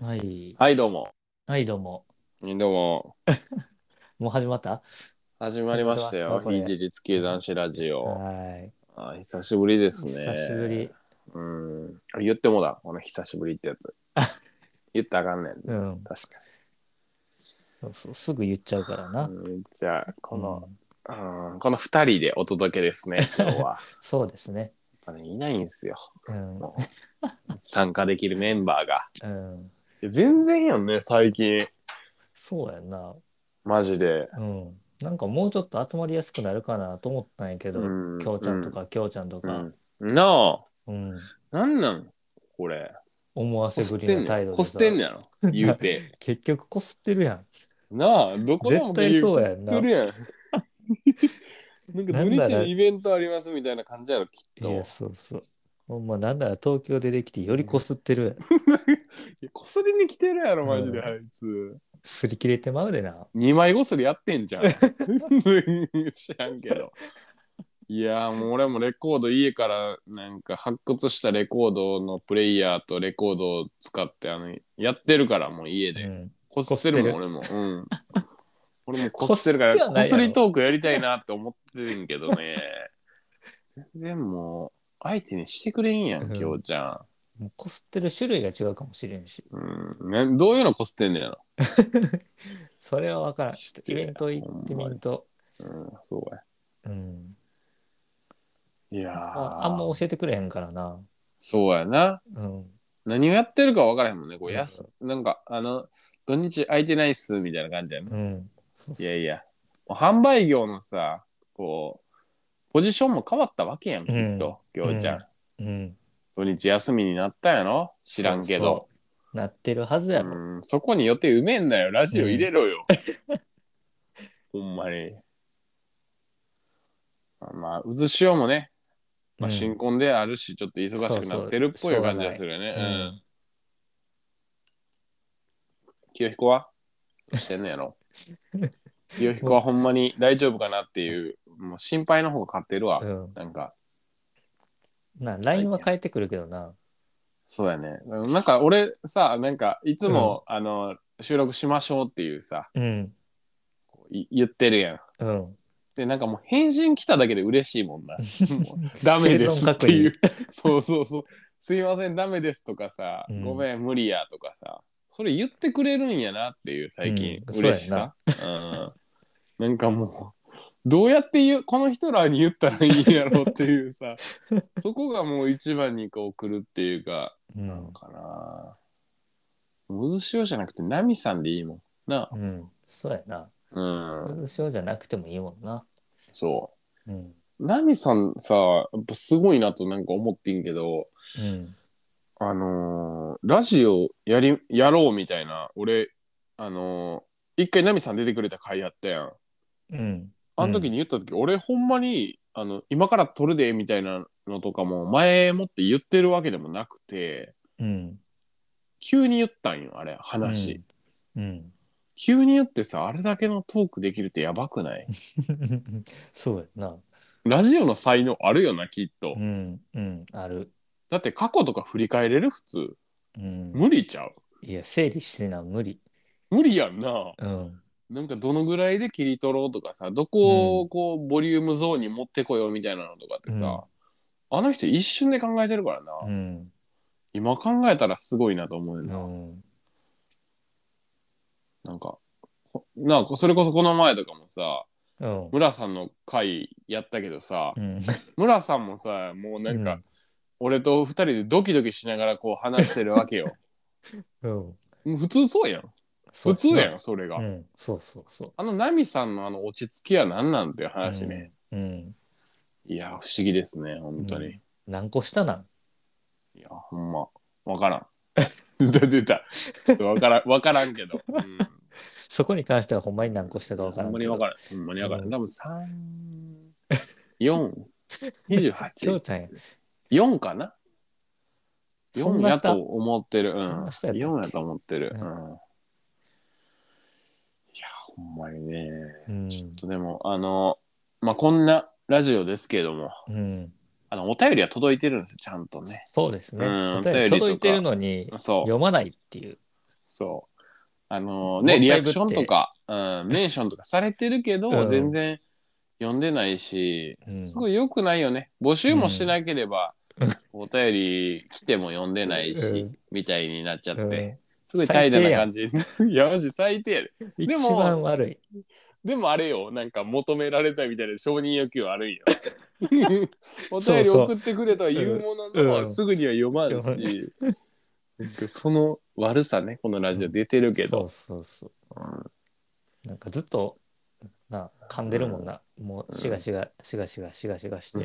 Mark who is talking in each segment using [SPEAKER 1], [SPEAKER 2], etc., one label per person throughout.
[SPEAKER 1] はい。
[SPEAKER 2] はい、どうも。
[SPEAKER 1] はい、どうも。
[SPEAKER 2] どうも。
[SPEAKER 1] もう始まった
[SPEAKER 2] 始まりました
[SPEAKER 1] 本当
[SPEAKER 2] よ
[SPEAKER 1] だ。これ
[SPEAKER 2] イギリス系男子ラジオ。
[SPEAKER 1] は
[SPEAKER 2] あ久しぶりで
[SPEAKER 1] い。
[SPEAKER 2] すね。
[SPEAKER 1] 久しぶり。。
[SPEAKER 2] うん。言ってもだ、この久しぶりってやつ。 言ったらあかんねん。
[SPEAKER 1] うん。
[SPEAKER 2] 確か
[SPEAKER 1] すすぐ言っちゃうからな。
[SPEAKER 2] に。うんじゃあ、この
[SPEAKER 1] う、ん
[SPEAKER 2] うんこの二人でお届けです ね、今日は。やっ
[SPEAKER 1] そうですね。
[SPEAKER 2] ぱねいないんですよ。
[SPEAKER 1] うん。
[SPEAKER 2] もう参加できるメンバーが。
[SPEAKER 1] うん。
[SPEAKER 2] いや全然やんね、最近。
[SPEAKER 1] そうやんな。
[SPEAKER 2] マジで。
[SPEAKER 1] うん。なんかもうちょっと集まりやすくなるかなと思ったんやけど、
[SPEAKER 2] うん
[SPEAKER 1] きょうちゃんとか、きょうちゃんと
[SPEAKER 2] う
[SPEAKER 1] か、
[SPEAKER 2] ん。なあ、
[SPEAKER 1] うん。
[SPEAKER 2] なんなんこれ。
[SPEAKER 1] 思わ
[SPEAKER 2] こ
[SPEAKER 1] せ
[SPEAKER 2] す
[SPEAKER 1] ぶ
[SPEAKER 2] っ
[SPEAKER 1] り
[SPEAKER 2] てん
[SPEAKER 1] の
[SPEAKER 2] ね
[SPEAKER 1] 態度
[SPEAKER 2] ん。
[SPEAKER 1] で
[SPEAKER 2] こ
[SPEAKER 1] さ
[SPEAKER 2] すってんねやろ。言うて。
[SPEAKER 1] 結局こすってるやん。
[SPEAKER 2] なあ、どこでも
[SPEAKER 1] 絶対そうやんな
[SPEAKER 2] 言ってるやん。 なんか土
[SPEAKER 1] なん
[SPEAKER 2] 日
[SPEAKER 1] なら
[SPEAKER 2] にイベントありますみたいな感じやろ、きっ
[SPEAKER 1] いや、
[SPEAKER 2] と。
[SPEAKER 1] そうそう。ほんま、なんなら東京出てきてよりこすってる。
[SPEAKER 2] いやこすりに来てるやろ、マジで、
[SPEAKER 1] うん
[SPEAKER 2] あいつ。
[SPEAKER 1] すり切れてまうでな。
[SPEAKER 2] 2枚ごすりやってんじゃん。知らんけ ど。いやーもう俺もレコード家からなんか発掘したレコードのプレイヤーとレコードを使ってあのやってるからもう家
[SPEAKER 1] う
[SPEAKER 2] で、
[SPEAKER 1] ん。
[SPEAKER 2] こすってるもん、俺も。 うん。俺もこすってるから、
[SPEAKER 1] こすっては
[SPEAKER 2] こ
[SPEAKER 1] ないやろ
[SPEAKER 2] すりトークやりたいなって思ってるんけどね。全然もう、相手にしてくれんや
[SPEAKER 1] うん
[SPEAKER 2] ん、きょうちゃ
[SPEAKER 1] もうこすってる種類が違うかもしれんし。
[SPEAKER 2] ん。うん。ね、どういうのこすってんねやろ。
[SPEAKER 1] それは分からん。
[SPEAKER 2] 知って
[SPEAKER 1] イ
[SPEAKER 2] る
[SPEAKER 1] ベント行ってみんと。
[SPEAKER 2] うん、そう
[SPEAKER 1] うん。
[SPEAKER 2] や。いやー
[SPEAKER 1] まあ、あんま教えてくれへんからな。
[SPEAKER 2] そうやな。
[SPEAKER 1] うん。
[SPEAKER 2] 何をやってるか分からへんもんね。こう、
[SPEAKER 1] うん
[SPEAKER 2] やす、なんか、あの、土日空いてないっす、みたいな感じやね。
[SPEAKER 1] うん。そうそう
[SPEAKER 2] いやいや。もう販売業のさ、こう、ポジションも変わったわけやん、きっと、きょうちゃん。
[SPEAKER 1] うん。
[SPEAKER 2] 土日休みになったんやろ知らんけ
[SPEAKER 1] そ
[SPEAKER 2] ど
[SPEAKER 1] う。なってるはず
[SPEAKER 2] そ
[SPEAKER 1] やろ。
[SPEAKER 2] んそこに予定埋めんなよラジオ入れろよ、 ほんまにまあまあ渦潮もね、まあ、
[SPEAKER 1] うん
[SPEAKER 2] 新婚であるし、ちょっと忙しくなってるっぽい感じがするよね
[SPEAKER 1] う
[SPEAKER 2] うん
[SPEAKER 1] ん。
[SPEAKER 2] 清彦はどうしてんの やろ清彦はほんまに大丈夫かなっていうもう心配の方が勝ってるわ、
[SPEAKER 1] うん。
[SPEAKER 2] なんか
[SPEAKER 1] な、LINE は返ってくるけどな。
[SPEAKER 2] そうやねなんか俺さなんかいつも、あの収録しましょうっていうさ
[SPEAKER 1] うん。
[SPEAKER 2] こうい言ってるやん
[SPEAKER 1] うん。
[SPEAKER 2] で、なんかもう返信来ただけで嬉しいも んな。もうダメですっていう。 そうそうそう。すいません、ダメですとかさ、
[SPEAKER 1] うん
[SPEAKER 2] ごめん、無理やとかさ、それ言ってくれるんやなっていう、最近、
[SPEAKER 1] うん
[SPEAKER 2] 嬉しさ。うん。なんかもう、どうやって言う、この人らに言ったらいいんやろっていう さ、そこがもう一番にこう来るっていうか、
[SPEAKER 1] う
[SPEAKER 2] なの
[SPEAKER 1] ん。
[SPEAKER 2] かな。むずしおじゃなくて、ナミさんでいいもん。なあ。
[SPEAKER 1] うん。そうやな。
[SPEAKER 2] うん。
[SPEAKER 1] そうじゃなくてもいいもんな。
[SPEAKER 2] そう。
[SPEAKER 1] うん。
[SPEAKER 2] ナミさんさ、やっぱすごいなとなんか思ってんけど、
[SPEAKER 1] うん。
[SPEAKER 2] あのーラジオやり、やろうみたいな、俺、あのー一回ナミさん出てくれた回やったやん。
[SPEAKER 1] うん。
[SPEAKER 2] あの時に言った時、俺ほんまに、あの、今から撮るで、みたいなのとかも前もって言ってるわけでもなくて、
[SPEAKER 1] うん。
[SPEAKER 2] 急に言ったんよ、あれ、話。
[SPEAKER 1] うん。
[SPEAKER 2] 急に言ってさ、あれだけのトークできるってやばく ない
[SPEAKER 1] うん。そうやな。
[SPEAKER 2] ラジオの才能あるよな、きっと。
[SPEAKER 1] うん。うん。ある。
[SPEAKER 2] だって過去とか振り返れる普通。
[SPEAKER 1] うん。
[SPEAKER 2] 無理ちゃう
[SPEAKER 1] いや、整理してな、無理。
[SPEAKER 2] 無理やんな。
[SPEAKER 1] うん。
[SPEAKER 2] なんかどのぐらいで切り取ろうとかさどこをこうボリュームゾーンに持ってこようみたいなのとかってさ、あの人一瞬で考えてるからな、
[SPEAKER 1] うん。
[SPEAKER 2] 今考えたらすごいなと思うよ
[SPEAKER 1] う
[SPEAKER 2] な、
[SPEAKER 1] ん。
[SPEAKER 2] なんかこなんかそれこそこの前とかもさ
[SPEAKER 1] うん。
[SPEAKER 2] 村さんの回やったけどさ
[SPEAKER 1] うん。
[SPEAKER 2] 村さんもさもうなん
[SPEAKER 1] う
[SPEAKER 2] か俺と二人でドキドキしながらこう話してるわ けよ
[SPEAKER 1] うん。
[SPEAKER 2] もう普通そうやん
[SPEAKER 1] そう
[SPEAKER 2] 普通や
[SPEAKER 1] なん
[SPEAKER 2] それが、
[SPEAKER 1] うん。そうそうそ
[SPEAKER 2] あのナミさんのあの落ち着きは何なんていう
[SPEAKER 1] う。
[SPEAKER 2] 話ね、
[SPEAKER 1] うん。うん。
[SPEAKER 2] いや、不思議ですね、本当に。
[SPEAKER 1] うん何個したなん
[SPEAKER 2] いや、ほんま、わからん。 出てた。ちょっとわ からん、わからんけど。うん、
[SPEAKER 1] そこに関してはほんまに何個したか分か
[SPEAKER 2] ほ
[SPEAKER 1] ら
[SPEAKER 2] ん
[SPEAKER 1] ん
[SPEAKER 2] ま
[SPEAKER 1] け
[SPEAKER 2] に
[SPEAKER 1] ど。
[SPEAKER 2] わからん。ほんまにわから
[SPEAKER 1] うん
[SPEAKER 2] ん。多分3、4、28。
[SPEAKER 1] きょうちゃんや
[SPEAKER 2] 4かな
[SPEAKER 1] そん
[SPEAKER 2] ?4
[SPEAKER 1] な
[SPEAKER 2] や
[SPEAKER 1] した
[SPEAKER 2] と思ってる。うん。
[SPEAKER 1] そんなしたやったっけ
[SPEAKER 2] 4やと思ってる。
[SPEAKER 1] う
[SPEAKER 2] うん。い
[SPEAKER 1] ん
[SPEAKER 2] や、ほんまにね。
[SPEAKER 1] うん
[SPEAKER 2] ちょっとでも、あの、まあ、こんなラジオですけれども、
[SPEAKER 1] うん。
[SPEAKER 2] あの、お便りは届いてるんですよ、ちゃんとね。
[SPEAKER 1] そうですね。
[SPEAKER 2] うん
[SPEAKER 1] お便り
[SPEAKER 2] お便りとか
[SPEAKER 1] 届いてるのに
[SPEAKER 2] そう。
[SPEAKER 1] 読まないっていう。
[SPEAKER 2] そう。あの
[SPEAKER 1] もった
[SPEAKER 2] ね、
[SPEAKER 1] いぶっ
[SPEAKER 2] リ
[SPEAKER 1] て
[SPEAKER 2] アクションとか、うん、メンションとかされてるけど、
[SPEAKER 1] うん
[SPEAKER 2] 全然読んでないし、
[SPEAKER 1] うん
[SPEAKER 2] すごい良くないよね。募集もしてなければ、お便り来ても読んでないし、
[SPEAKER 1] うん
[SPEAKER 2] みたいになっちゃって、
[SPEAKER 1] うん
[SPEAKER 2] すごい怠惰な感じ。 いや、マジ最低やで。
[SPEAKER 1] 一
[SPEAKER 2] も
[SPEAKER 1] 番悪い。
[SPEAKER 2] でもあれよ、なんか求められたみたいな承認欲求あ るんよ。お
[SPEAKER 1] そ
[SPEAKER 2] 便
[SPEAKER 1] う
[SPEAKER 2] り
[SPEAKER 1] そう
[SPEAKER 2] 送ってくれとは言うものの、
[SPEAKER 1] うん
[SPEAKER 2] すぐには読まんし、なんかその悪さね、このラジオ出てるけ
[SPEAKER 1] そう
[SPEAKER 2] ど。
[SPEAKER 1] そうそう。なんかずっと、な、噛んでるもんな。もう、しがしが、しがしが、しがしがして。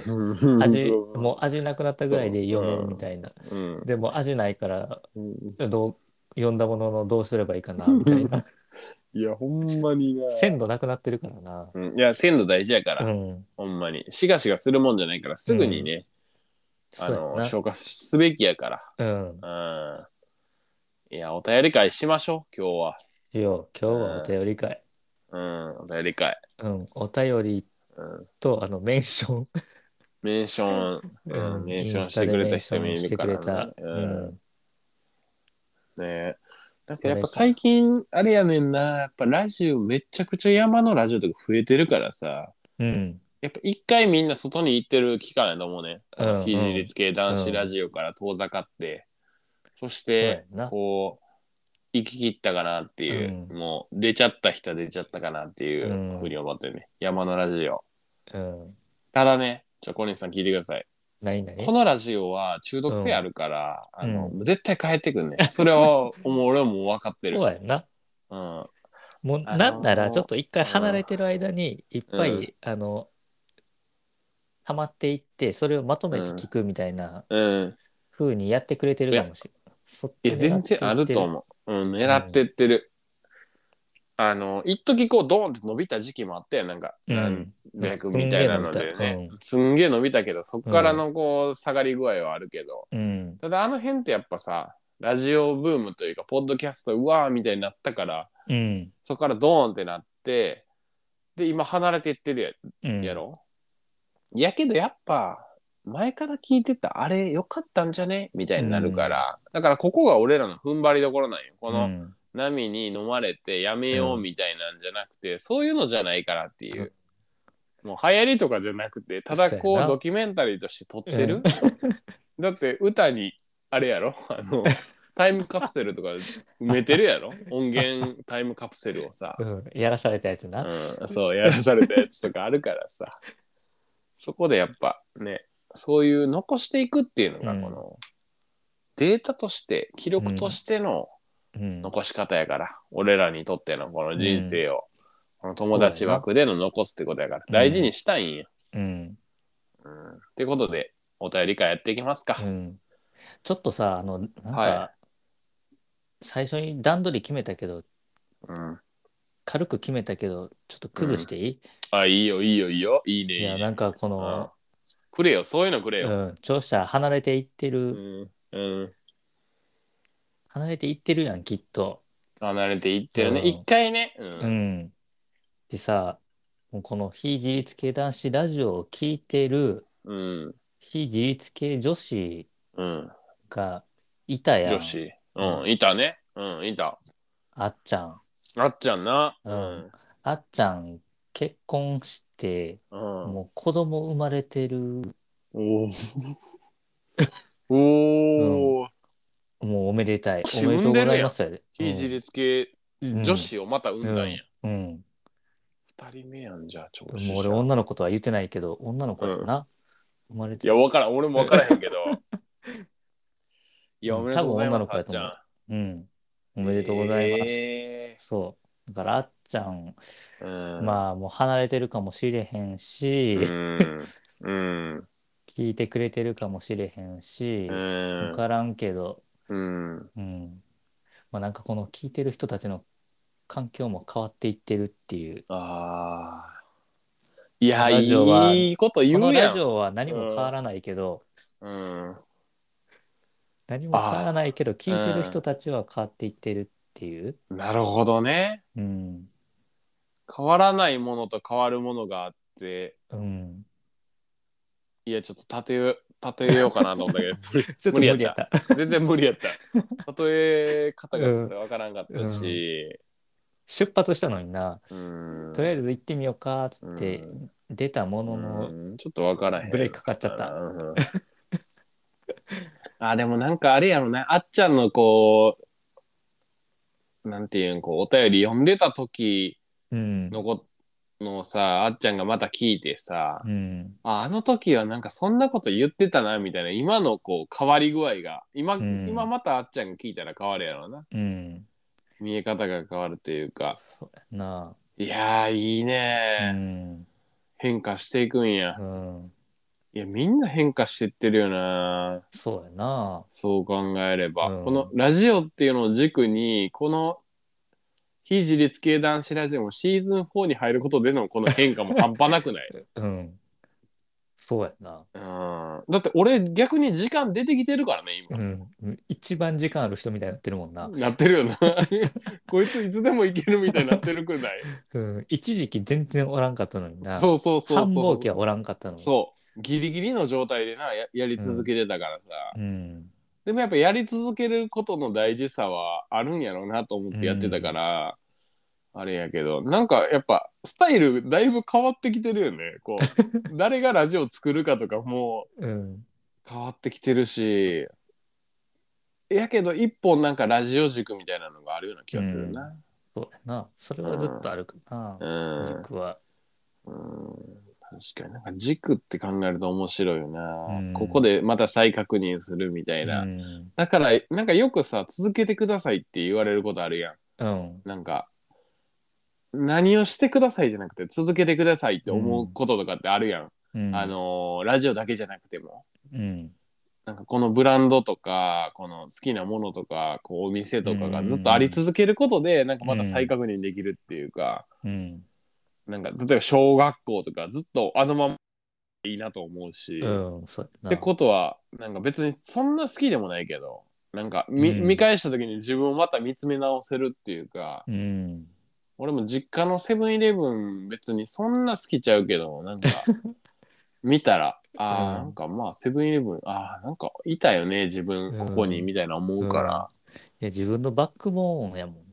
[SPEAKER 1] 味、もう味なくなったぐらいで読めるみたいな。
[SPEAKER 2] うん、
[SPEAKER 1] でも味ないから、
[SPEAKER 2] うん
[SPEAKER 1] どう、読んだもののどうすればいいかな、みたいな。
[SPEAKER 2] いや、ほんまにな。
[SPEAKER 1] 鮮度なくなってるからな。
[SPEAKER 2] うんいや、鮮度大事やから、
[SPEAKER 1] うん。
[SPEAKER 2] ほんまに。しがしがするもんじゃないから、すぐにね、あ
[SPEAKER 1] そ
[SPEAKER 2] の
[SPEAKER 1] うや
[SPEAKER 2] 消化すべきやか
[SPEAKER 1] な。うん。
[SPEAKER 2] ら。うん。いや、お便り会しましょう、今日は。
[SPEAKER 1] しよう今日はお便り会。
[SPEAKER 2] うん、お便り会。
[SPEAKER 1] うん。お便り
[SPEAKER 2] うん
[SPEAKER 1] と、あの、メンション。
[SPEAKER 2] メンション、うん
[SPEAKER 1] うん
[SPEAKER 2] メンションしてくれた人もいるから
[SPEAKER 1] インスタでメンションしてくれた。
[SPEAKER 2] ね。
[SPEAKER 1] うん。
[SPEAKER 2] うんねなんかやっぱ最近、あれやねんな、やっぱラジオ、めちゃくちゃ山のラジオとか増えてるからさ、
[SPEAKER 1] うん。
[SPEAKER 2] やっぱ一回みんな外に行ってる期間やと思うね。
[SPEAKER 1] うん
[SPEAKER 2] 非自立系男子ラジオから遠ざかって、そし
[SPEAKER 1] そうや
[SPEAKER 2] て、
[SPEAKER 1] んな。
[SPEAKER 2] こう、行き切ったかなっていう、
[SPEAKER 1] う
[SPEAKER 2] もう出ちゃった人は出ちゃったかなっていうんふうに思ってるね。山のラジオ。
[SPEAKER 1] うん。
[SPEAKER 2] ただね、じゃあ小西さん聞いてください。
[SPEAKER 1] 何々
[SPEAKER 2] このラジオは中毒性あるから、
[SPEAKER 1] ん
[SPEAKER 2] あの
[SPEAKER 1] う
[SPEAKER 2] 絶対変えてくんね。それはもう俺はもう分かってる。
[SPEAKER 1] そうやんな。
[SPEAKER 2] うん、
[SPEAKER 1] もう
[SPEAKER 2] あのー
[SPEAKER 1] なんならちょっと一回離れてる間にいっぱい、
[SPEAKER 2] うん
[SPEAKER 1] あのハマっていってそれをまとめて聞くみたいな
[SPEAKER 2] うん、
[SPEAKER 1] 風にやってくれてるかもしれない。そっ
[SPEAKER 2] い
[SPEAKER 1] ち
[SPEAKER 2] や全然あると思う。うん、狙ってってる。あの一時こうドーンって伸びた時期もあったよなんか、
[SPEAKER 1] う
[SPEAKER 2] なん
[SPEAKER 1] ん、
[SPEAKER 2] 略みたいなのでね、すんげえ伸びたけどそこからのこう下がり具合はあるけど、
[SPEAKER 1] うん、
[SPEAKER 2] ただあの辺ってやっぱさラジオブームというかポッドキャストうわーみたいになったから
[SPEAKER 1] うん、
[SPEAKER 2] そこからドーンってなってで今離れていってるやん
[SPEAKER 1] うん、
[SPEAKER 2] やろ、いやけどやっぱ前から聞いてたあれ良かったんじゃねみたいになるから、だからここが俺らの踏ん張りどころなんよこ
[SPEAKER 1] う
[SPEAKER 2] の
[SPEAKER 1] ん
[SPEAKER 2] 波に飲まれてやめようみたいなんじゃなくて、そういうのじゃないからっていう、もう流行りとかじゃなくてただ
[SPEAKER 1] そう
[SPEAKER 2] こ
[SPEAKER 1] や
[SPEAKER 2] う
[SPEAKER 1] な
[SPEAKER 2] ドキュメンタリーとして撮ってる、
[SPEAKER 1] うん
[SPEAKER 2] だって歌にあれやろあのタイムカプセルとか埋めてるやろ音源タイムカプセルをさ
[SPEAKER 1] うん、やらされたやつな。
[SPEAKER 2] うん、そうやらされたやつとかあるからさそこでやっぱねそういう残していくっていうのが
[SPEAKER 1] うん
[SPEAKER 2] この、データとして記録としての
[SPEAKER 1] うん、
[SPEAKER 2] 残し方やから、俺らにとってのこの人生を、この友
[SPEAKER 1] そ
[SPEAKER 2] 達
[SPEAKER 1] うやな
[SPEAKER 2] 枠での残すってことやから
[SPEAKER 1] うん
[SPEAKER 2] 大事にしたいんや、
[SPEAKER 1] うん、
[SPEAKER 2] うんってことでお便り会やっていきますか
[SPEAKER 1] う、ん。ちょっとさ、あの、なんか、
[SPEAKER 2] は
[SPEAKER 1] 最初に段取り決めたけど、
[SPEAKER 2] うん
[SPEAKER 1] 軽く決めたけど、ちょっと崩していい、
[SPEAKER 2] あいいよいいよいいよいいねいい
[SPEAKER 1] いや、
[SPEAKER 2] ね
[SPEAKER 1] なんかこ
[SPEAKER 2] うん
[SPEAKER 1] の、
[SPEAKER 2] くれよそういうのくれよ、
[SPEAKER 1] うん、聴者離れていってる、
[SPEAKER 2] うんうん
[SPEAKER 1] 離れていってるやんきっと。
[SPEAKER 2] 離れていってるね、
[SPEAKER 1] うん
[SPEAKER 2] 一回ね、う
[SPEAKER 1] うんん、でさもうこの非自立系男子ラジオを聞いてる
[SPEAKER 2] うん
[SPEAKER 1] 非自立系女子
[SPEAKER 2] うん、
[SPEAKER 1] がいたやん
[SPEAKER 2] 女子。うん、いたね。うん、いた。
[SPEAKER 1] あっちゃん。
[SPEAKER 2] あっちゃんな。
[SPEAKER 1] うん。あっちゃん結婚して
[SPEAKER 2] うん。
[SPEAKER 1] もう子供生まれてる
[SPEAKER 2] おーお
[SPEAKER 1] も
[SPEAKER 2] ー。
[SPEAKER 1] うおめでたいお
[SPEAKER 2] 自
[SPEAKER 1] め
[SPEAKER 2] 分
[SPEAKER 1] でとうございますやで。
[SPEAKER 2] 非自立系
[SPEAKER 1] うん
[SPEAKER 2] 女子をまた産んだんや。
[SPEAKER 1] うん、うん
[SPEAKER 2] 二人目やんじゃあ、長
[SPEAKER 1] もう俺
[SPEAKER 2] 子。
[SPEAKER 1] 女の子とは言ってないけど女の子やな、生まれ
[SPEAKER 2] い
[SPEAKER 1] て
[SPEAKER 2] や、わからん。俺もわからへ んけど。いや、
[SPEAKER 1] うん
[SPEAKER 2] おめでとうございます。
[SPEAKER 1] 多分女の子
[SPEAKER 2] あ
[SPEAKER 1] や
[SPEAKER 2] っ
[SPEAKER 1] と
[SPEAKER 2] ち
[SPEAKER 1] 思う
[SPEAKER 2] ゃん。
[SPEAKER 1] うんおめでとうございます。
[SPEAKER 2] え
[SPEAKER 1] そうだからあっちゃん
[SPEAKER 2] ーうん。
[SPEAKER 1] まあもう離れてるかもしれへんし、
[SPEAKER 2] うん。うん。
[SPEAKER 1] 聞いてくれてるかもしれへんし
[SPEAKER 2] う、
[SPEAKER 1] 分
[SPEAKER 2] ん。
[SPEAKER 1] からんけど、
[SPEAKER 2] うん。
[SPEAKER 1] うんまあ、なんかこの聞いてる人たちの環境も変わっていってるっていう
[SPEAKER 2] ああ。いや、
[SPEAKER 1] ラジオはい
[SPEAKER 2] いこと言
[SPEAKER 1] この
[SPEAKER 2] うや
[SPEAKER 1] ラ
[SPEAKER 2] ん
[SPEAKER 1] ジ。オは何も変わらないけど、
[SPEAKER 2] うん。
[SPEAKER 1] 何も変わらないけど聞いてる人たちは変わっていってるっていう、
[SPEAKER 2] なるほどね。
[SPEAKER 1] うん
[SPEAKER 2] 変わらないものと変わるものがあって、
[SPEAKER 1] うん、
[SPEAKER 2] いや、ちょっと例え、例えようかなと思ったけど
[SPEAKER 1] ちょっと無理やった。
[SPEAKER 2] 全然無理やった 例え方がちょっとわからんかったし、
[SPEAKER 1] 出発したのにな、
[SPEAKER 2] うん
[SPEAKER 1] とりあえず行ってみようかっつって
[SPEAKER 2] う
[SPEAKER 1] 出たものの
[SPEAKER 2] うんちょっとわからへん
[SPEAKER 1] ブレーキかかっちゃった。
[SPEAKER 2] うんあでもなんかあれやろねあっちゃんのこうなんていうんこうお便り読んでた時
[SPEAKER 1] うん。
[SPEAKER 2] のこのさあっちゃんがまた聞いてさ、
[SPEAKER 1] うん。
[SPEAKER 2] ああの時はなんかそんなこと言ってたなみたいな今のこう変わり具合が今、
[SPEAKER 1] うん
[SPEAKER 2] 今またあっちゃんが聞いたら変わるやろな
[SPEAKER 1] うん。
[SPEAKER 2] 見え方が変わるというか
[SPEAKER 1] そうやない
[SPEAKER 2] やーいいね
[SPEAKER 1] う
[SPEAKER 2] ー、
[SPEAKER 1] ん。
[SPEAKER 2] 変化していくんや
[SPEAKER 1] うん。
[SPEAKER 2] いやみんな変化してってるよな
[SPEAKER 1] そうやな
[SPEAKER 2] そう考えれば、
[SPEAKER 1] うん
[SPEAKER 2] このラジオっていうのを軸にこの非自立系男子ラジオもシーズン4に入ることでのこの変化も半端なくない
[SPEAKER 1] うん。そうやな
[SPEAKER 2] うんだって俺逆に時間出てきてるからね
[SPEAKER 1] う
[SPEAKER 2] 今、
[SPEAKER 1] ん。一番時間ある人みたいになってるもんな。
[SPEAKER 2] なってるよな こいついつでもいけるみたいになってるくない
[SPEAKER 1] うん。一時期全然おらんかったのにな。
[SPEAKER 2] そうそうそうそ
[SPEAKER 1] 繁
[SPEAKER 2] う
[SPEAKER 1] 忙期はおらんかったのに。
[SPEAKER 2] そうギリギリの状態でなややり続けてたからさ、
[SPEAKER 1] うん。
[SPEAKER 2] でもやっぱやり続けることの大事さはあるんやろうなと思ってやってたから、あれやけどなんかやっぱスタイルだいぶ変わってきてるよね こう誰がラジオ作るかとかも
[SPEAKER 1] うん。
[SPEAKER 2] 変わってきてるしやけど一本なんかラジオ塾みたいなのがあるような気がするな
[SPEAKER 1] そうやな。それはずっとあるか
[SPEAKER 2] う
[SPEAKER 1] な。
[SPEAKER 2] ん、うん
[SPEAKER 1] 軸は。
[SPEAKER 2] 確かになんか軸って考えると面白いよな、
[SPEAKER 1] うん
[SPEAKER 2] ここでまた再確認するみた
[SPEAKER 1] う
[SPEAKER 2] いな、
[SPEAKER 1] ん。
[SPEAKER 2] だからなんかよくさ続けてくださいって言われることあるやん
[SPEAKER 1] うん。
[SPEAKER 2] なんか、何をしてくださいじゃなくて、続けてくださいって思うこととかってあるやん。
[SPEAKER 1] うん
[SPEAKER 2] あ、のーラジオだけじゃなくても。
[SPEAKER 1] うん。
[SPEAKER 2] なんかこのブランドとか、この好きなものとか、こうお店とかがずっとあり続けることで、なんかまた再確認できるっていうか、
[SPEAKER 1] うん。
[SPEAKER 2] なんか例えば小学校とかずっとあのままいいなと思うし、っ
[SPEAKER 1] うん。そうやな。
[SPEAKER 2] てことは、なんか別にそんな好きでもないけど、なんか見,、
[SPEAKER 1] うん
[SPEAKER 2] 見返した時に自分をまた見つめ直せるっていうか、
[SPEAKER 1] うん。
[SPEAKER 2] 俺も実家のセブンイレブン別にそんな好きちゃうけどなんか 見たらああ、
[SPEAKER 1] うん
[SPEAKER 2] なんかまあセブンイレブンああなんかいたよね自分ここに、
[SPEAKER 1] うん
[SPEAKER 2] みたいな思うから、
[SPEAKER 1] いや、自分のバックボーンやもん。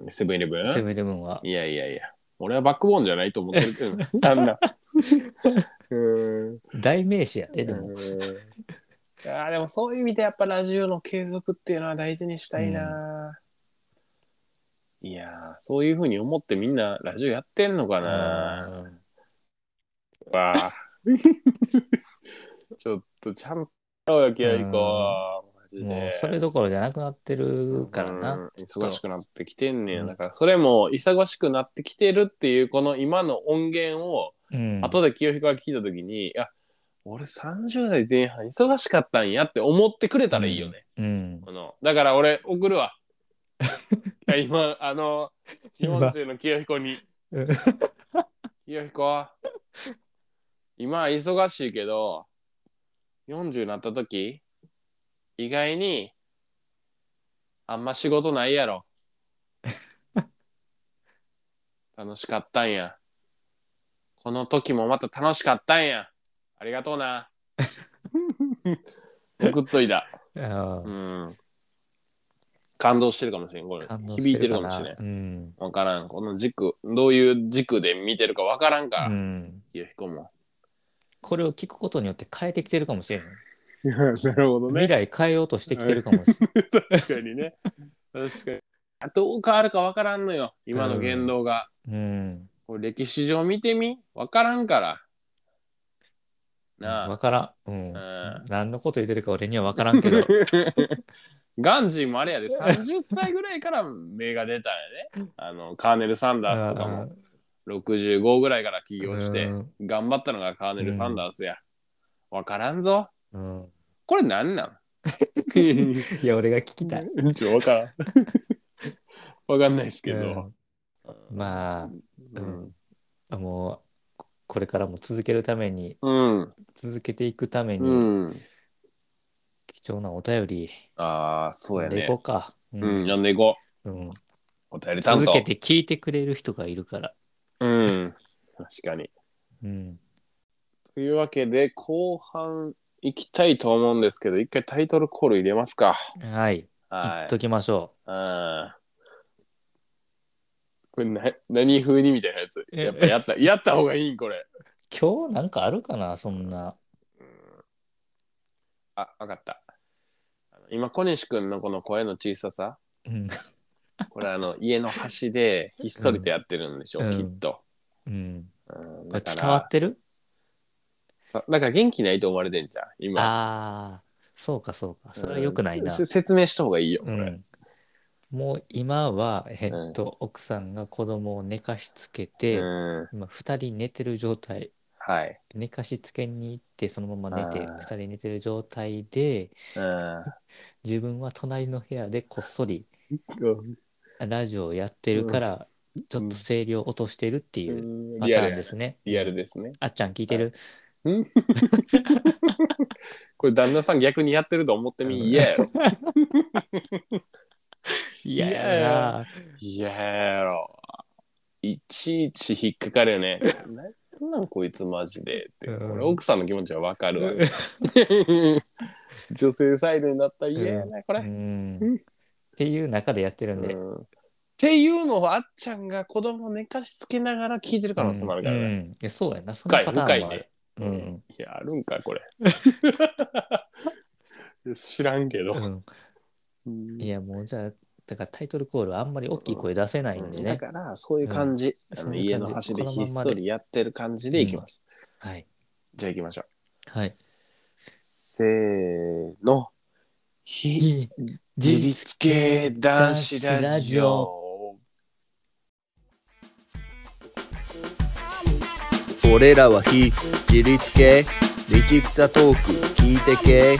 [SPEAKER 2] うん、セブンイレブン
[SPEAKER 1] セブンイレブンは。
[SPEAKER 2] いやいやいや俺はバックボーンじゃないと思ってるけ どあんなうん
[SPEAKER 1] 代名詞やで、でも。
[SPEAKER 2] うんああでもそういう意味でやっぱラジオの継続っていうのは大事にしたいな、いやーそういうふうに思ってみんなラジオやってんのかな、
[SPEAKER 1] うん
[SPEAKER 2] わあちょっとちゃんとやろうよ気合いこう。マジで
[SPEAKER 1] もう、それどころじゃなくなってるから
[SPEAKER 2] う
[SPEAKER 1] な。
[SPEAKER 2] ん忙しくなってきてんね。
[SPEAKER 1] うんん
[SPEAKER 2] だからそれも忙しくなってきてるっていうこの今の音源を
[SPEAKER 1] うん。
[SPEAKER 2] 後で清彦が聞いた時に、いや俺30代前半忙しかったんやって思ってくれたらいいよね。
[SPEAKER 1] うん。
[SPEAKER 2] このだから俺送るわ。いや今あの
[SPEAKER 1] 今
[SPEAKER 2] 40の清彦に。
[SPEAKER 1] うん
[SPEAKER 2] 清彦今は忙しいけど40になった時意外にあんま仕事ないや ろ楽しかったんやこの時もまた楽しかったんやありがとう な送っといた
[SPEAKER 1] あ
[SPEAKER 2] う
[SPEAKER 1] ー
[SPEAKER 2] ん感動してるかもしれんこれ
[SPEAKER 1] 感動
[SPEAKER 2] 響いてるかも
[SPEAKER 1] な
[SPEAKER 2] しれん
[SPEAKER 1] うん。
[SPEAKER 2] わからんこの軸どういう軸で見てるかわからんから、
[SPEAKER 1] うん。
[SPEAKER 2] 清彦も
[SPEAKER 1] これを聞くことによって変えてきてるかもしれん。
[SPEAKER 2] いやなるほど
[SPEAKER 1] 未
[SPEAKER 2] ね。
[SPEAKER 1] 来変えようとしてきてるかもしれん。
[SPEAKER 2] 確かにね。確かに。あどう変わるか分からんのよ、今の言動が。
[SPEAKER 1] うん。
[SPEAKER 2] これ歴史上見てみ分からんから。
[SPEAKER 1] わ
[SPEAKER 2] な
[SPEAKER 1] からん。うん
[SPEAKER 2] うん。
[SPEAKER 1] 何のこと言ってるか俺にはわからんけ ど
[SPEAKER 2] あ。。ガンジーもあれやで、30歳ぐらいから目が出たんやね。あの、カーネル・サンダースとかも、65ぐらいから起業して
[SPEAKER 1] う、ん
[SPEAKER 2] 頑張ったのがカーネル・サンダースや。分からんぞ。
[SPEAKER 1] うん
[SPEAKER 2] これなんなん
[SPEAKER 1] いや、俺が聞きたい。
[SPEAKER 2] ちょ、分からん。分かんないですけ
[SPEAKER 1] う
[SPEAKER 2] ど。
[SPEAKER 1] んま
[SPEAKER 2] うん
[SPEAKER 1] あ、もう、ここれからも続けるために、
[SPEAKER 2] うん。
[SPEAKER 1] 続けていくため
[SPEAKER 2] う
[SPEAKER 1] に、
[SPEAKER 2] ん。
[SPEAKER 1] 貴重なお便り、
[SPEAKER 2] ああ、そうや
[SPEAKER 1] でい
[SPEAKER 2] ね
[SPEAKER 1] こ。うか。う
[SPEAKER 2] うん、
[SPEAKER 1] ん
[SPEAKER 2] 読んでいこ
[SPEAKER 1] うん
[SPEAKER 2] う。お便り担
[SPEAKER 1] 続
[SPEAKER 2] 当。
[SPEAKER 1] けて聞いてくれる人がいるから。
[SPEAKER 2] うん。確かに。
[SPEAKER 1] うん。
[SPEAKER 2] というわけで、後半行きたいと思うんですけど、一回タイトルコール入れますか。
[SPEAKER 1] はい。行
[SPEAKER 2] は
[SPEAKER 1] っ
[SPEAKER 2] い。
[SPEAKER 1] ときましょ
[SPEAKER 2] うん。これな、何風にみたいなやつ。
[SPEAKER 1] え
[SPEAKER 2] やっぱやった、やった方がいいん、これ。
[SPEAKER 1] う。今日なんかあるかなそんな。
[SPEAKER 2] あ、わかった。あの今、小西くんのこの声の小ささ、
[SPEAKER 1] うん。
[SPEAKER 2] これあの、家の端でひっそりとやってるんでしょう、
[SPEAKER 1] うん
[SPEAKER 2] きっと。
[SPEAKER 1] うん、
[SPEAKER 2] うん、
[SPEAKER 1] こ
[SPEAKER 2] だ
[SPEAKER 1] れ
[SPEAKER 2] か
[SPEAKER 1] 伝わ
[SPEAKER 2] ら
[SPEAKER 1] ってる
[SPEAKER 2] さ、だから元気ないと思われてんじゃん、今。
[SPEAKER 1] ああ、そうかそうか。それは良くないな
[SPEAKER 2] せ。説明した方がいいよ、こ
[SPEAKER 1] う
[SPEAKER 2] れ。
[SPEAKER 1] ん。もう今は、えっと、奥さんが子供を寝かしつけて、
[SPEAKER 2] うん
[SPEAKER 1] 今2人寝てる状態。
[SPEAKER 2] はい。
[SPEAKER 1] 寝かしつけに行って、そのまま寝て、
[SPEAKER 2] あー
[SPEAKER 1] 2人寝てる状態で、
[SPEAKER 2] う
[SPEAKER 1] 自分は隣の部屋でこっそり
[SPEAKER 2] ん。
[SPEAKER 1] ラジオをやってるから、ちょっと声量落としてるっていうパタ
[SPEAKER 2] リ
[SPEAKER 1] ーン
[SPEAKER 2] アル
[SPEAKER 1] で
[SPEAKER 2] や
[SPEAKER 1] すね。
[SPEAKER 2] リアルですね。
[SPEAKER 1] あっちゃん聞いてる
[SPEAKER 2] これ旦那さん逆にやってると思って
[SPEAKER 1] うん
[SPEAKER 2] み、嫌やろ。
[SPEAKER 1] い
[SPEAKER 2] や
[SPEAKER 1] や
[SPEAKER 2] いや
[SPEAKER 1] やな。
[SPEAKER 2] 嫌やろ。いちいち引っかかるよね。なんなんこいつマジでって。
[SPEAKER 1] うん
[SPEAKER 2] 俺奥さんの気持ちはわかるわ。女性サイドになったら嫌やな、こ
[SPEAKER 1] う
[SPEAKER 2] れ。うん
[SPEAKER 1] んっていう中でやってるんで。
[SPEAKER 2] うんっていうのをあっちゃんが子供寝かしつけながら聞いてる可能性もあるから
[SPEAKER 1] うん
[SPEAKER 2] ね。
[SPEAKER 1] うんいやそうやな。そ
[SPEAKER 2] 深
[SPEAKER 1] の
[SPEAKER 2] い、
[SPEAKER 1] パタ
[SPEAKER 2] 深
[SPEAKER 1] ーン
[SPEAKER 2] い
[SPEAKER 1] もあ
[SPEAKER 2] ね
[SPEAKER 1] る。。うん
[SPEAKER 2] いや、あるん か、これ。知らんけど。
[SPEAKER 1] うんいやもうじゃあ、だからタイトルコールはあんまり大きい声出せないんで
[SPEAKER 2] だ
[SPEAKER 1] ね。
[SPEAKER 2] から、そういう感じ。
[SPEAKER 1] うん
[SPEAKER 2] あの
[SPEAKER 1] そうい
[SPEAKER 2] 家
[SPEAKER 1] う感じ
[SPEAKER 2] の端
[SPEAKER 1] こ
[SPEAKER 2] で
[SPEAKER 1] の
[SPEAKER 2] ひ
[SPEAKER 1] ま
[SPEAKER 2] っ
[SPEAKER 1] んま
[SPEAKER 2] そ
[SPEAKER 1] で
[SPEAKER 2] りやってる感じでいきます。
[SPEAKER 1] はい。
[SPEAKER 2] じゃあ行きましょう。
[SPEAKER 1] はい。
[SPEAKER 2] せーの。非
[SPEAKER 1] いい
[SPEAKER 2] 自立系男子ラジオ。
[SPEAKER 3] 俺らは非自立系道草トーク聞いて系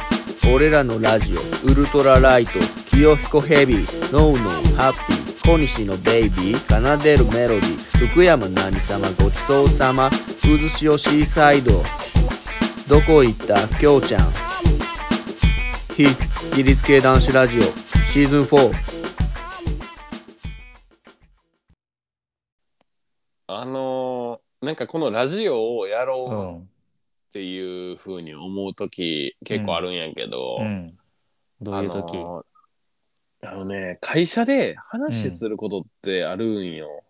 [SPEAKER 3] 俺らのラジオウルトラライト清彦ヘビーノーノーハッピー小西のベイビー奏でるメロディー福山なみさまごちそうさま渦潮シーサイドどこ行ったきょうちゃん非自立系男子ラジオシーズン4
[SPEAKER 2] あのーなんかこのラジオをや
[SPEAKER 1] う。
[SPEAKER 2] ろうんっていうふうに思う時結構あるんやけど、
[SPEAKER 1] うん。どういう時、
[SPEAKER 2] あのーあのね会社で話することってあるんよ、
[SPEAKER 1] うん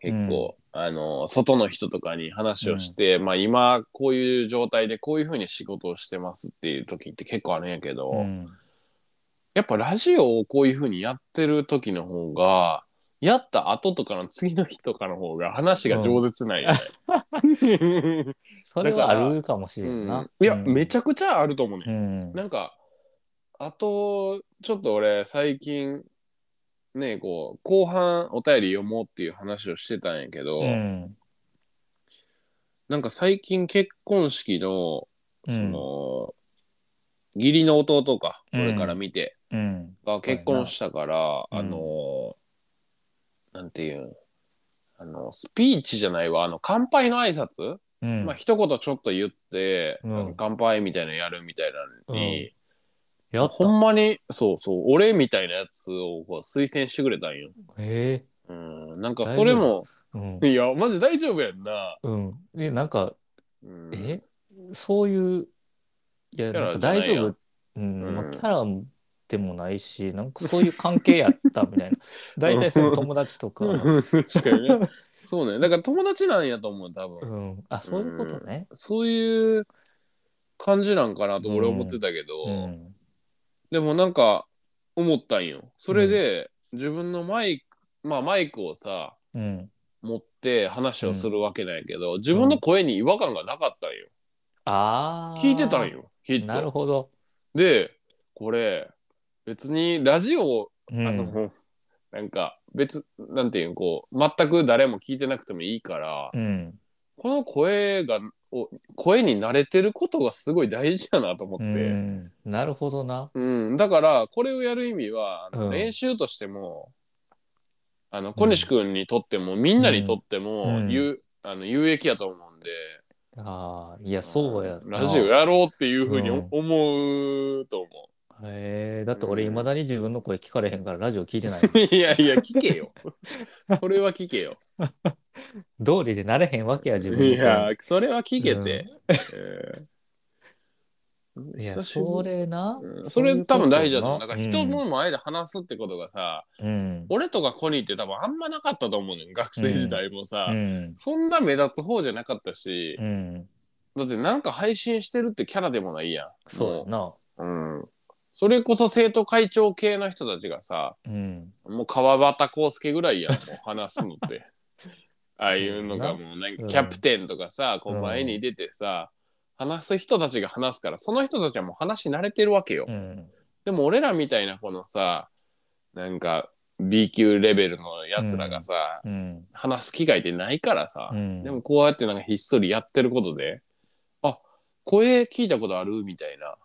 [SPEAKER 2] 結構、あのー外の人とかに話をして、まあ今こういう状態でこういうふうに仕事をしてますっていう時って結構あるんやけど、
[SPEAKER 1] うん
[SPEAKER 2] やっぱラジオをこういうふうにやってる時の方がやった後とかの次の日とかの方が話が饒舌ないよね。
[SPEAKER 1] それはあるかもしれんな。
[SPEAKER 2] いや、めち
[SPEAKER 1] ゃ
[SPEAKER 2] ゃくちゃあると思う
[SPEAKER 1] う
[SPEAKER 2] ね、
[SPEAKER 1] ん。
[SPEAKER 2] なんかあとちょっと俺最近ねこう後半お便り読もうっていう話をしてたんやけど、
[SPEAKER 1] うん。
[SPEAKER 2] なんか最近結婚式の,、
[SPEAKER 1] う
[SPEAKER 2] そ
[SPEAKER 1] ん。
[SPEAKER 2] の義理の弟か
[SPEAKER 1] うん
[SPEAKER 2] 俺から見て、
[SPEAKER 1] うん。
[SPEAKER 2] が結婚したから、
[SPEAKER 1] うん
[SPEAKER 2] あのなんていうんあのスピーチじゃないわあの乾杯の挨拶、
[SPEAKER 1] うん。
[SPEAKER 2] まあ一言ちょっと言って、
[SPEAKER 1] うん
[SPEAKER 2] 乾杯みたいなのやるみたいなのに、
[SPEAKER 1] やった
[SPEAKER 2] ほんまにそうそう俺みたいなやつをこう推薦してくれたんよ。
[SPEAKER 1] へ
[SPEAKER 2] うん、なんかそれも
[SPEAKER 1] えうん
[SPEAKER 2] いやマジ大丈夫やんな。
[SPEAKER 1] うん。で、なんか、
[SPEAKER 2] うん、
[SPEAKER 1] えそういう、いや、
[SPEAKER 2] キ
[SPEAKER 1] な
[SPEAKER 2] ャ
[SPEAKER 1] ん
[SPEAKER 2] ラ
[SPEAKER 1] か
[SPEAKER 2] じゃない
[SPEAKER 1] 大
[SPEAKER 2] やん
[SPEAKER 1] 丈夫。うん、
[SPEAKER 2] うん
[SPEAKER 1] まあ、キャラでもないし、なんかそういう関係やったみ たいな。大体その友達とか、う
[SPEAKER 2] うん確かにね。 そうねだから友達なんやと思う多分、
[SPEAKER 1] ん。あ、そういうことね。
[SPEAKER 2] そういう感じなんかなと俺思ってたけど、
[SPEAKER 1] うん。
[SPEAKER 2] でもなんか思ったんよ。それで、自分のマイクまあマイクをさ
[SPEAKER 1] うん。
[SPEAKER 2] 持って話をするわけなんやけど、自分の声に違和感がなかったんよ。
[SPEAKER 1] ああ。
[SPEAKER 2] 聞いてたん。よ、きっ
[SPEAKER 1] なる
[SPEAKER 2] と。
[SPEAKER 1] ほど。
[SPEAKER 2] で、これ、別にラジオ、
[SPEAKER 1] う
[SPEAKER 2] あ
[SPEAKER 1] ん。
[SPEAKER 2] の、 なんか別、なんていうん、こう、全く誰も聞いてなくてもいいから、
[SPEAKER 1] うん。
[SPEAKER 2] この声が、お声に慣れてることがすごい大事だなと思っ
[SPEAKER 1] う
[SPEAKER 2] て。
[SPEAKER 1] ん。なるほどな。
[SPEAKER 2] うん、だからこれをやる意味は、あの
[SPEAKER 1] うん
[SPEAKER 2] 練習としてもあの小西君にとっても、みんなにとっても、
[SPEAKER 1] うん
[SPEAKER 2] 有あの有益やと思うんで、
[SPEAKER 1] ああ、いや、そうやな。
[SPEAKER 2] ラジオやろうっていうふうに
[SPEAKER 1] うん
[SPEAKER 2] 思うと思
[SPEAKER 1] へえだって俺
[SPEAKER 2] う
[SPEAKER 1] い
[SPEAKER 2] ん
[SPEAKER 1] まだに自分の声聞かれへんからラジオ聞い てない。
[SPEAKER 2] ういやいや聞けよそれは聞けよ
[SPEAKER 1] どうりでなれへんわけや自分の
[SPEAKER 2] い
[SPEAKER 1] 声
[SPEAKER 2] やそれは聞けて、え
[SPEAKER 1] いや、
[SPEAKER 2] 久しぶ
[SPEAKER 1] そ
[SPEAKER 2] り
[SPEAKER 1] れな
[SPEAKER 2] うん。それ多分大事だと思う。なんか人
[SPEAKER 1] も
[SPEAKER 2] の前で話すってことがさ、
[SPEAKER 1] うん。
[SPEAKER 2] 俺とかコニーって多分あんまなかったと思うねん学生時代もさ、
[SPEAKER 1] うん。
[SPEAKER 2] そんな目立つ方じゃなかったし
[SPEAKER 1] う、ん。
[SPEAKER 2] だってなんか配信してるってキャラでもないやん
[SPEAKER 1] そうや
[SPEAKER 2] も
[SPEAKER 1] な。
[SPEAKER 2] ううん、それこそ生徒会長系の人たちがさ
[SPEAKER 1] うん。
[SPEAKER 2] もう川端康介ぐらいやんもう話すのって ああいうのがもうなんかキャプテンとかさ、こう前に出てさ、話す人たちが話すからその人たちはもう話慣れてるわけよ、
[SPEAKER 1] うん。
[SPEAKER 2] でも俺らみたいなこのさなんか B 級レベルのやつらがさ、
[SPEAKER 1] うん。
[SPEAKER 2] 話す機会ってないからさ、
[SPEAKER 1] うん。
[SPEAKER 2] でもこうやってなんかひっそりやってることで、あ声聞いたことあるみたいな。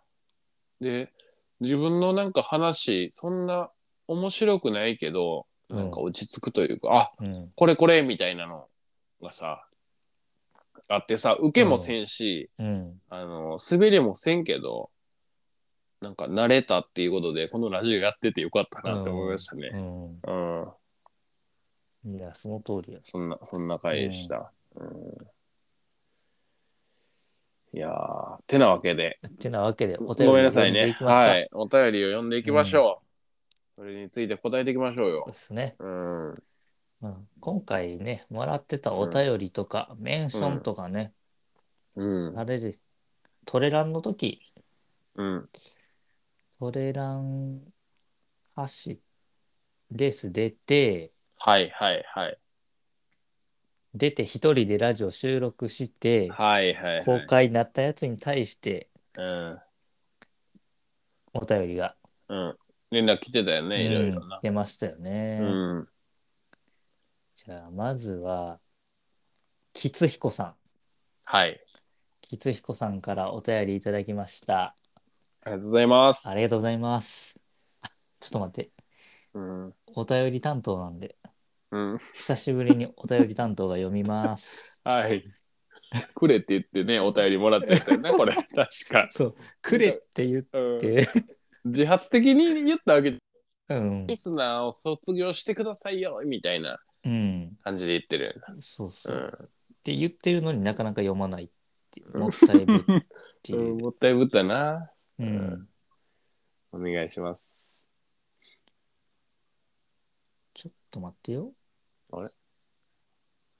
[SPEAKER 2] で、自分のなんか話、そんな面白くないけど、
[SPEAKER 1] うん
[SPEAKER 2] なんか落ち着くというか、あ
[SPEAKER 1] うん。
[SPEAKER 2] これこれみたいなのがさ、あってさ、受けもせんし、
[SPEAKER 1] うん。
[SPEAKER 2] あの、滑りもせんけど、なんか慣れたっていうことで、このラジオやっててよかったなって思いましたね。
[SPEAKER 1] うん。
[SPEAKER 2] うん、
[SPEAKER 1] いや、その通りや。
[SPEAKER 2] そんな、そんな回でした。うんいやー、てなわけで、
[SPEAKER 1] ってなわけで、お便り
[SPEAKER 2] ごめんなさい
[SPEAKER 1] 読んで
[SPEAKER 2] ね
[SPEAKER 1] い。きますか
[SPEAKER 2] はい、お便りを読んでいきましょう。それについて答えていきましょう
[SPEAKER 1] そう
[SPEAKER 2] よ
[SPEAKER 1] で。すね。
[SPEAKER 2] うん、
[SPEAKER 1] まあ今回ね、もらってたお便りとか、メンションとかね、
[SPEAKER 2] うん、
[SPEAKER 1] あれで、トレランの時、
[SPEAKER 2] うん、
[SPEAKER 1] トレラン走レース出て、
[SPEAKER 2] はい、はい、はい、
[SPEAKER 1] 出て一人でラジオ収録して、
[SPEAKER 2] はい、はい、はい
[SPEAKER 1] 公開になったやつに対して
[SPEAKER 2] うん、
[SPEAKER 1] お便りが、
[SPEAKER 2] うん、連絡来てたよね、いろいろ
[SPEAKER 1] うん
[SPEAKER 2] な。
[SPEAKER 1] 出ましたよね。
[SPEAKER 2] うん、
[SPEAKER 1] じゃあまずは、キツヒコさん。
[SPEAKER 2] はい、
[SPEAKER 1] キツヒコさんからお便りいただきました。
[SPEAKER 2] ありがとうございます
[SPEAKER 1] あ。りがとうございます。 あちょっと待って、
[SPEAKER 2] うん、
[SPEAKER 1] お便り担当なんで、
[SPEAKER 2] うん、
[SPEAKER 1] 久しぶりにお便り担当が読みます。
[SPEAKER 2] はい。くれって言ってね、お便りもらってたよね、これ、確か。
[SPEAKER 1] そう、くれって言っ
[SPEAKER 2] うん
[SPEAKER 1] て、
[SPEAKER 2] 自発的に言ったわけ
[SPEAKER 1] うん
[SPEAKER 2] リ、スナーを卒業してくださいよみたいな
[SPEAKER 1] うん、
[SPEAKER 2] 感じで言ってる。
[SPEAKER 1] そうそうう、っ
[SPEAKER 2] ん
[SPEAKER 1] て言ってるのになかなか読まないっていうもったいぶってい
[SPEAKER 2] うん、
[SPEAKER 1] う。
[SPEAKER 2] もったいぶったな。
[SPEAKER 1] うんん、
[SPEAKER 2] お願いします。
[SPEAKER 1] ちょっと待ってよ。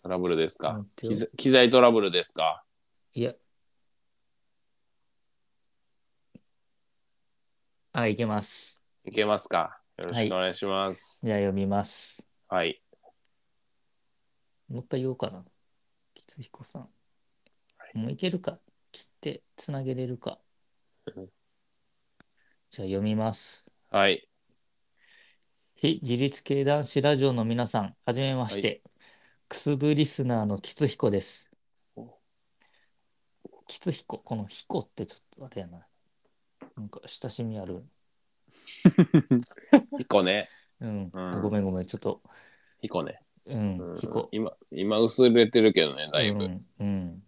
[SPEAKER 2] トラブルですか
[SPEAKER 1] 待って
[SPEAKER 2] 機
[SPEAKER 1] よ
[SPEAKER 2] 材機材トラブルですか
[SPEAKER 1] いや。あ、いけます。
[SPEAKER 2] いけますかよろしくお願いします。
[SPEAKER 1] じゃあ読みます。
[SPEAKER 2] はい。
[SPEAKER 1] もう一回言おうかな。きつひこさん。もういけるか切ってつなげれるか。
[SPEAKER 2] うん
[SPEAKER 1] じゃあ読みます。
[SPEAKER 2] はい。
[SPEAKER 1] 非自立系男子ラジオの皆さん、はじめまして、くすぶリスナーのきつひこです
[SPEAKER 2] お。
[SPEAKER 1] きつひこ、このひこってちょっとあれやな。なんか親しみある。
[SPEAKER 2] ヒコね。
[SPEAKER 1] うん。
[SPEAKER 2] うん
[SPEAKER 1] ごめんごめん、ちょっと。
[SPEAKER 2] ヒコね。
[SPEAKER 1] う
[SPEAKER 2] うんん、
[SPEAKER 1] ひこ。
[SPEAKER 2] 今、今薄れてるけどね、だいぶ。
[SPEAKER 1] うん。うん。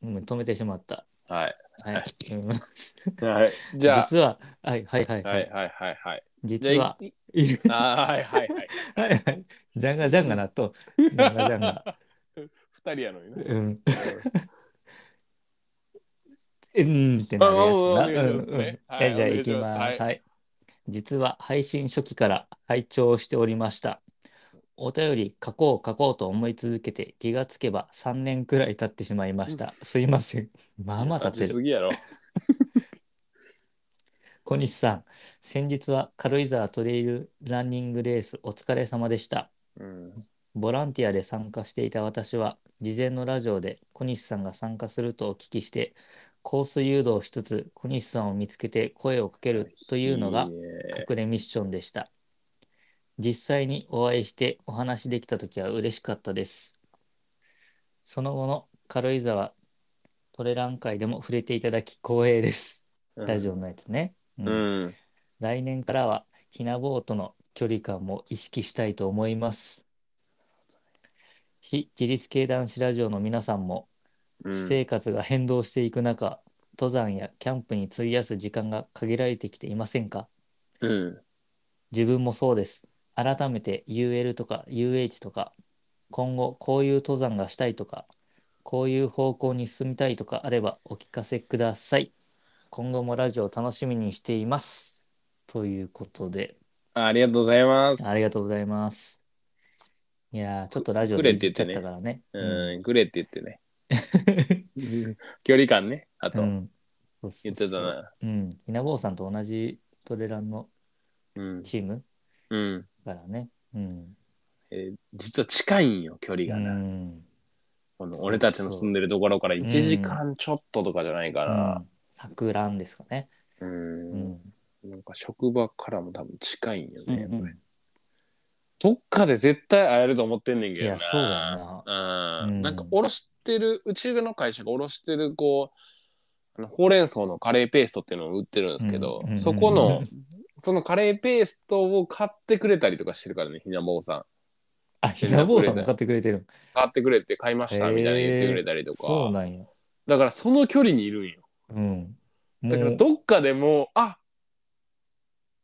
[SPEAKER 1] うん、止めてしまった。
[SPEAKER 2] はい。
[SPEAKER 1] はい。
[SPEAKER 2] はい
[SPEAKER 1] うん
[SPEAKER 2] はい。じゃ
[SPEAKER 1] 実は、はいはいはい。
[SPEAKER 2] あ、はいはいはいはい。
[SPEAKER 1] 実
[SPEAKER 2] じゃ
[SPEAKER 1] は
[SPEAKER 2] あ、、いあーはい は いはい。
[SPEAKER 1] はいはい。ジャンガジャンガなと、ジャンガジャンガ。
[SPEAKER 2] 二人やの にね。
[SPEAKER 1] うん。うんってなるやつな。
[SPEAKER 2] あお願いしますね
[SPEAKER 1] うんうん
[SPEAKER 2] はい
[SPEAKER 1] じゃあ
[SPEAKER 2] お願
[SPEAKER 1] 行き
[SPEAKER 2] いし
[SPEAKER 1] ます。
[SPEAKER 2] ます
[SPEAKER 1] は。
[SPEAKER 2] はいい
[SPEAKER 1] 実は配信初期から拝聴しておりました。お便り書こう書こうと思い続けて気がつけば3年くらい経ってしまいました。すいません。まあまあ経って
[SPEAKER 2] 立ちす
[SPEAKER 1] る。
[SPEAKER 2] ぎやろ。
[SPEAKER 1] 小西さん、先日は軽井沢トレイルランニングレースお疲れ様でした。
[SPEAKER 2] うん。
[SPEAKER 1] ボランティアで参加していた私は事前のラジオで小西さんが参加するとお聞きしてコース誘導しつつ小西さんを見つけて声をかけるというのが
[SPEAKER 2] いね
[SPEAKER 1] 隠れミッションでした実際にお会いしてお話できた時は嬉しかったですその後の軽井沢トレラン会でも触れていただき光栄ですラジオのやつね、うん
[SPEAKER 2] うん。
[SPEAKER 1] 来年からはひなぼうとの距離感も意識したいと思います。非自立系男子ラジオの皆さんも
[SPEAKER 2] うん
[SPEAKER 1] 私生活が変動していく中、登山やキャンプに費やす時間が限られてきていませんか
[SPEAKER 2] うん。
[SPEAKER 1] 自分もそうです。改めて UL とか UH とか今後こういう登山がしたいとかこういう方向に進みたいとかあればお聞かせください。今後もラジオを楽しみにしています。ということで、
[SPEAKER 2] ありがとうございます。
[SPEAKER 1] ありがとう
[SPEAKER 2] う。
[SPEAKER 1] ございます。いやー、ちょっとラジオ
[SPEAKER 2] くれ
[SPEAKER 1] で
[SPEAKER 2] って
[SPEAKER 1] 言
[SPEAKER 2] 言
[SPEAKER 1] っ
[SPEAKER 2] っ
[SPEAKER 1] ちゃ
[SPEAKER 2] て
[SPEAKER 1] っ
[SPEAKER 2] ね
[SPEAKER 1] たからね。
[SPEAKER 2] うん、グレって言ってね。 距離感ね、あと、
[SPEAKER 1] うんそうそ
[SPEAKER 2] 言
[SPEAKER 1] う
[SPEAKER 2] っ
[SPEAKER 1] そう
[SPEAKER 2] てたな。
[SPEAKER 1] うん。ひなぼうさんと同じトレランの
[SPEAKER 2] うん。
[SPEAKER 1] チーム
[SPEAKER 2] うん。
[SPEAKER 1] だからね。うん。
[SPEAKER 2] えー実は近いんよ、距離
[SPEAKER 1] う
[SPEAKER 2] がな。
[SPEAKER 1] ん。
[SPEAKER 2] この
[SPEAKER 1] そう
[SPEAKER 2] 俺たちの住んでるところから1時間ちょっととかじゃないか
[SPEAKER 1] う
[SPEAKER 2] ら。
[SPEAKER 1] ん錯乱ですかね。
[SPEAKER 2] うん。
[SPEAKER 1] うん。
[SPEAKER 2] なんか職場からも多分近いんよね、
[SPEAKER 1] うんうん
[SPEAKER 2] これどっかで絶対会えると思ってんねんけどな。
[SPEAKER 1] いやそうだ
[SPEAKER 2] な。
[SPEAKER 1] う
[SPEAKER 2] う
[SPEAKER 1] ん
[SPEAKER 2] ん。なんか、おろしてる、うちの会社がおろしてる、こう、あのほうれん草のカレーペーストっていうのを売ってるんですけど、
[SPEAKER 1] うんうん
[SPEAKER 2] そこの、そのカレーペーストを買ってくれたりとかしてるからね、ひなぼうさん。
[SPEAKER 1] あ、ひなぼうさんも買ってくれてる。
[SPEAKER 2] 買ってくれて買いました
[SPEAKER 1] へー
[SPEAKER 2] みたいな言ってくれたりとか、
[SPEAKER 1] そうなんや。
[SPEAKER 2] だからその距離にいるんよ
[SPEAKER 1] うん。も
[SPEAKER 2] だから
[SPEAKER 1] う
[SPEAKER 2] どっかでもうあ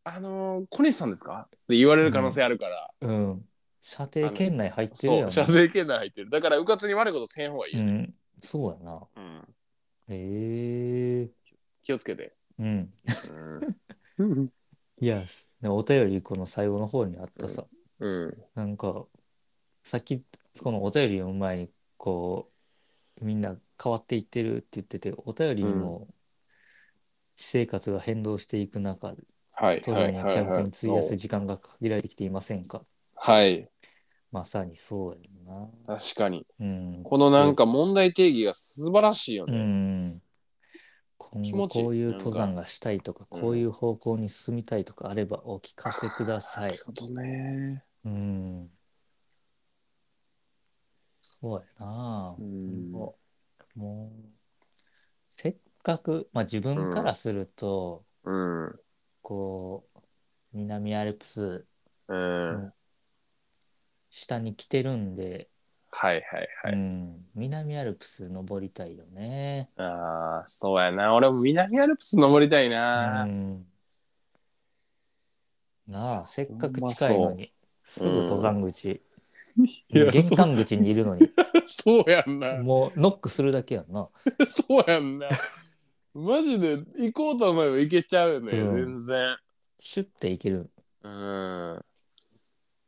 [SPEAKER 2] あのー、小西さんですかって言われる可能性あるから、
[SPEAKER 1] うん。射程圏内入ってるや
[SPEAKER 2] そ
[SPEAKER 1] ん。
[SPEAKER 2] う射程圏内入ってるだからうかつに悪いことせん方がいいうよね、
[SPEAKER 1] ん。そうやな。
[SPEAKER 2] うん
[SPEAKER 1] へえ。
[SPEAKER 2] 気をつけて、
[SPEAKER 1] うん。
[SPEAKER 2] うん
[SPEAKER 1] いや、すお便りこの最後の方にあったさ、
[SPEAKER 2] うん、
[SPEAKER 1] なんか、さっき、このお便り読む前に、こう、みんな変わっていってるって言ってて、お便りも、私生活が変動していく中、
[SPEAKER 2] はい
[SPEAKER 1] 登山
[SPEAKER 2] はい
[SPEAKER 1] や
[SPEAKER 2] は
[SPEAKER 1] キャ
[SPEAKER 2] い
[SPEAKER 1] ン
[SPEAKER 2] は
[SPEAKER 1] プ
[SPEAKER 2] い
[SPEAKER 1] に費やす時間が限られてきていませんか
[SPEAKER 2] はい
[SPEAKER 1] まさにそうやんな。
[SPEAKER 2] 確かに
[SPEAKER 1] うん。
[SPEAKER 2] このなんか問題定義が素晴らしいよ
[SPEAKER 1] う
[SPEAKER 2] ね、
[SPEAKER 1] ん。今
[SPEAKER 2] 気
[SPEAKER 1] 後
[SPEAKER 2] 持ちいい
[SPEAKER 1] こういう
[SPEAKER 2] なんか
[SPEAKER 1] 登山がしたいとか、
[SPEAKER 2] うん
[SPEAKER 1] こういう方向に進みたいとかあればお聞かせくださ
[SPEAKER 2] ないる。ほどね
[SPEAKER 1] うん。そうやな
[SPEAKER 2] う
[SPEAKER 1] あ。
[SPEAKER 2] ん
[SPEAKER 1] もう、もうせっかく、まあ自分からすると、
[SPEAKER 2] うん
[SPEAKER 1] こう、南アルプス
[SPEAKER 2] うん、
[SPEAKER 1] うん下に来てるんで、
[SPEAKER 2] はいはいはい、
[SPEAKER 1] うん、南アルプス登りたいよね。
[SPEAKER 2] ああ、そうやな。俺も南アルプス登りたいうな。
[SPEAKER 1] ん。なあ、せっかく近いのに、すぐ登山口、
[SPEAKER 2] いや
[SPEAKER 1] 玄関口にいるのに、
[SPEAKER 2] そうそうやんな。
[SPEAKER 1] もうノックするだけやんな。
[SPEAKER 2] そうやんな。マジで行こうと思えば行けちゃうよね、
[SPEAKER 1] う
[SPEAKER 2] 全然。
[SPEAKER 1] シュッていける。
[SPEAKER 2] うん。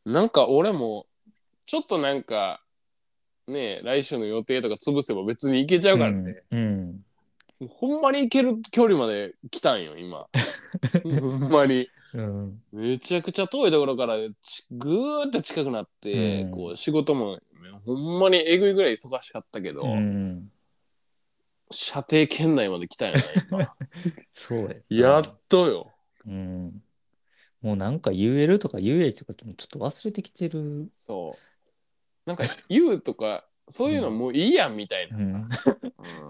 [SPEAKER 2] なんか俺も、ちょっとなんか、ねえ来週の予定とか潰せば別に行けちゃうからね。
[SPEAKER 1] うん。うん
[SPEAKER 2] ほんまに行ける距離まで来たん よ、今。ほんまに。
[SPEAKER 1] うん、
[SPEAKER 2] めちゃくちゃ遠いところからちぐーって近くなって、
[SPEAKER 1] うん
[SPEAKER 2] こう仕事もほんまにえぐいぐらい忙しかったけど、
[SPEAKER 1] うん、
[SPEAKER 2] 射程圏内まで来たよね今
[SPEAKER 1] そう
[SPEAKER 2] や
[SPEAKER 1] や。
[SPEAKER 2] っとよ
[SPEAKER 1] うん。もうなんか UL とか UH とかちょっと忘れてきてる。
[SPEAKER 2] そうなんか言うとかそういうのもういいやんみたいうなさ
[SPEAKER 1] ん、、
[SPEAKER 2] うん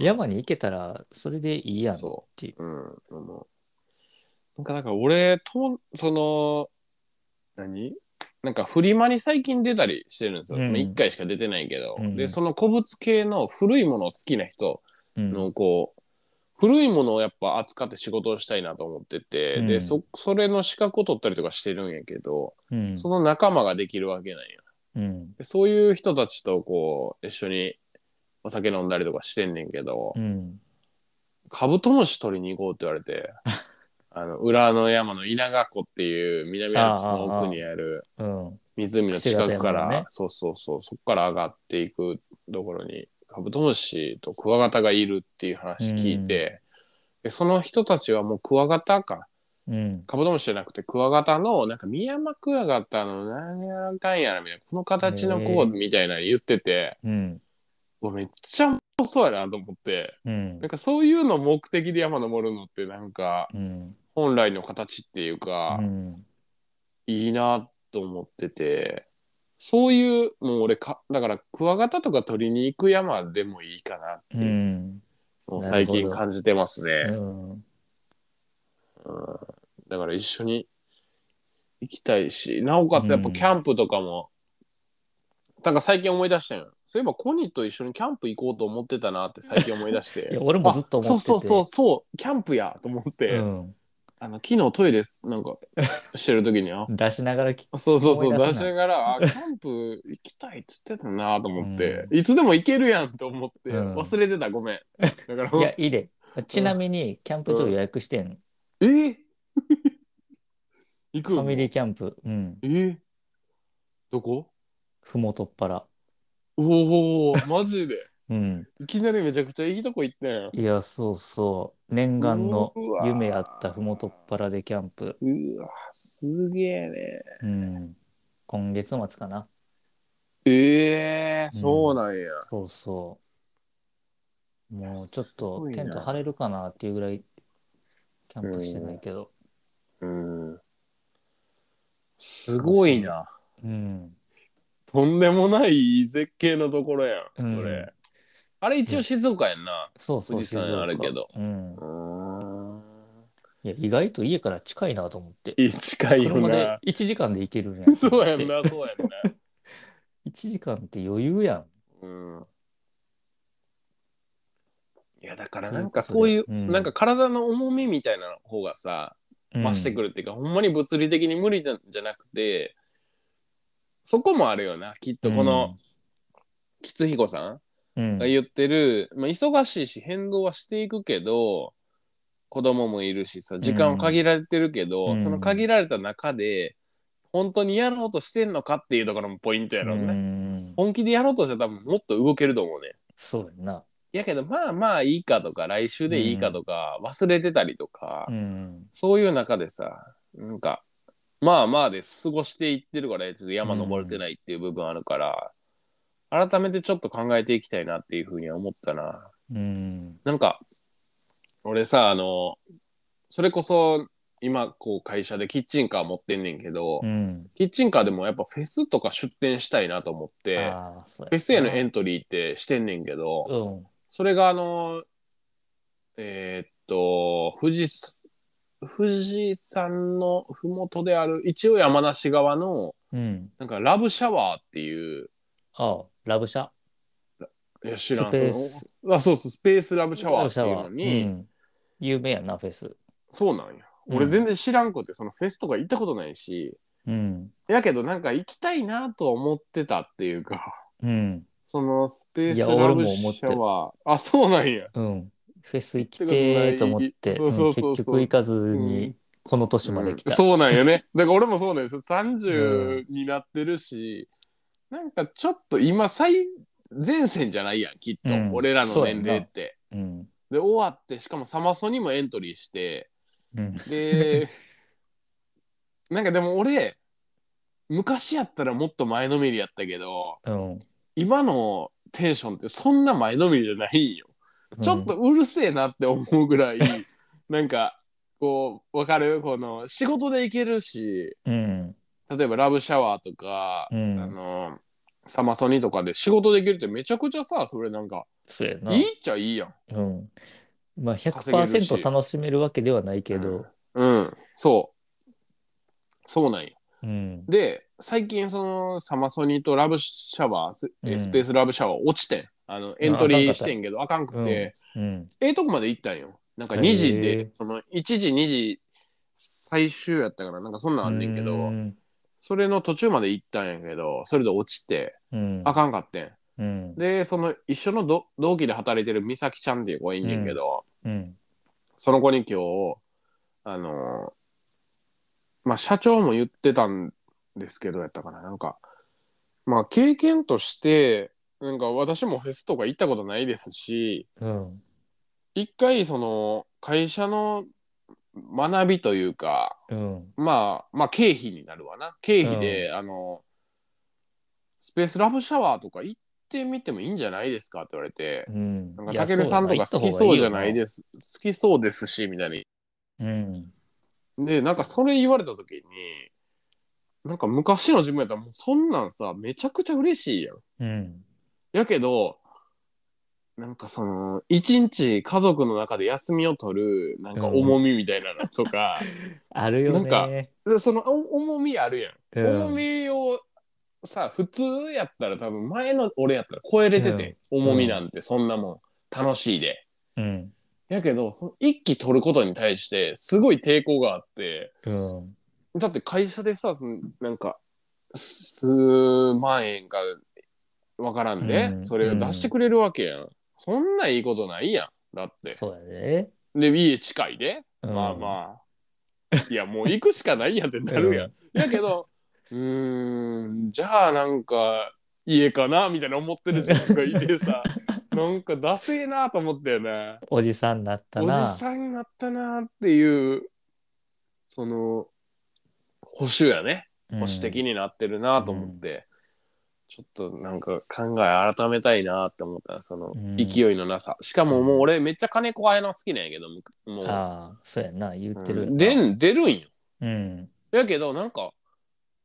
[SPEAKER 1] 山に行けたらそれでいいやん。
[SPEAKER 2] そ、
[SPEAKER 1] ていう
[SPEAKER 2] うん、あのなんかなんか俺とその何なんかフリマに最近出たりしてるんですよ、
[SPEAKER 1] うん
[SPEAKER 2] 一1回しか出てないけど、
[SPEAKER 1] うん
[SPEAKER 2] でその古物系の古いものを好きな人、
[SPEAKER 1] うん
[SPEAKER 2] のこう古いものをやっぱ扱って仕事をしたいなと思ってて、
[SPEAKER 1] うん
[SPEAKER 2] でそそれの資格を取ったりとかしてるんやけど、
[SPEAKER 1] うん
[SPEAKER 2] その仲間ができるわけなんや
[SPEAKER 1] うん
[SPEAKER 2] でそういう人たちとこう一緒にお酒飲んだりとかしてんねんけど、
[SPEAKER 1] うん
[SPEAKER 2] カブトムシ取りに行こうって言われてあの裏の山の稲賀湖っていう南アルプスの奥にある
[SPEAKER 1] うん
[SPEAKER 2] 湖の近くか
[SPEAKER 1] あああ
[SPEAKER 2] ら、
[SPEAKER 1] あね
[SPEAKER 2] そうそうそうそこから上がっていくところにカブトムシとクワガタがいるっていう話聞いて、でその人たちはもうクワガタか
[SPEAKER 1] うん
[SPEAKER 2] カブトムシじゃなくてクワガタのなんかミヤマクワガタのなんやらかんやらみたいなこの形の
[SPEAKER 1] へ
[SPEAKER 2] こ
[SPEAKER 1] え
[SPEAKER 2] うみたいなの言ってて、
[SPEAKER 1] うん
[SPEAKER 2] うわめっちゃ面白そうやなと思って
[SPEAKER 1] うん
[SPEAKER 2] なんかそういうの目的で山登るのってなんか
[SPEAKER 1] うん
[SPEAKER 2] 本来の形っていうか、いいなと思っててそういうもう俺かだからクワガタとか取りに行く山でもいいかなって
[SPEAKER 1] う
[SPEAKER 2] いう、
[SPEAKER 1] ん
[SPEAKER 2] もう
[SPEAKER 1] なる
[SPEAKER 2] 最
[SPEAKER 1] ほど
[SPEAKER 2] 近感じてます
[SPEAKER 1] う
[SPEAKER 2] ね、
[SPEAKER 1] ん
[SPEAKER 2] うんだから一緒に行きたいしなおかつやっぱキャンプとかも、なんか最近思い出したよそういえばコニーと一緒にキャンプ行こうと思って たなって最近思い出して
[SPEAKER 1] いや俺もずっと思ってて
[SPEAKER 2] あそうそうそうそうキャンプやと思って、
[SPEAKER 1] うん
[SPEAKER 2] あの、昨日トイレ、なんか、してる時に、あ、
[SPEAKER 1] 出しながらき
[SPEAKER 2] そうそうそう、
[SPEAKER 1] 思い出せない
[SPEAKER 2] 出しながら、あ、キャンプ行きたいっつってたなと思って、いつでも行けるやんと思って、
[SPEAKER 1] うん
[SPEAKER 2] 忘れてた、ごめん。だから、
[SPEAKER 1] いやいいでちなみにキャンプ場予約してん、
[SPEAKER 2] えー行く
[SPEAKER 1] ファミリーキャンプうん
[SPEAKER 2] えーどこ
[SPEAKER 1] ふもとっぱら
[SPEAKER 2] おおマジで
[SPEAKER 1] うん
[SPEAKER 2] いきなりめちゃくちゃいいとこ行ったやん
[SPEAKER 1] いやそうそう念願の
[SPEAKER 2] うわー
[SPEAKER 1] 夢あったふもとっぱらでキャンプ
[SPEAKER 2] うわすげえね
[SPEAKER 1] うん今月末かな
[SPEAKER 2] ええ
[SPEAKER 1] うん
[SPEAKER 2] そうなんや、
[SPEAKER 1] そうそうもうちょっ
[SPEAKER 2] すご
[SPEAKER 1] と
[SPEAKER 2] いな
[SPEAKER 1] テント張れるかなっていうぐらいキャンプしてないけど
[SPEAKER 2] うん、すごいな
[SPEAKER 1] うん
[SPEAKER 2] とんでもない絶景のところやんこ
[SPEAKER 1] う
[SPEAKER 2] れ、
[SPEAKER 1] ん
[SPEAKER 2] あれ一応静岡やんな
[SPEAKER 1] そうそう
[SPEAKER 2] 富士山
[SPEAKER 1] 静岡
[SPEAKER 2] あるけど
[SPEAKER 1] うん
[SPEAKER 2] うん
[SPEAKER 1] いや意外と家から近いなと思って
[SPEAKER 2] いい近いよ
[SPEAKER 1] 車で
[SPEAKER 2] な
[SPEAKER 1] 1時間で行けるね
[SPEAKER 2] そうやんなそうやんな
[SPEAKER 1] 1時間って余裕やん
[SPEAKER 2] うんいやだからなんかそういう、
[SPEAKER 1] うん
[SPEAKER 2] なんか体の重みみたいな方がさ、
[SPEAKER 1] うん
[SPEAKER 2] 増してくるっていうかほんまに物理的に無理なんじゃなくてそこもあるよなきっとこの、吉彦さ
[SPEAKER 1] うん
[SPEAKER 2] んが言ってる、まあ、忙しいし変動はしていくけど子供もいるしさ時間は限られてるけど、
[SPEAKER 1] うん
[SPEAKER 2] その限られた中で本当にやろうとしてんのかっていうところもポイントやろうね、
[SPEAKER 1] うん
[SPEAKER 2] 本気でやろうとしたら多分もっと動けると思うね
[SPEAKER 1] そうやんな
[SPEAKER 2] やけどまあまあいいかとか来週でいいかとか、忘れてたりとか、
[SPEAKER 1] うん
[SPEAKER 2] そういう中でさなんかまあまあで過ごしていってるからちょっと山登れてないっていう部分あるから、改めてちょっと考えていきたいなっていうふうには思ったな
[SPEAKER 1] うん
[SPEAKER 2] なんか俺さあのそれこそ今こう会社でキッチンカー持ってんねんけど、
[SPEAKER 1] うん
[SPEAKER 2] キッチンカーでもやっぱフェスとか出店したいなと思って
[SPEAKER 1] あーそうや
[SPEAKER 2] フェスへのエントリーってしてんねんけど、
[SPEAKER 1] うん
[SPEAKER 2] それがあの、えーっと、富士す、富士山のふもとである、一応山梨側の、
[SPEAKER 1] うん
[SPEAKER 2] なんかラブシャワーっていう、
[SPEAKER 1] ああラブシャ
[SPEAKER 2] いや知らん
[SPEAKER 1] スペース
[SPEAKER 2] そのあ、そうそう、スペースラブシャワー
[SPEAKER 1] ラ
[SPEAKER 2] っていうのに、
[SPEAKER 1] うん有名やんなフェス
[SPEAKER 2] そうなんや。
[SPEAKER 1] うん
[SPEAKER 2] 俺全然知らんくて、そのフェスとか行ったことないし、
[SPEAKER 1] うん
[SPEAKER 2] やけどなんか行きたいなとは思ってたっていうか、
[SPEAKER 1] うん
[SPEAKER 2] そのスペース
[SPEAKER 1] いや
[SPEAKER 2] ラ
[SPEAKER 1] 俺
[SPEAKER 2] ブ
[SPEAKER 1] も思って
[SPEAKER 2] シャワー。あ、そうなんや。
[SPEAKER 1] うんフェス行きてーと思って
[SPEAKER 2] そうそうそうそう
[SPEAKER 1] うん結局行かず
[SPEAKER 2] う
[SPEAKER 1] に
[SPEAKER 2] ん
[SPEAKER 1] この年まで来た
[SPEAKER 2] うんそうなんよね。だから俺もそうなんですよ。30になってるし、なんかちょっと今最前線じゃないやん、きっと。
[SPEAKER 1] うん
[SPEAKER 2] 俺らの年齢って。
[SPEAKER 1] うん
[SPEAKER 2] で、終わって、しかもサマソにもエントリーして、
[SPEAKER 1] うん
[SPEAKER 2] で、なんかでも俺、昔やったらもっと前のめりやったけど、
[SPEAKER 1] うん
[SPEAKER 2] 今のテンションってそんな前のめりじゃないんよ。ちょっとうるせえなって思うぐらい、なんか、こう、わかるこの、仕事で行けるし、
[SPEAKER 1] うん
[SPEAKER 2] 例えばラブシャワーとか、
[SPEAKER 1] うん
[SPEAKER 2] あの、サマソニとかで仕事できるってめちゃくちゃさ、それなんか、
[SPEAKER 1] そうやない
[SPEAKER 2] いっちゃいいやん。
[SPEAKER 1] うんまあ
[SPEAKER 2] 稼げるし
[SPEAKER 1] 100%楽しめるわけではないけど
[SPEAKER 2] うん、そう。そうなんよ。
[SPEAKER 1] うん
[SPEAKER 2] で、最近そのサマソニとラブシャワー、スえ
[SPEAKER 1] うん
[SPEAKER 2] スペースラブシャワー落ちてん。あの、エントリーしてんけど、あかんくて、
[SPEAKER 1] うん
[SPEAKER 2] ええとこまで行ったんよ。なんか2時
[SPEAKER 1] へ
[SPEAKER 2] で
[SPEAKER 1] え、
[SPEAKER 2] その1時、2時、最終やったから、なんかそんなんあんねんけど、
[SPEAKER 1] うん
[SPEAKER 2] それの途中まで行ったんやけど、それで落ちて、
[SPEAKER 1] うん
[SPEAKER 2] あかんかってん。
[SPEAKER 1] うん
[SPEAKER 2] で、その一緒のど同期で働いてる美咲ちゃんっていう子がいんねんけど、
[SPEAKER 1] うん
[SPEAKER 2] その子に今日、あのーまあ社長も言ってたんですけどやったかな、なんか、まあ経験として、なんか私もフェスとか行ったことないですし、
[SPEAKER 1] うん
[SPEAKER 2] 一回その会社の学びというか、
[SPEAKER 1] うん
[SPEAKER 2] まあ、まあ経費になるわな。経費で、あの、スペースラブシャワーとか行ってみてもいいんじゃないですかって言われて、
[SPEAKER 1] うん
[SPEAKER 2] なんか、
[SPEAKER 1] いや
[SPEAKER 2] たけるさんとか好きそうじゃない
[SPEAKER 1] す
[SPEAKER 2] です。好きそうですし、みたいに。
[SPEAKER 1] うん
[SPEAKER 2] で、なんか、それ言われた時に、なんか、昔の自分やったら、もうそんなんさ、めちゃくちゃ嬉しいやん。
[SPEAKER 1] うん
[SPEAKER 2] やけど、なんかその、一日家族の中で休みを取る、なんか重みみたいなのとか、
[SPEAKER 1] あるよね
[SPEAKER 2] なんでそのお重みあるやん。
[SPEAKER 1] うん
[SPEAKER 2] 重みをさ普通やったら多分前の俺やったら超えれてて、重みなんてそんなもん楽しいで。
[SPEAKER 1] うん
[SPEAKER 2] やけど、その一期取ることに対して、すごい抵抗があって、
[SPEAKER 1] うん。
[SPEAKER 2] だって会社でさ、そのなんか、数万円かわからんで、
[SPEAKER 1] うん
[SPEAKER 2] それを出してくれるわけやん。そんないいことないやん。だって。
[SPEAKER 1] そうやで。
[SPEAKER 2] で、家近いで。
[SPEAKER 1] うん
[SPEAKER 2] まあまあ。いや、もう行くしかないやんってなるやん。やけど、うーん、じゃあなんか、家かなみたいな思ってる自分がい てさ、なんかダセえなと思ったよね。
[SPEAKER 1] おじさんになった
[SPEAKER 2] お
[SPEAKER 1] な。
[SPEAKER 2] じさんになったなっていう、その、補修やね。保守的
[SPEAKER 1] に。
[SPEAKER 2] になってるなと思って、ちょっとなんか考え改めたいなって思ったその
[SPEAKER 1] うん
[SPEAKER 2] 勢いのなさ、しかももう俺めっちゃ金子あやの好きなんやけどもう
[SPEAKER 1] ああ、そうやんな。言って
[SPEAKER 2] う
[SPEAKER 1] る。
[SPEAKER 2] ん出ん出るんよ
[SPEAKER 1] うん。
[SPEAKER 2] やけどなんか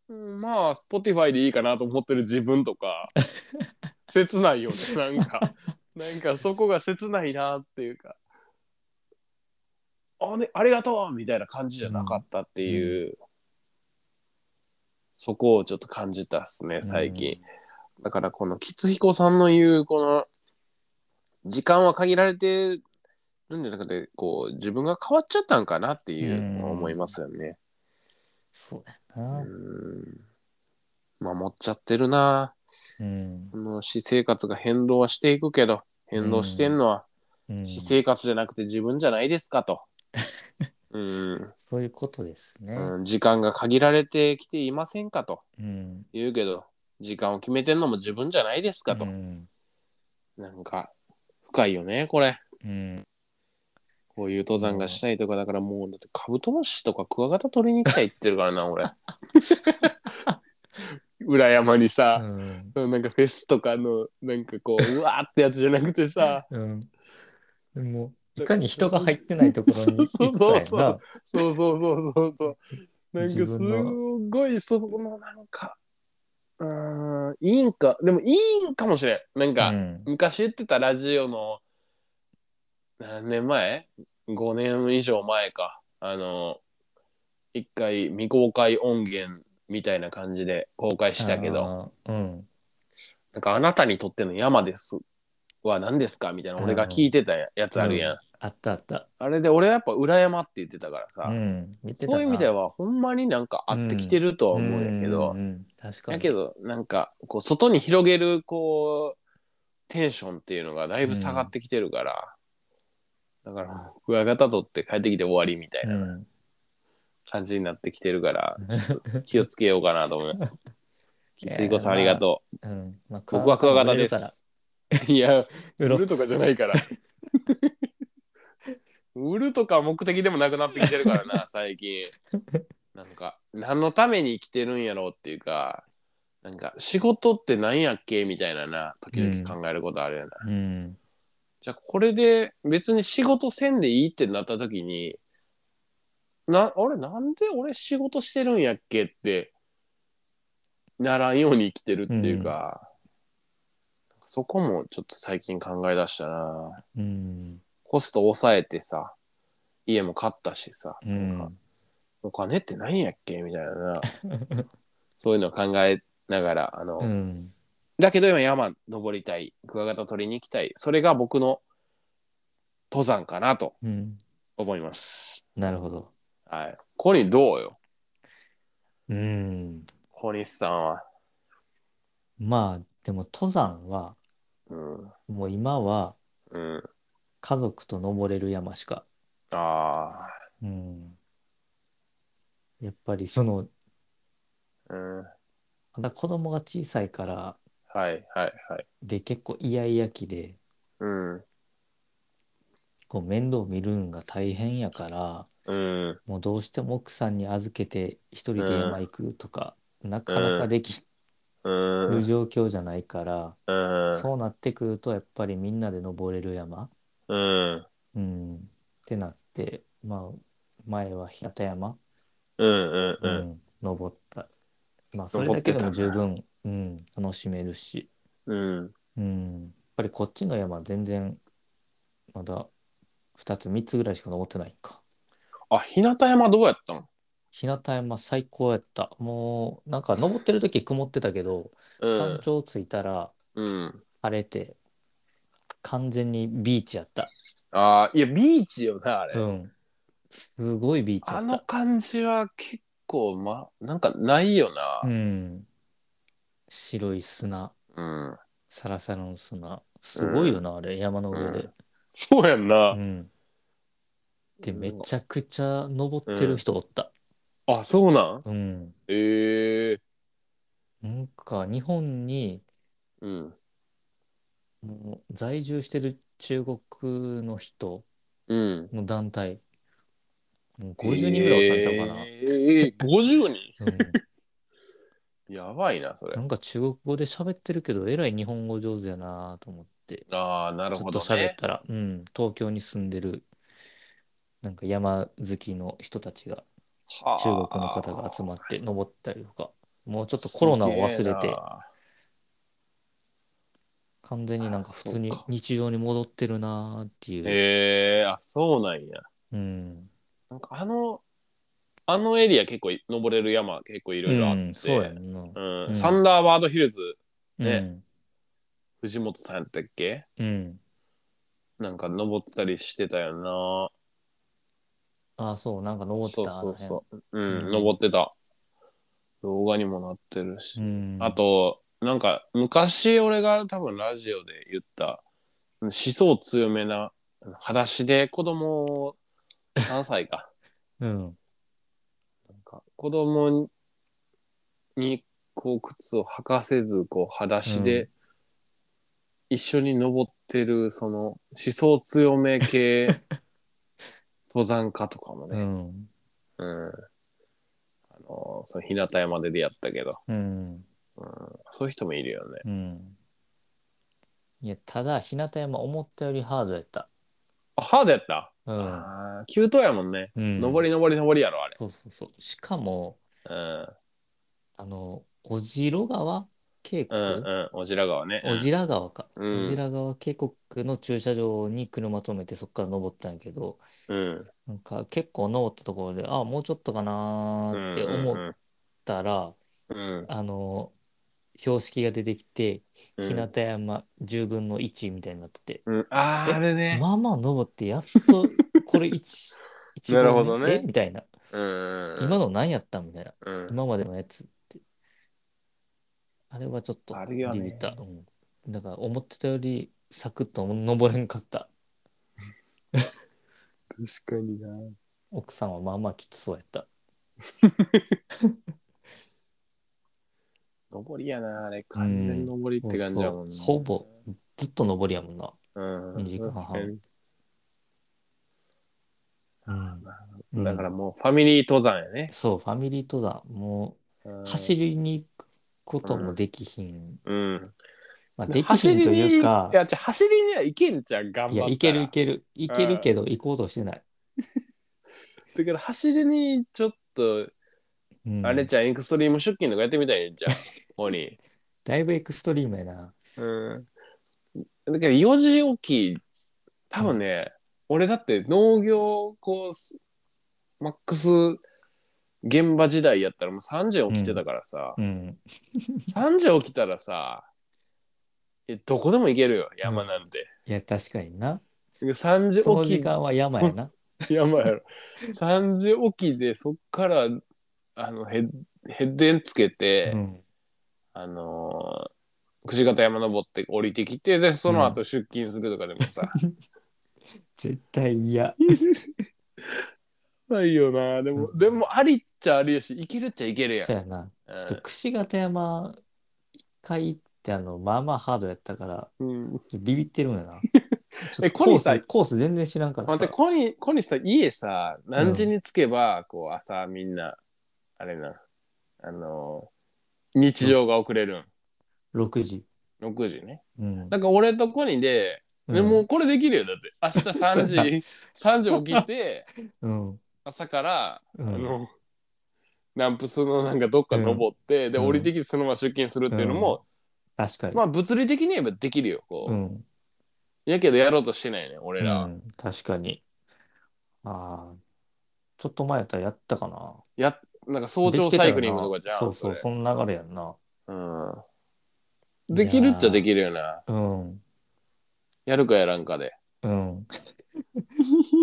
[SPEAKER 2] うんまあ Spotify でいいかなと思ってる自分とか切ないよねなんかなんかそこが切ないなっていうかあ,、ね、ありがとうみたいな感じじゃなかったっていう、そこをちょっと感じたっすね最近、だからこの吉彦さんの言うこの時間は限られてるんじゃなくてこう自分が変わっちゃったんかなっていう
[SPEAKER 1] うん
[SPEAKER 2] 思いますよね。
[SPEAKER 1] そうや
[SPEAKER 2] う
[SPEAKER 1] な。
[SPEAKER 2] ん守っちゃってるな
[SPEAKER 1] うん。
[SPEAKER 2] この私生活が変動はしていくけど変動してんのは
[SPEAKER 1] うん
[SPEAKER 2] 私生活じゃなくて自分じゃないですか と。うん
[SPEAKER 1] そういうことですね。
[SPEAKER 2] うん、時間が限られてきていませんかと
[SPEAKER 1] うん。
[SPEAKER 2] 言うけど時間を決めてんのも自分じゃないですかと、
[SPEAKER 1] うん。
[SPEAKER 2] なんか深いよねこれ
[SPEAKER 1] うん。
[SPEAKER 2] こういう登山がしたいとか、だからもう、だってカブトムシとかクワガタ取りに行きたいって言ってるからな、俺。 裏山に
[SPEAKER 1] う
[SPEAKER 2] さ、
[SPEAKER 1] ん
[SPEAKER 2] なんかフェスとかの、なんか こう、うわーってやつじゃなくてさ、
[SPEAKER 1] うん。でも、いかに人が入ってないところ に行ったやんな。
[SPEAKER 2] そうそうそうそうそう。なんかす
[SPEAKER 1] 自
[SPEAKER 2] ごい、そのなんか、うーん、いいんか、でもいいんかもしれん。なんか、
[SPEAKER 1] うん
[SPEAKER 2] 昔言ってたラジオの何年前 ?5 年以上前か。あの、一回未公開音源みたいな感じで公開したけど、
[SPEAKER 1] あーうん。
[SPEAKER 2] なんかあなたにとっての山ですは何ですかみたいな俺が聞いてたやつあるやん。
[SPEAKER 1] あったあった。
[SPEAKER 2] あれで俺はやっぱ裏山って言ってたからさ、
[SPEAKER 1] うん。見てた
[SPEAKER 2] そういう意味で
[SPEAKER 1] は
[SPEAKER 2] はほんまになんか合ってきてるとは思うんやけ
[SPEAKER 1] う
[SPEAKER 2] ど、
[SPEAKER 1] んうんうん確かに。。
[SPEAKER 2] だけどなんかこう外に広げるこうテンションっていうのがだいぶ下がってきてるから、だからクワガタ取って帰ってきて終わりみたいうなん感じになってきてるから、ちょっと気をつけようかなと思い ます。きついこさんありがとう。
[SPEAKER 1] うん。まあ
[SPEAKER 2] 僕はクワガタで。
[SPEAKER 1] 買う
[SPEAKER 2] す。 い
[SPEAKER 1] 売
[SPEAKER 2] や、売
[SPEAKER 1] れ
[SPEAKER 2] る
[SPEAKER 1] るから
[SPEAKER 2] とかじ ゃないから。売るとか目的でもなくなってきてるからな、最近。なんか、何のために生きてるんやろうっていうか、なんか、仕事って何やっけみたいなな、時々考えることあるやな。
[SPEAKER 1] うろうん。
[SPEAKER 2] じゃあ、これで別に仕事せんでいいってなった時に、な、あれ、なんで俺仕事してるんやっけって、ならんように生きてるっていうか、そこもちょっと最近考え出したな。
[SPEAKER 1] うん。
[SPEAKER 2] コスト抑えてさ、家も買ったしさ、
[SPEAKER 1] う
[SPEAKER 2] なんか
[SPEAKER 1] ん。
[SPEAKER 2] お金って何やっけみたいな な、そういうのを考えながら、あの、
[SPEAKER 1] うん。
[SPEAKER 2] だけど今山登りたい、クワガタ取りに行きたい、それが僕の登山かなと
[SPEAKER 1] うん。
[SPEAKER 2] 思います。
[SPEAKER 1] なるほど。
[SPEAKER 2] はい。コニーどうよ
[SPEAKER 1] うん。
[SPEAKER 2] 小西さんは。
[SPEAKER 1] まあ、でも登山は、
[SPEAKER 2] うん。
[SPEAKER 1] もう今は
[SPEAKER 2] うん。
[SPEAKER 1] 家族と登れる山しか。
[SPEAKER 2] あ
[SPEAKER 1] うん。やっぱりその、
[SPEAKER 2] あ。うん。
[SPEAKER 1] まだ子供が小さいから、
[SPEAKER 2] はいはいはい。
[SPEAKER 1] で、結構イヤイヤ期で、
[SPEAKER 2] うん。
[SPEAKER 1] こう面倒見るんが大変やから、
[SPEAKER 2] うん。
[SPEAKER 1] もうどうしても奥さんに預けて一人で山行くとか、なかなかでき
[SPEAKER 2] うん。う
[SPEAKER 1] る
[SPEAKER 2] ん。
[SPEAKER 1] 状況じゃないから、
[SPEAKER 2] うん。
[SPEAKER 1] そうなってくるとやっぱりみんなで登れる山、
[SPEAKER 2] うん。
[SPEAKER 1] うん、ってなって、まあ、前は日向山、
[SPEAKER 2] うん。う。
[SPEAKER 1] うんん、登った。まあ、それだけでも十分、うん、楽しめるし、
[SPEAKER 2] うん。
[SPEAKER 1] うん、やっぱりこっちの山全然、まだ2つ、3つぐらいしか登ってないか。
[SPEAKER 2] あ、日向山どうやったん
[SPEAKER 1] 日向山最高やった。もう、なんか登ってる時曇ってたけど、
[SPEAKER 2] うん
[SPEAKER 1] 山。頂着いたら
[SPEAKER 2] うん。
[SPEAKER 1] 晴れて、完全にビーチやった。
[SPEAKER 2] ああ、いや、ビーチよな、あれ。
[SPEAKER 1] うん。すごいビーチだ
[SPEAKER 2] あ
[SPEAKER 1] っ
[SPEAKER 2] の
[SPEAKER 1] た。
[SPEAKER 2] 感じは結構、ま、なんかないよな
[SPEAKER 1] う。ん。白い砂、
[SPEAKER 2] うん。
[SPEAKER 1] サラサラの砂。すごいよな、あれ、山の上で。
[SPEAKER 2] そうやんな。
[SPEAKER 1] うん。で、めちゃくちゃ登ってる人おった。
[SPEAKER 2] あ、そうなん
[SPEAKER 1] うん。
[SPEAKER 2] ええ
[SPEAKER 1] なんか、日本に
[SPEAKER 2] うん。
[SPEAKER 1] もう在住してる中国の人
[SPEAKER 2] うん。
[SPEAKER 1] の団体、もう50人ぐらいおったんちゃうかな。
[SPEAKER 2] ええ50人
[SPEAKER 1] うん
[SPEAKER 2] やばいな、それ
[SPEAKER 1] な。んか中国語で喋ってるけど、えらい日本語上手やなと思って、
[SPEAKER 2] ああ、な
[SPEAKER 1] ち
[SPEAKER 2] る
[SPEAKER 1] ょ
[SPEAKER 2] ほ
[SPEAKER 1] っと
[SPEAKER 2] ど
[SPEAKER 1] 喋っ
[SPEAKER 2] ね。
[SPEAKER 1] たら、うん、東京に住んでる、なんか山好きの人たちが、
[SPEAKER 2] は
[SPEAKER 1] 中
[SPEAKER 2] あ
[SPEAKER 1] 国の方が集まって登ったりとか、もうちょっとコロナを忘れ
[SPEAKER 2] すげえ
[SPEAKER 1] て、
[SPEAKER 2] な
[SPEAKER 1] 完全になんか
[SPEAKER 2] あ
[SPEAKER 1] 普通に
[SPEAKER 2] そうか
[SPEAKER 1] 日常に戻ってるなっていう、
[SPEAKER 2] へえあそうなんや
[SPEAKER 1] うん、
[SPEAKER 2] なんかあのあのエリア結構い登れる山結構いろいろあっ
[SPEAKER 1] う
[SPEAKER 2] て、
[SPEAKER 1] ん、そうやんな。
[SPEAKER 2] うん
[SPEAKER 1] うん
[SPEAKER 2] サンダーバードヒルズ
[SPEAKER 1] うん
[SPEAKER 2] ね、藤本さんやったっけ
[SPEAKER 1] うん。
[SPEAKER 2] なんか登ったりしてたよな
[SPEAKER 1] ああ、そう、なんか登って
[SPEAKER 2] そう
[SPEAKER 1] た
[SPEAKER 2] そうそうう
[SPEAKER 1] うん
[SPEAKER 2] ん登ってた動画にもなってるし、
[SPEAKER 1] うん、
[SPEAKER 2] あ、となんか昔俺が多分ラジオで言った思想強めな裸足で子供を3歳か
[SPEAKER 1] うん、
[SPEAKER 2] なんか子供にこう靴を履かせずこう裸足
[SPEAKER 1] う
[SPEAKER 2] で一緒に登ってるその思想強め 系登山家とかも
[SPEAKER 1] う
[SPEAKER 2] ね、
[SPEAKER 1] ん、
[SPEAKER 2] うんあのその日向山で出会ったけど、
[SPEAKER 1] うん。
[SPEAKER 2] うん、そういう人もいるよね。
[SPEAKER 1] うん。いや、ただ、日向山思ったよりハードやった。
[SPEAKER 2] あハードやった、
[SPEAKER 1] うん。
[SPEAKER 2] ああー急登やもんね、
[SPEAKER 1] うん、
[SPEAKER 2] 登り登り登りやろあれ、
[SPEAKER 1] そうそうそう。しかも、
[SPEAKER 2] うん、
[SPEAKER 1] あの、小白川渓谷、
[SPEAKER 2] うんうん小白川ね、う
[SPEAKER 1] 小
[SPEAKER 2] ん、
[SPEAKER 1] 白川か。
[SPEAKER 2] うん
[SPEAKER 1] 小白川渓谷の駐車場に車止めてそこから登ったんやけど、
[SPEAKER 2] うん
[SPEAKER 1] なんか結構登ったところで、あ、もうちょっとかなーって思っ
[SPEAKER 2] うん
[SPEAKER 1] たら、
[SPEAKER 2] うん
[SPEAKER 1] あの、標識が出てきて、
[SPEAKER 2] うん
[SPEAKER 1] 日向山10分の1みたいになってて、
[SPEAKER 2] うん、あ
[SPEAKER 1] え
[SPEAKER 2] ーあれね、
[SPEAKER 1] まあまあ登ってやっとこれ 1, 一
[SPEAKER 2] なるほどね
[SPEAKER 1] えみたいな
[SPEAKER 2] うん
[SPEAKER 1] 今の何やったみたいな
[SPEAKER 2] うん
[SPEAKER 1] 今までのやつってあれはちょっと
[SPEAKER 2] ある
[SPEAKER 1] ビ
[SPEAKER 2] よね
[SPEAKER 1] ビった、うん、だから思ってたよりサクッと登れんかった
[SPEAKER 2] 確かにな。
[SPEAKER 1] 奥さんはまあまあきつそうやった
[SPEAKER 2] 登りやな、あれ、完全登りって感じやもんね。
[SPEAKER 1] そうほぼずっと登りやもんな、
[SPEAKER 2] うん、
[SPEAKER 1] 二時間半
[SPEAKER 2] 確かに
[SPEAKER 1] うん
[SPEAKER 2] だからもう、ファミリー登山やね。
[SPEAKER 1] そうファミリー登山も
[SPEAKER 2] うん
[SPEAKER 1] う走りに行くこともできひん、
[SPEAKER 2] うん。
[SPEAKER 1] まあ、できひんというか
[SPEAKER 2] 走りにいや、じゃあ走りには行けんじゃん、頑張っ
[SPEAKER 1] い
[SPEAKER 2] た
[SPEAKER 1] や
[SPEAKER 2] ら。
[SPEAKER 1] 行ける行ける行けるけど行こうとしてない、
[SPEAKER 2] だから、走りにちょっと、
[SPEAKER 1] うん
[SPEAKER 2] あれじゃん、エクストリーム出勤とかやってみたい じゃん、ここに。
[SPEAKER 1] だいぶエクストリームやな。
[SPEAKER 2] うん。だけど、4時起き、多分ね、俺だって農業、こうす、マックス、現場時代やったらもう3時起きてたからさ、
[SPEAKER 1] うん。
[SPEAKER 2] 3時起きたらさ、えどこでも行けるよ、山なんて。
[SPEAKER 1] いや、確かにな。
[SPEAKER 2] 3時
[SPEAKER 1] その時
[SPEAKER 2] 起
[SPEAKER 1] 間は山やな。
[SPEAKER 2] き、山やろ。3時起きで、そっから、あの、ヘッヘッデンつけて、
[SPEAKER 1] うん。
[SPEAKER 2] あのー、串形山登って降りてきて、で、その後出勤するとかでもさ、
[SPEAKER 1] 絶対嫌。
[SPEAKER 2] ないよなでも、
[SPEAKER 1] うん
[SPEAKER 2] でもありっちゃありやしいけるっちゃいけるやん
[SPEAKER 1] そうやな。
[SPEAKER 2] うん
[SPEAKER 1] ちょっと櫛形山、一回行って、あの、まあまあハードやったから、
[SPEAKER 2] うん、
[SPEAKER 1] ちょっとビビってるんや な。ちょっと
[SPEAKER 2] え
[SPEAKER 1] コ
[SPEAKER 2] コ
[SPEAKER 1] ー
[SPEAKER 2] ニーさん
[SPEAKER 1] ス、コース全然知らんから
[SPEAKER 2] 待って
[SPEAKER 1] さ。
[SPEAKER 2] 小西小西さん家さ何時に着けば、こう朝みんなあれなあのー日常が遅れる
[SPEAKER 1] 6時。
[SPEAKER 2] ん、6時ね
[SPEAKER 1] うん。
[SPEAKER 2] だから俺とコニーで、でもうこれできるよだって明日3
[SPEAKER 1] そう
[SPEAKER 2] 時3時起きて
[SPEAKER 1] うん、うん。
[SPEAKER 2] 朝から、
[SPEAKER 1] うん
[SPEAKER 2] あのナンプスのなんかどっか登って、で
[SPEAKER 1] うん
[SPEAKER 2] 降りてきてそのまま出勤するっていうのも、
[SPEAKER 1] 確かに。
[SPEAKER 2] まあ物理的に言えばできるよこう、
[SPEAKER 1] うん。
[SPEAKER 2] やけどやろうとしてないね俺らは、
[SPEAKER 1] うん確かに。ああ。ちょっと前やったらやったかな。
[SPEAKER 2] やっなんか早朝サイクリングとかじゃん。
[SPEAKER 1] そうそう、
[SPEAKER 2] そ
[SPEAKER 1] その流れやんな。
[SPEAKER 2] れうん。できるっちゃできるよな。
[SPEAKER 1] うん。
[SPEAKER 2] やるかやらんかで。
[SPEAKER 1] うん。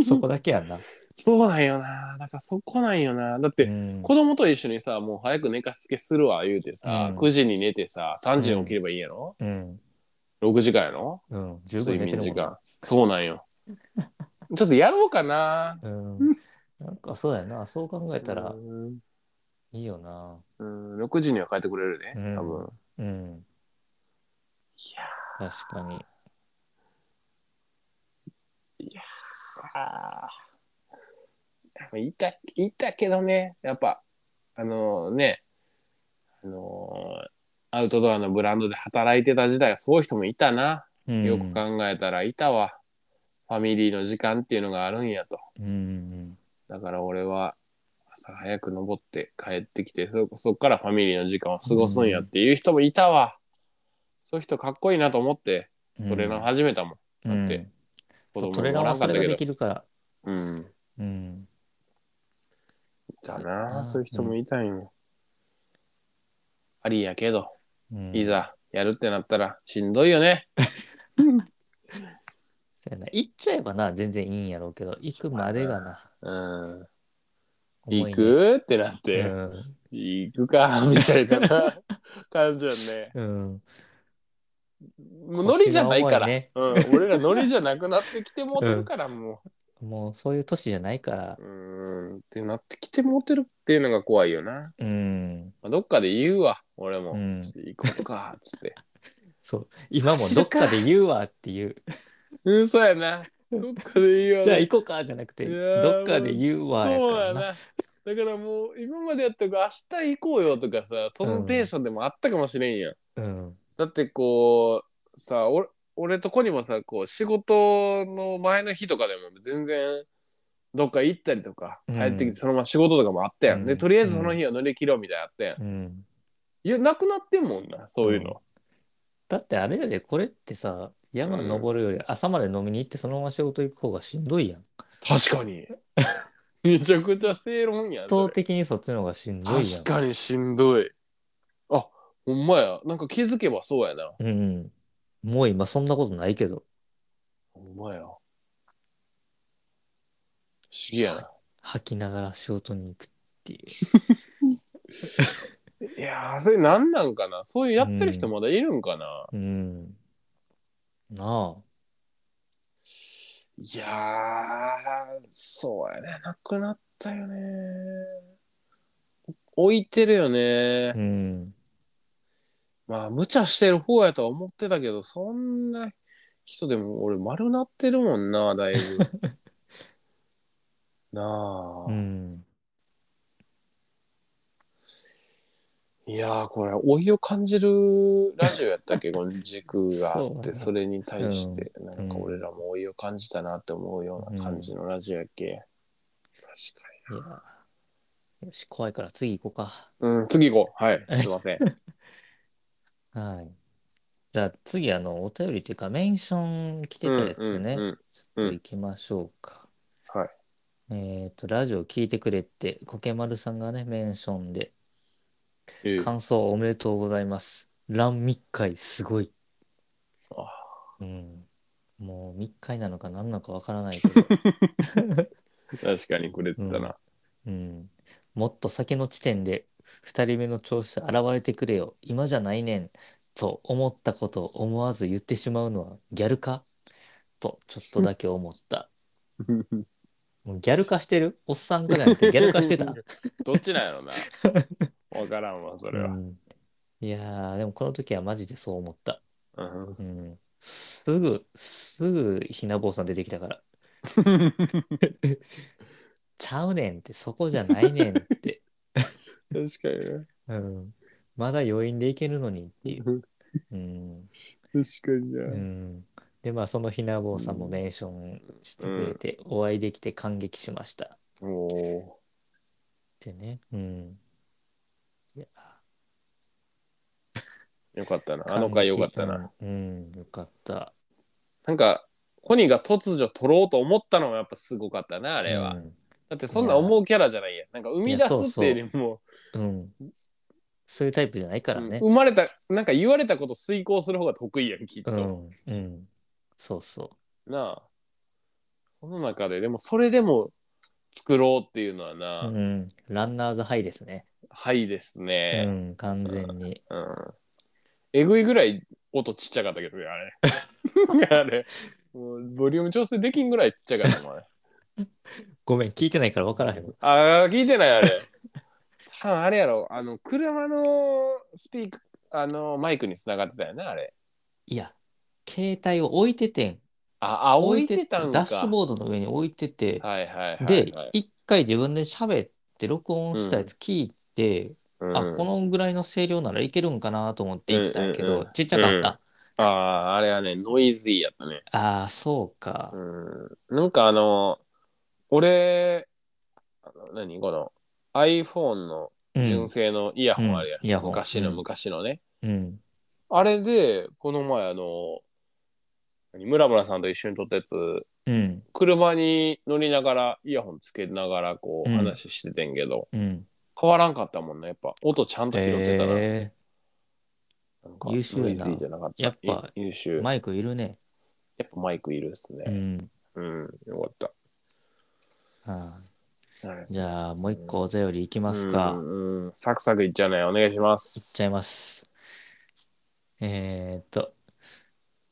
[SPEAKER 1] そこだけやんな。
[SPEAKER 2] そうなんよな。だからそこなんよな。だって、
[SPEAKER 1] うん
[SPEAKER 2] 子供と一緒にさ、もう早く寝かしつけするわ、言うてさ、
[SPEAKER 1] うん
[SPEAKER 2] 9時に寝てさ、3時に起きればいいんやろ、
[SPEAKER 1] うん。
[SPEAKER 2] ?6 時間やろ
[SPEAKER 1] うん。十分
[SPEAKER 2] 睡
[SPEAKER 1] 寝て
[SPEAKER 2] 眠時
[SPEAKER 1] るもん
[SPEAKER 2] 間。そうなんよ。ちょっとやろうかな。
[SPEAKER 1] な。うん。なんかそうやな。そう考えたら
[SPEAKER 2] うん
[SPEAKER 1] いいよな。
[SPEAKER 2] うん、6時には帰ってくれるね、
[SPEAKER 1] うん
[SPEAKER 2] 多分。
[SPEAKER 1] うん。
[SPEAKER 2] いや
[SPEAKER 1] 確かに。
[SPEAKER 2] あーいた、いたけどね、やっぱ、あのね、あのーアウトドアのブランドで働いてた時代はそういう人もいたな。
[SPEAKER 1] うん
[SPEAKER 2] よく考えたらいたわ。ファミリーの時間っていうのがあるんやと。
[SPEAKER 1] うん。
[SPEAKER 2] だから俺は朝早く登って帰ってきて、そ、そっからファミリーの時間を過ごすんやっていう人もいたわ。そういう人かっこいいなと思って、
[SPEAKER 1] うん
[SPEAKER 2] トレーナー始めたもん。だって
[SPEAKER 1] うん
[SPEAKER 2] 子
[SPEAKER 1] そう
[SPEAKER 2] 供
[SPEAKER 1] トレ
[SPEAKER 2] も
[SPEAKER 1] ラン
[SPEAKER 2] おら
[SPEAKER 1] は
[SPEAKER 2] んか
[SPEAKER 1] そ
[SPEAKER 2] っ
[SPEAKER 1] れ
[SPEAKER 2] た
[SPEAKER 1] が
[SPEAKER 2] け
[SPEAKER 1] で
[SPEAKER 2] ど。
[SPEAKER 1] きるから。
[SPEAKER 2] うん。
[SPEAKER 1] うん。
[SPEAKER 2] だ
[SPEAKER 1] そうやな
[SPEAKER 2] なそういう人もいたんよ、ありやけど
[SPEAKER 1] うん
[SPEAKER 2] い。ざやるってなったらしんどいよね、
[SPEAKER 1] そうやな。行っちゃえばな、全然いいんやろうけど、行くまでがな。
[SPEAKER 2] うん、
[SPEAKER 1] 重い
[SPEAKER 2] 行
[SPEAKER 1] ね
[SPEAKER 2] くってなっ
[SPEAKER 1] う
[SPEAKER 2] て、
[SPEAKER 1] ん
[SPEAKER 2] 行くか みたいな感じよね
[SPEAKER 1] うん。
[SPEAKER 2] もうノリじゃないから、
[SPEAKER 1] 腰が重いね
[SPEAKER 2] うん、俺らノリじゃなくなってきてもうてるから、も
[SPEAKER 1] もうそういう年じゃないから
[SPEAKER 2] う。うんってなってきてもうてるっていうのが怖いよな、
[SPEAKER 1] うん。
[SPEAKER 2] まあ、どっかで言うわ俺も、
[SPEAKER 1] うん
[SPEAKER 2] 行こうかっつって
[SPEAKER 1] そう。今もどっかで言うわって いう。
[SPEAKER 2] うんそうやなどっかで言うわ
[SPEAKER 1] じゃあ行こうかじゃなくて、
[SPEAKER 2] いやー
[SPEAKER 1] どっかで言うわや
[SPEAKER 2] そう
[SPEAKER 1] から
[SPEAKER 2] やな。
[SPEAKER 1] な。
[SPEAKER 2] だからもう今までやったから明日行こうよとかさそのテンションでもあったかもしれんやん、
[SPEAKER 1] うん。
[SPEAKER 2] だってこうさ俺俺とこにもさこう仕事の前の日とかでも全然どっか行ったりとか
[SPEAKER 1] うん
[SPEAKER 2] 帰ってきてそのまま仕事とかもあったやん、
[SPEAKER 1] う
[SPEAKER 2] で
[SPEAKER 1] ん
[SPEAKER 2] とりあえずその日は乗り切ろうみたいなのあったやん、
[SPEAKER 1] うん。
[SPEAKER 2] いやなくなってんもんなそういうの、
[SPEAKER 1] だってあれやで、これってさ、山登るより朝まで飲みに行ってそのまま仕事行く方がしんどいやん。
[SPEAKER 2] 確かに めちゃくちゃ正論やん
[SPEAKER 1] 圧
[SPEAKER 2] そ
[SPEAKER 1] 倒
[SPEAKER 2] れ
[SPEAKER 1] 的にそっちの方がしんどいやん。
[SPEAKER 2] 確かにしんどいあほんまやなんか気づけばそうやな
[SPEAKER 1] うん。もう今そんなことないけど。
[SPEAKER 2] ほんまや。不思議やな。
[SPEAKER 1] 吐きながら仕事に行くっていう。
[SPEAKER 2] いやー、それ何なんかなそういうやってる人まだいるんかな、
[SPEAKER 1] うん。なあ。
[SPEAKER 2] いやー、そうやね。なくなったよね。置いてるよね。
[SPEAKER 1] うん。
[SPEAKER 2] まあ、無茶してる方やとは思ってたけど、そんな人でも俺丸なってるもんな、だい ぶ。な
[SPEAKER 1] う
[SPEAKER 2] あ。
[SPEAKER 1] ん。
[SPEAKER 2] いやーこれ老いを感じるラジオやったっけこの軸があ
[SPEAKER 1] そ
[SPEAKER 2] っ
[SPEAKER 1] うや
[SPEAKER 2] て
[SPEAKER 1] な
[SPEAKER 2] それに対してな
[SPEAKER 1] うん
[SPEAKER 2] んか俺らも老いを感じたなって思うような感じのラジオやっけ、
[SPEAKER 1] いや。よし、怖いから次行こうか。
[SPEAKER 2] 確かにうん次行こう はいすいません
[SPEAKER 1] はい。じゃあ次、あの、お便りというか、メンション来てたやつね。
[SPEAKER 2] うんうんうん
[SPEAKER 1] ちょっと行きましょうか。
[SPEAKER 2] はい
[SPEAKER 1] えっと、ラジオ聞いてくれって、コケマルさんがね、メンションで、
[SPEAKER 2] ええ
[SPEAKER 1] 感想おめでとうございます。乱密会すごい。
[SPEAKER 2] あ
[SPEAKER 1] うん。もう密会なのか何なのかわからないけ ど、
[SPEAKER 2] 確かにくれてたな、
[SPEAKER 1] うん。もっと先の地点で2人目の調子現れてくれよ。今じゃないねん。と思ったことを思わず言ってしまうのはギャルかとちょっとだけ思っ た。もうギャル化してるおっさんくらいってギャル化して た
[SPEAKER 2] どっちなんや ろなわからんわそれ
[SPEAKER 1] う
[SPEAKER 2] は、
[SPEAKER 1] んいやーでもこの時はマジでそう思った。
[SPEAKER 2] うん
[SPEAKER 1] うんすぐ、すぐ、ひなぼうさん出てきた から。ちゃうねんって、そこじゃないねんって。
[SPEAKER 2] 確かにね
[SPEAKER 1] うん、まだ余韻でいけるのにっていう。うん。
[SPEAKER 2] 確かに
[SPEAKER 1] う
[SPEAKER 2] な、
[SPEAKER 1] ん、で、まあ、そのひなぼうさんもメンションしてくれて、お会いできて感激しました。っ
[SPEAKER 2] も
[SPEAKER 1] てね。うん。いや、
[SPEAKER 2] うよかったなあの回よかったな、
[SPEAKER 1] 感激。うん、うんよかった。
[SPEAKER 2] なんかコニーが突如取ろうと思ったのはやっぱすごかったなあ
[SPEAKER 1] あ
[SPEAKER 2] れは、だってそんな思うキャラじゃないやんなんか生み出すっていうよりも
[SPEAKER 1] うん。うんそういうタイプじゃないからね
[SPEAKER 2] うん。生まれたなんか言われたこと遂行する方が得意やんきっ
[SPEAKER 1] う
[SPEAKER 2] と、
[SPEAKER 1] ん。うん。そうそう。
[SPEAKER 2] なあその中ででもそれでも作ろうっていうのはな、
[SPEAKER 1] うん。ランナーがハイですね。
[SPEAKER 2] はいです
[SPEAKER 1] う
[SPEAKER 2] ね、
[SPEAKER 1] ん、完全に。
[SPEAKER 2] うんえぐいぐらい音ちっちゃかったけどねあ れあれもうボリューム調整できんぐらいちっちゃかったもんあれ
[SPEAKER 1] ごめん、聞いてないから分からへん。
[SPEAKER 2] あー聞いてないあれ多分あれやろあの車のスピークあのマイクにつながってたよねあれ
[SPEAKER 1] いや、携帯を置いててん。
[SPEAKER 2] ああ置いてたんか
[SPEAKER 1] ダッシュボードの上に置いてて、
[SPEAKER 2] はいはいはい、はい、
[SPEAKER 1] で、一回自分で喋って録音したやつ聞いて、
[SPEAKER 2] うん、
[SPEAKER 1] あ、このぐらいの声量ならいけるんかなと思って行ったんやけど、
[SPEAKER 2] うんうんうん
[SPEAKER 1] ちっちゃかった。
[SPEAKER 2] あああれはねノイズイやったね
[SPEAKER 1] ああ、そうか。
[SPEAKER 2] うんなんかあの、俺、あの何この iPhone の
[SPEAKER 1] うん、
[SPEAKER 2] 純正のイヤホンあるやん、
[SPEAKER 1] うんイヤホン
[SPEAKER 2] 昔の
[SPEAKER 1] うん
[SPEAKER 2] 昔のね。
[SPEAKER 1] うん。
[SPEAKER 2] あれで、この前あの、何村村さんと一緒に撮ったやつ、
[SPEAKER 1] うん。
[SPEAKER 2] 車に乗りながらイヤホンつけながらこう
[SPEAKER 1] うん
[SPEAKER 2] 話しててんけど、
[SPEAKER 1] うん。
[SPEAKER 2] 変わらんかったもんね。やっぱ音ちゃんと拾ってたな。
[SPEAKER 1] え
[SPEAKER 2] なんか
[SPEAKER 1] 優秀やな
[SPEAKER 2] ノイズイじゃなかった。
[SPEAKER 1] やっぱ
[SPEAKER 2] い優秀。
[SPEAKER 1] ー、
[SPEAKER 2] や
[SPEAKER 1] マイクいるね。
[SPEAKER 2] っぱマイクいるっす
[SPEAKER 1] う
[SPEAKER 2] ね。
[SPEAKER 1] ん。
[SPEAKER 2] うん、よかった。
[SPEAKER 1] あーじゃあ、もう一個お便りいきます
[SPEAKER 2] う
[SPEAKER 1] か。
[SPEAKER 2] んうんうんサクサクいっちゃうね。お願いしま
[SPEAKER 1] いっ
[SPEAKER 2] す。
[SPEAKER 1] ちゃいます。えーっと、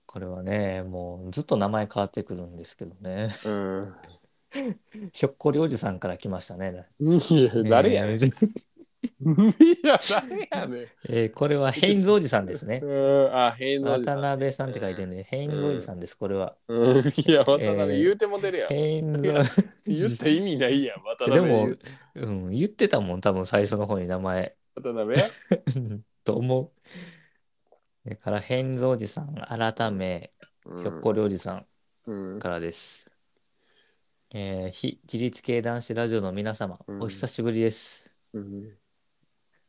[SPEAKER 1] これはね、もうずっと名前変わってくるんですけどね。
[SPEAKER 2] うん。
[SPEAKER 1] ひょっこりおじさんから来ましたね。
[SPEAKER 2] いや誰 や
[SPEAKER 1] え
[SPEAKER 2] ねん。い
[SPEAKER 1] ー
[SPEAKER 2] や、誰やねん。
[SPEAKER 1] えーこれはヘインズおじさんですね
[SPEAKER 2] う。ん、あ、平野
[SPEAKER 1] 渡辺さんって書いてるね。ヘインズおじさんです、これは。
[SPEAKER 2] うん、いや、渡辺、
[SPEAKER 1] えー
[SPEAKER 2] 言うても出るやん。
[SPEAKER 1] ヘインズ
[SPEAKER 2] 言った意味ないやん、渡
[SPEAKER 1] で
[SPEAKER 2] 辺。
[SPEAKER 1] も、うん、言ってたもん、多分最初の方に名前。
[SPEAKER 2] 渡辺
[SPEAKER 1] と思う。だから、ヘインズおじさん、改め、ひょっこりおじさん、
[SPEAKER 2] うん。
[SPEAKER 1] からです。えー非自立系男子ラジオの皆様、
[SPEAKER 2] うん
[SPEAKER 1] お久しぶりです。
[SPEAKER 2] うん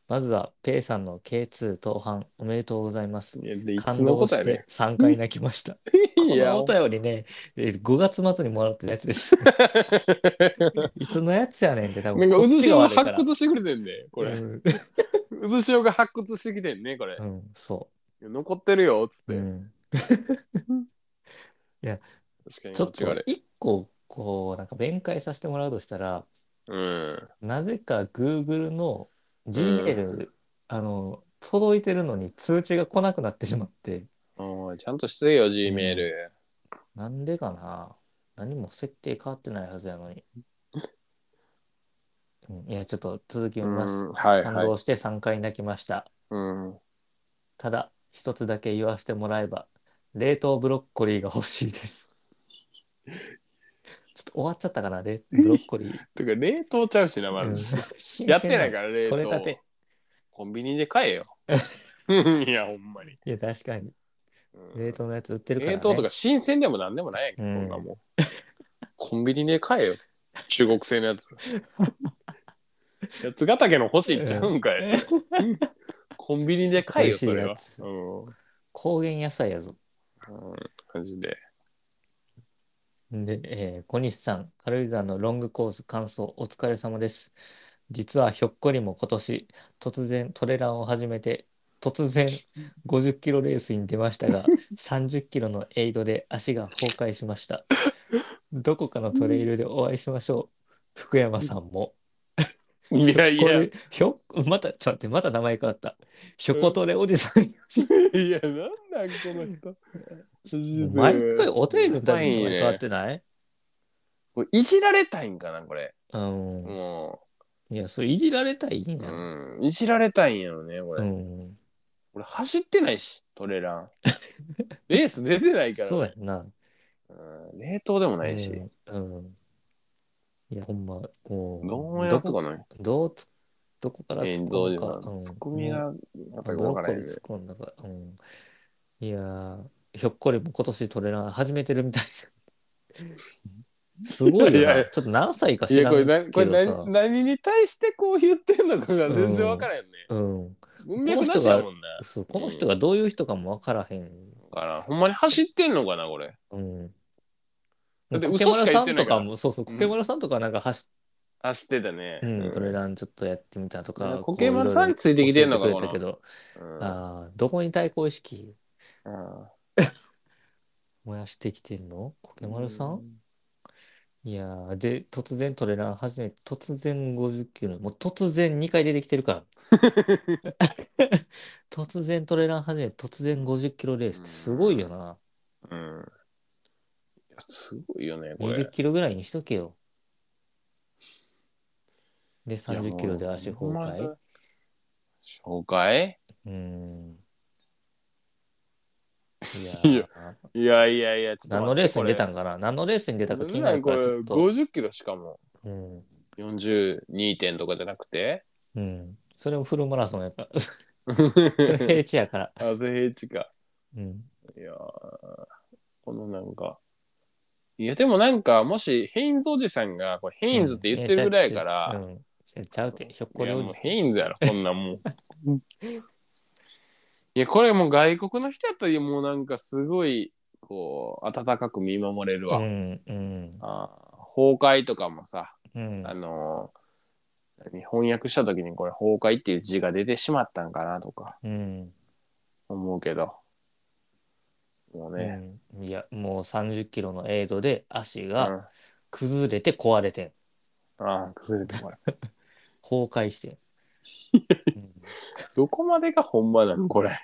[SPEAKER 1] まずは、ペイさんの K2 当番おめでとうございます。
[SPEAKER 2] いやでいつ
[SPEAKER 1] 感
[SPEAKER 2] の
[SPEAKER 1] 動
[SPEAKER 2] ことや
[SPEAKER 1] し
[SPEAKER 2] ね
[SPEAKER 1] て。3回泣きました。
[SPEAKER 2] いや、
[SPEAKER 1] このお便りね、えー5月末にもらったやつ です。いつのやつやねんって多
[SPEAKER 2] な
[SPEAKER 1] 分
[SPEAKER 2] んか、
[SPEAKER 1] こっ
[SPEAKER 2] 渦
[SPEAKER 1] ちが
[SPEAKER 2] 潮が
[SPEAKER 1] 悪いから。
[SPEAKER 2] 発掘してくれてんね、これ。
[SPEAKER 1] うん
[SPEAKER 2] 渦潮が発掘してきてんね、これ
[SPEAKER 1] う。ん、そ
[SPEAKER 2] 残ってるよ、つっ
[SPEAKER 1] う。う
[SPEAKER 2] て。
[SPEAKER 1] ん、
[SPEAKER 2] 確かに、
[SPEAKER 1] ちょっと
[SPEAKER 2] こちが悪い
[SPEAKER 1] 1個、こう、なんか弁解させてもらうとしたら、
[SPEAKER 2] うん。
[SPEAKER 1] なぜか Google の Gmail、あの、届いてるのに通知が来なくなってしまって、
[SPEAKER 2] おいちゃんとしてよ、G メール。
[SPEAKER 1] なんでかな何も設定変わってないはずやのに。うんいや、ちょっと続き読みます。
[SPEAKER 2] うんはい
[SPEAKER 1] 感
[SPEAKER 2] はい。
[SPEAKER 1] 動して3回泣きました。
[SPEAKER 2] うん。
[SPEAKER 1] ただ、一つだけ言わせてもらえば、冷凍ブロッコリーが欲しいです。 ちょっと終わっちゃったかな、冷ブロッコリー。
[SPEAKER 2] てか、冷凍ちゃうしな、 ま
[SPEAKER 1] うん
[SPEAKER 2] ず。やってない
[SPEAKER 1] 新鮮
[SPEAKER 2] から、冷凍。
[SPEAKER 1] 取れたて。
[SPEAKER 2] コンビニで買 えよ。いや、ほんまに。
[SPEAKER 1] いや、確かに。
[SPEAKER 2] うん
[SPEAKER 1] 冷凍のやつ売ってるから、ね。
[SPEAKER 2] 冷凍とか新鮮でもなんでもないやんけ、
[SPEAKER 1] うん
[SPEAKER 2] そんなもん。コンビニで買えよ。中国製のやつ。八ヶ岳の欲しいっちゃうんかい。コンビニで買えよ、それ
[SPEAKER 1] 美
[SPEAKER 2] は
[SPEAKER 1] 味し。いやつ
[SPEAKER 2] うん。
[SPEAKER 1] 高原野菜やぞ。
[SPEAKER 2] うんマジで。
[SPEAKER 1] で、えー小西さん、軽井沢のロングコース完走お疲れ様です。実はひょっこりも今年、突然トレランを始めて、突然50キロレースに出ま したが、30キロのエイドで足が崩壊しました。どこかのトレイルでお会いしましょう。福山さんも。
[SPEAKER 2] いやい
[SPEAKER 1] こ
[SPEAKER 2] や、
[SPEAKER 1] れ、ひょ、また、ちょっと待って、また名前変わった。ひょこトレおじさん。
[SPEAKER 2] いや、なんなん、この 人。マジで
[SPEAKER 1] 毎回お便りのたびに名
[SPEAKER 2] うま
[SPEAKER 1] 前
[SPEAKER 2] いね
[SPEAKER 1] 変わってない
[SPEAKER 2] これいじられたいんかな、これ。
[SPEAKER 1] うん。
[SPEAKER 2] も
[SPEAKER 1] いや、それいじられたらいいん
[SPEAKER 2] う、
[SPEAKER 1] だよ。
[SPEAKER 2] うん。いじられたいんやろね、こ
[SPEAKER 1] う
[SPEAKER 2] れ。
[SPEAKER 1] ん。
[SPEAKER 2] 俺、走ってないし、トレラン。 レース出てないから。
[SPEAKER 1] そうやんな。
[SPEAKER 2] うん冷凍でもないし。
[SPEAKER 1] うん。うんいや、ほんま、もう、
[SPEAKER 2] どうやつ
[SPEAKER 1] どこ
[SPEAKER 2] かな
[SPEAKER 1] どうつどこから突
[SPEAKER 2] 炎
[SPEAKER 1] っ込む
[SPEAKER 2] 臓でな
[SPEAKER 1] か。うん。
[SPEAKER 2] ツッコミが、
[SPEAKER 1] も
[SPEAKER 2] や
[SPEAKER 1] う
[SPEAKER 2] っぱり
[SPEAKER 1] ブロ
[SPEAKER 2] 分か
[SPEAKER 1] ッ
[SPEAKER 2] ら
[SPEAKER 1] コ
[SPEAKER 2] へ
[SPEAKER 1] リ
[SPEAKER 2] ん
[SPEAKER 1] ー
[SPEAKER 2] ね
[SPEAKER 1] 突っ。込んだから。うん。いやー、ひょっこりも今年トレラン始めてるみたいです。すごい
[SPEAKER 2] い
[SPEAKER 1] よ
[SPEAKER 2] やい
[SPEAKER 1] な。
[SPEAKER 2] や
[SPEAKER 1] ちょっと何歳か
[SPEAKER 2] い
[SPEAKER 1] 知
[SPEAKER 2] や
[SPEAKER 1] ら
[SPEAKER 2] これ
[SPEAKER 1] ん
[SPEAKER 2] なこ
[SPEAKER 1] け
[SPEAKER 2] れ
[SPEAKER 1] どさ
[SPEAKER 2] 何。何に対してこう言ってんのかが全然分からへんね。
[SPEAKER 1] うん。
[SPEAKER 2] 文脈なしやもんね。
[SPEAKER 1] そう、この人がどういう人かもわからへん。
[SPEAKER 2] だからほんまに走ってんのかなこれ。
[SPEAKER 1] うん。
[SPEAKER 2] だって
[SPEAKER 1] コケ
[SPEAKER 2] 嘘
[SPEAKER 1] マラ
[SPEAKER 2] しか言
[SPEAKER 1] さ
[SPEAKER 2] って
[SPEAKER 1] ん
[SPEAKER 2] な
[SPEAKER 1] と
[SPEAKER 2] いから
[SPEAKER 1] かも、そうそう、コケマラさんとかなんか走っ
[SPEAKER 2] 走ってたね。
[SPEAKER 1] うん、トレ
[SPEAKER 2] だ
[SPEAKER 1] ランちょっとやってみたとか。
[SPEAKER 2] コケマルさんについてきてんのか
[SPEAKER 1] こういろいろ教えてくれたけど、
[SPEAKER 2] うん
[SPEAKER 1] ああ、どこに対抗意識
[SPEAKER 2] うん
[SPEAKER 1] 燃やしてきてんのコケマルさんいやーで、突然トレラン始めて、突然50キロ、もう突然2回出てきてる から。突然トレラン始めて、突然50キロレースってすごいよな。
[SPEAKER 2] うん。いやすごいよね、こ
[SPEAKER 1] 20
[SPEAKER 2] れ。
[SPEAKER 1] キロぐらいにしとけよ。で、30キロで足崩
[SPEAKER 2] いやも
[SPEAKER 1] 壊。
[SPEAKER 2] う崩壊
[SPEAKER 1] うーん。い
[SPEAKER 2] い
[SPEAKER 1] や
[SPEAKER 2] や
[SPEAKER 1] ー、
[SPEAKER 2] いやいやいや、ちょっと
[SPEAKER 1] 何
[SPEAKER 2] 待
[SPEAKER 1] の
[SPEAKER 2] って
[SPEAKER 1] レースに出た
[SPEAKER 2] こ
[SPEAKER 1] んかな何のレースに出
[SPEAKER 2] れ
[SPEAKER 1] たか気になるから、ちょっ
[SPEAKER 2] これ
[SPEAKER 1] と。
[SPEAKER 2] 50キロしかも、
[SPEAKER 1] うん。
[SPEAKER 2] 42点とかじゃなくて。
[SPEAKER 1] うん。それもフルマラソンやから。そ
[SPEAKER 2] あ、
[SPEAKER 1] れ平地やから。
[SPEAKER 2] ぜへちか。
[SPEAKER 1] うん。
[SPEAKER 2] いやーこのなんか。いや、でもなんか、もし、ヘインズおじさんが、これヘインズって言ってるぐらいやか
[SPEAKER 1] う
[SPEAKER 2] ら、
[SPEAKER 1] ん。ちゃちゃうて、ひょっこ
[SPEAKER 2] い
[SPEAKER 1] り
[SPEAKER 2] や、
[SPEAKER 1] お
[SPEAKER 2] も
[SPEAKER 1] じ
[SPEAKER 2] う
[SPEAKER 1] さん
[SPEAKER 2] ヘインズ やろ、こんなんもう。いや、これもう外国の人やったら、もうなんかすごい、こう、温かく見守れるわ。
[SPEAKER 1] うんうん
[SPEAKER 2] あー崩壊とかもさ、
[SPEAKER 1] うん
[SPEAKER 2] あのー何翻訳した時にこれ「崩壊」っていう字が出てしまったんかなとか
[SPEAKER 1] うん
[SPEAKER 2] 思うけどもうね、
[SPEAKER 1] うんいやもう30キロのエイドで足
[SPEAKER 2] うん
[SPEAKER 1] が崩れて壊れてん
[SPEAKER 2] ああ崩れてこれ
[SPEAKER 1] 崩壊してん、うん
[SPEAKER 2] どこまでが本場なのこ れ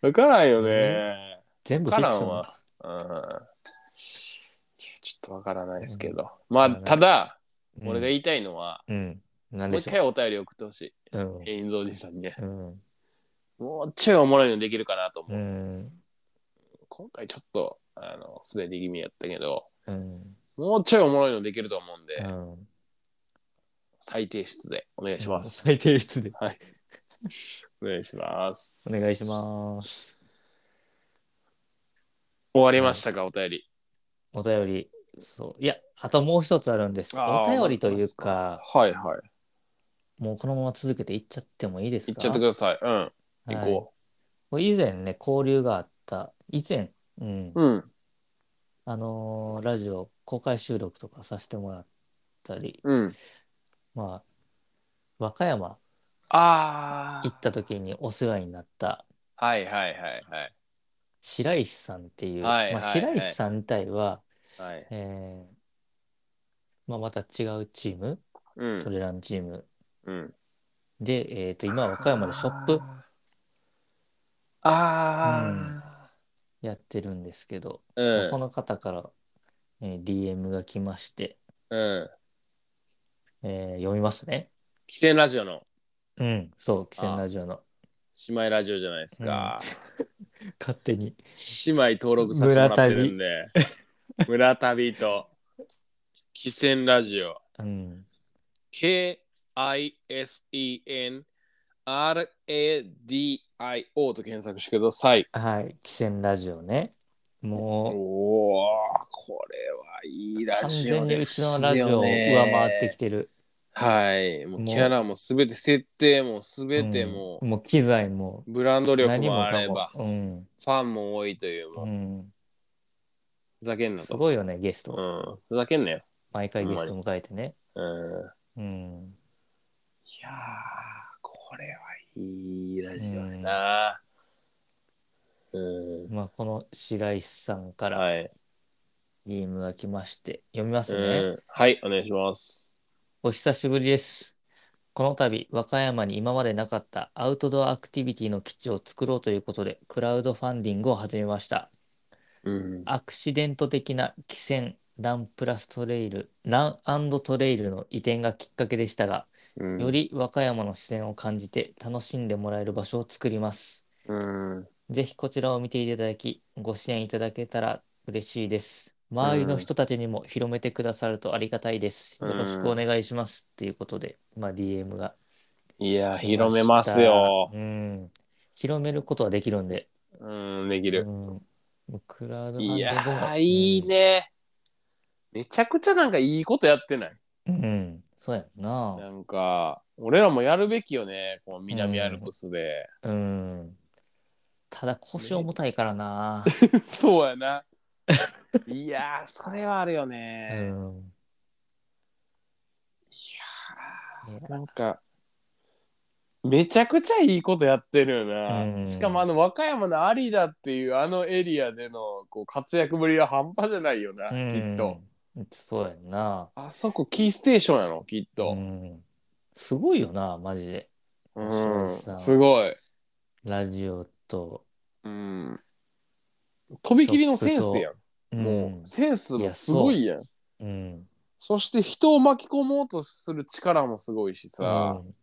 [SPEAKER 2] わからんよね、
[SPEAKER 1] 全部フィクション
[SPEAKER 2] わ
[SPEAKER 1] か
[SPEAKER 2] うん、いやちょっとわからないですけど、まあただ、俺が言いたいのは
[SPEAKER 1] うん、うん、なん
[SPEAKER 2] も
[SPEAKER 1] で
[SPEAKER 2] う
[SPEAKER 1] し
[SPEAKER 2] 一
[SPEAKER 1] ょ
[SPEAKER 2] 回お便り送ってほしい。
[SPEAKER 1] ううん
[SPEAKER 2] エインゾージさんにね。
[SPEAKER 1] うん
[SPEAKER 2] もうちょいおもろいのできるかなと
[SPEAKER 1] う
[SPEAKER 2] 思う。
[SPEAKER 1] ん
[SPEAKER 2] 今回ちょっと、あの、滑り気味やったけど、
[SPEAKER 1] うん
[SPEAKER 2] もうちょいおもろいのできると思うんで、
[SPEAKER 1] うん
[SPEAKER 2] 最低出でお願いします。
[SPEAKER 1] 最低出で
[SPEAKER 2] お願いします。
[SPEAKER 1] お願いします
[SPEAKER 2] 終わりましたか、お便り。
[SPEAKER 1] お便りそういやあともう一つあるんです
[SPEAKER 2] あ
[SPEAKER 1] お
[SPEAKER 2] ー
[SPEAKER 1] 便りというか
[SPEAKER 2] はいはい。
[SPEAKER 1] もうこのまま続けていっちゃってもいいです
[SPEAKER 2] 行っ
[SPEAKER 1] か
[SPEAKER 2] ちゃってください。うん。行
[SPEAKER 1] はい
[SPEAKER 2] こ
[SPEAKER 1] これ以前ね、交流があった、以前、うん、
[SPEAKER 2] う。うん。
[SPEAKER 1] あのーラジオ公開収録とかさせてもらったり、
[SPEAKER 2] うん。
[SPEAKER 1] まあ、和歌山
[SPEAKER 2] あ
[SPEAKER 1] 行った時にお世話になった
[SPEAKER 2] あ。はいはいはいはい。
[SPEAKER 1] 白石さんっていう、
[SPEAKER 2] はい
[SPEAKER 1] まあ、
[SPEAKER 2] はい
[SPEAKER 1] 白石さん自体は、
[SPEAKER 2] はい。
[SPEAKER 1] えーまあ、また違うチーム、
[SPEAKER 2] う
[SPEAKER 1] ト
[SPEAKER 2] ん。
[SPEAKER 1] レランチーム
[SPEAKER 2] うん。
[SPEAKER 1] で、えっ、と、今は和歌山でショップ
[SPEAKER 2] あ
[SPEAKER 1] やってるんですけど、
[SPEAKER 2] あ。う
[SPEAKER 1] まあ
[SPEAKER 2] ん
[SPEAKER 1] こ。の方から、えー DM が来まして、
[SPEAKER 2] うん。
[SPEAKER 1] えー読みますね。
[SPEAKER 2] 汽船ラジオの
[SPEAKER 1] うん、そう、汽船ラジオの
[SPEAKER 2] 姉妹ラジオじゃないですか。
[SPEAKER 1] 勝手に。
[SPEAKER 2] 姉妹登録させてもらってるん で。村旅と汽船ラジオ。
[SPEAKER 1] うん、
[SPEAKER 2] K-I-S-E-N-R-A-D-I-O と検索してください。
[SPEAKER 1] はい、汽船ラジオね。
[SPEAKER 2] お
[SPEAKER 1] も
[SPEAKER 2] おー、これはいいうラ
[SPEAKER 1] 完
[SPEAKER 2] ジ
[SPEAKER 1] 全
[SPEAKER 2] オ
[SPEAKER 1] に
[SPEAKER 2] で
[SPEAKER 1] うちの
[SPEAKER 2] す
[SPEAKER 1] ラジオ
[SPEAKER 2] よ
[SPEAKER 1] を上
[SPEAKER 2] ね。
[SPEAKER 1] 回ってきてる。
[SPEAKER 2] はい。もうキャラもすべて、設定もすべても、
[SPEAKER 1] うんもう機材も
[SPEAKER 2] ブランド力
[SPEAKER 1] 何も
[SPEAKER 2] もあれ
[SPEAKER 1] か
[SPEAKER 2] ば、
[SPEAKER 1] も。うん
[SPEAKER 2] ファンも多いという、もう、
[SPEAKER 1] うん、
[SPEAKER 2] ふざけんな
[SPEAKER 1] す
[SPEAKER 2] と。
[SPEAKER 1] ごいよね、ゲス
[SPEAKER 2] う
[SPEAKER 1] ト。
[SPEAKER 2] ん、ふざけんなよ。
[SPEAKER 1] 毎回ゲスト迎えてね。
[SPEAKER 2] うん。
[SPEAKER 1] うん、
[SPEAKER 2] いやー、これはいいラジオやな。うん。
[SPEAKER 1] まあ、この白石さんから
[SPEAKER 2] はい。
[SPEAKER 1] DM が来まして、読みますね。
[SPEAKER 2] うんはい、お願いします。
[SPEAKER 1] お久しぶりです。この度、和歌山に今までなかったアウトドアアクティビティの基地を作ろうということで、クラウドファンディングを始めました。
[SPEAKER 2] うん。
[SPEAKER 1] アクシデント的な汽船ランプラストレイルラントレイルの移転がきっかけでしたが
[SPEAKER 2] うん
[SPEAKER 1] より和歌山の視線を感じて楽しんでもらえる場所を作ります
[SPEAKER 2] うん。
[SPEAKER 1] ぜひこちらを見ていただきご支援いただけたら嬉しいです周りの人たちにも広めてくださるとありがたいですよろしくお願いしますということで、まあ、DM が
[SPEAKER 2] いや
[SPEAKER 1] 来
[SPEAKER 2] ー、
[SPEAKER 1] した
[SPEAKER 2] 広めますよ。
[SPEAKER 1] うん広めることはできるんで、
[SPEAKER 2] うん、でき
[SPEAKER 1] う
[SPEAKER 2] る。
[SPEAKER 1] ん、クラウドファンディングも
[SPEAKER 2] いやー、いいね。めちゃくちゃなんかいいことやってない。
[SPEAKER 1] うん、うんそうやんな
[SPEAKER 2] なんか、俺らもやるべきよね。こう南アルプスで。
[SPEAKER 1] うん。ただ腰重たいからな。
[SPEAKER 2] そうやな。いやー、それはあるよね
[SPEAKER 1] う。ん。
[SPEAKER 2] い
[SPEAKER 1] ね
[SPEAKER 2] やーなんかめちゃくちゃいいことやってるよな、
[SPEAKER 1] うん
[SPEAKER 2] しかもあの和歌山の有田っていうあのエリアでのこう活躍ぶりは半端じゃないよな、
[SPEAKER 1] うん
[SPEAKER 2] きっと。
[SPEAKER 1] そうやんな。
[SPEAKER 2] あそこキーステーションやろきっ
[SPEAKER 1] う
[SPEAKER 2] と、
[SPEAKER 1] ん。すごいよな、マジで。
[SPEAKER 2] うん
[SPEAKER 1] そうさ
[SPEAKER 2] すごい、
[SPEAKER 1] ラジオと。
[SPEAKER 2] うん、とびきりのセンスやん、もうセンスもすごいやん
[SPEAKER 1] うん。うん。
[SPEAKER 2] そして人を巻き込もうとする力もすごいしさ、
[SPEAKER 1] うん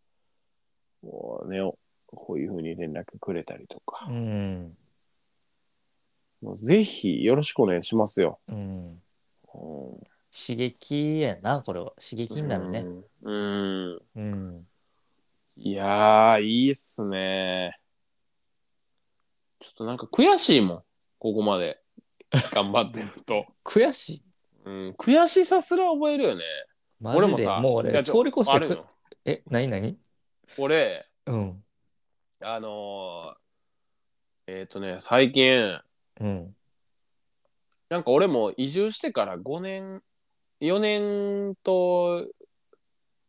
[SPEAKER 2] もうねこういうふうに連絡くれたりとか
[SPEAKER 1] う、ん。
[SPEAKER 2] もうぜひよろしくお願いしますよ。
[SPEAKER 1] うん。
[SPEAKER 2] うん
[SPEAKER 1] 刺激やな、これは。刺激になるね。。
[SPEAKER 2] うん。うん
[SPEAKER 1] うん。
[SPEAKER 2] いやー、いいっすね。ちょっとなんか悔しいもん、ここま で頑張ってると。
[SPEAKER 1] 悔しい。
[SPEAKER 2] うん、悔しさすら覚えるよね。
[SPEAKER 1] マ
[SPEAKER 2] 俺
[SPEAKER 1] ジ
[SPEAKER 2] も
[SPEAKER 1] で、
[SPEAKER 2] さ、
[SPEAKER 1] もう俺、
[SPEAKER 2] いやち
[SPEAKER 1] 通
[SPEAKER 2] ょ
[SPEAKER 1] り越し
[SPEAKER 2] あ
[SPEAKER 1] て
[SPEAKER 2] る
[SPEAKER 1] く。
[SPEAKER 2] よ
[SPEAKER 1] え、なになに
[SPEAKER 2] 俺、
[SPEAKER 1] うん。
[SPEAKER 2] あのー、えっ、とね、最近、
[SPEAKER 1] うん。
[SPEAKER 2] なんか俺も移住してから5年、4年と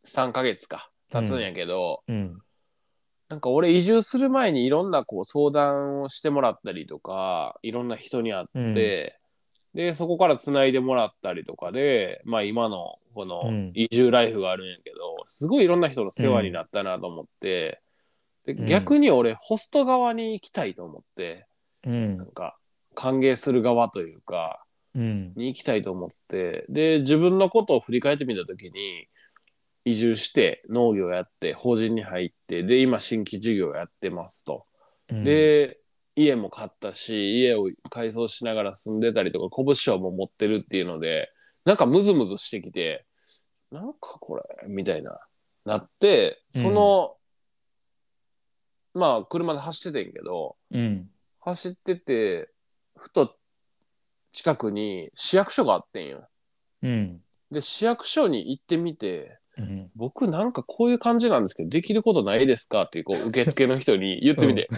[SPEAKER 2] 3ヶ月か、経つんやけど、
[SPEAKER 1] うん。
[SPEAKER 2] なんか俺移住する前にいろんなこう相談をしてもらったりとかいろんな人に会って、でそこからつないでもらったりとかでまあ今のこ
[SPEAKER 1] う
[SPEAKER 2] の
[SPEAKER 1] ん
[SPEAKER 2] 移住ライフがあるんやけど、すごいいろんな人の世話になったなと思っ
[SPEAKER 1] う
[SPEAKER 2] て、
[SPEAKER 1] ん
[SPEAKER 2] で逆に俺ホスト側に行きたいと思って、
[SPEAKER 1] う
[SPEAKER 2] なん
[SPEAKER 1] ん。
[SPEAKER 2] か歓迎する側というか
[SPEAKER 1] うん。
[SPEAKER 2] に行きたいと思ってで自分のことを振り返ってみた時に移住して農業やって法人に入ってで今新規事業やってますと。
[SPEAKER 1] うん、
[SPEAKER 2] で家も買ったし家を改装しながら住んでたりとか拳をも持ってるっていうのでなんかムズムズしてきてなんかこれみたいななってその、まあ車で走っててんけど、
[SPEAKER 1] うん。
[SPEAKER 2] 走っててふと近くに市役所があってんよ
[SPEAKER 1] うん。
[SPEAKER 2] で市役所に行ってみて
[SPEAKER 1] うん。
[SPEAKER 2] 僕なんかこういう感じなんですけどできることないですかってこう受付の人に言ってみて、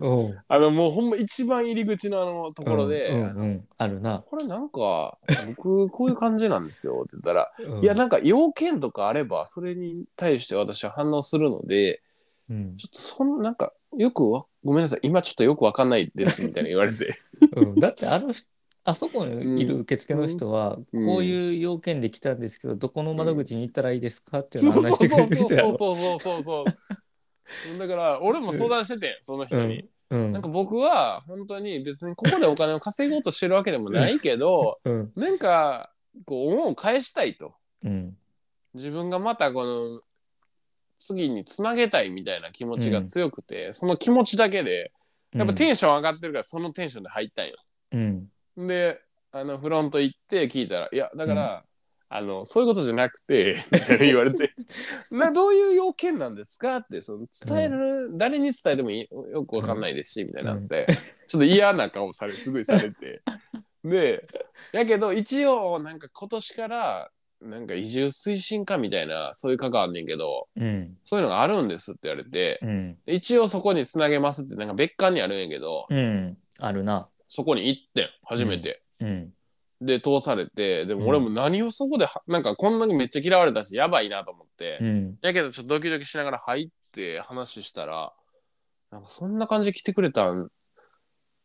[SPEAKER 1] おう
[SPEAKER 2] あのもうほんま一番入り口のあのところで、
[SPEAKER 1] うんうんうん、あるな。
[SPEAKER 2] これなんか僕こういう感じなんですよって言ったら、
[SPEAKER 1] うん
[SPEAKER 2] いやなんか要件とかあればそれに対して私は反応するので
[SPEAKER 1] うん
[SPEAKER 2] ちょっとそんなんかよくわごめんなさい今ちょっとよくわかんないですみたいな言われて
[SPEAKER 1] うんだってあの人あそこにいる受付の人は、
[SPEAKER 2] うん
[SPEAKER 1] こういう要件で来たんですけど、どこの窓口に行ったらいいですかっていうのを
[SPEAKER 2] そう
[SPEAKER 1] 案
[SPEAKER 2] そう
[SPEAKER 1] 内してく
[SPEAKER 2] そ
[SPEAKER 1] れ
[SPEAKER 2] う
[SPEAKER 1] る人やろ。
[SPEAKER 2] そうそうそうそうだから俺も相談しててんその人に、
[SPEAKER 1] うん
[SPEAKER 2] なんか僕は本当に別にここでお金を稼ごうとしてるわけでもないけど
[SPEAKER 1] うん
[SPEAKER 2] なんかこう恩を返したいと
[SPEAKER 1] うん
[SPEAKER 2] 自分がまたこの次につなげたいみたいな気持ちが強くて、その気持ちだけでやっぱテンション上がってるからそのテンションで入ったんよ
[SPEAKER 1] うん
[SPEAKER 2] であのフロント行って聞いたら「いやだから、あのそういうことじゃなくて」みたいな言われて「などういう要件なんですか?」ってその伝える、誰に伝えてもいいよくわかんないですしみたいになって、 ちょっと嫌な顔されすごいされてでやけど一応なんか今年からなんか移住推進課みたいなそういう課があんねんけど
[SPEAKER 1] うん
[SPEAKER 2] そういうのがあるんですって言われて
[SPEAKER 1] う、ん
[SPEAKER 2] 一応そこにつなげますってなんか別館にあるんやけど
[SPEAKER 1] うんあるな。
[SPEAKER 2] そこに行ってん初めて。
[SPEAKER 1] うん
[SPEAKER 2] で通されてで
[SPEAKER 1] うん
[SPEAKER 2] も俺も何をそこでは、なんかこんなにめっちゃ嫌われたしやばいなと思って、
[SPEAKER 1] うん
[SPEAKER 2] やけどちょっとドキドキしながら入って話したらなんかそんな感じで来てくれたん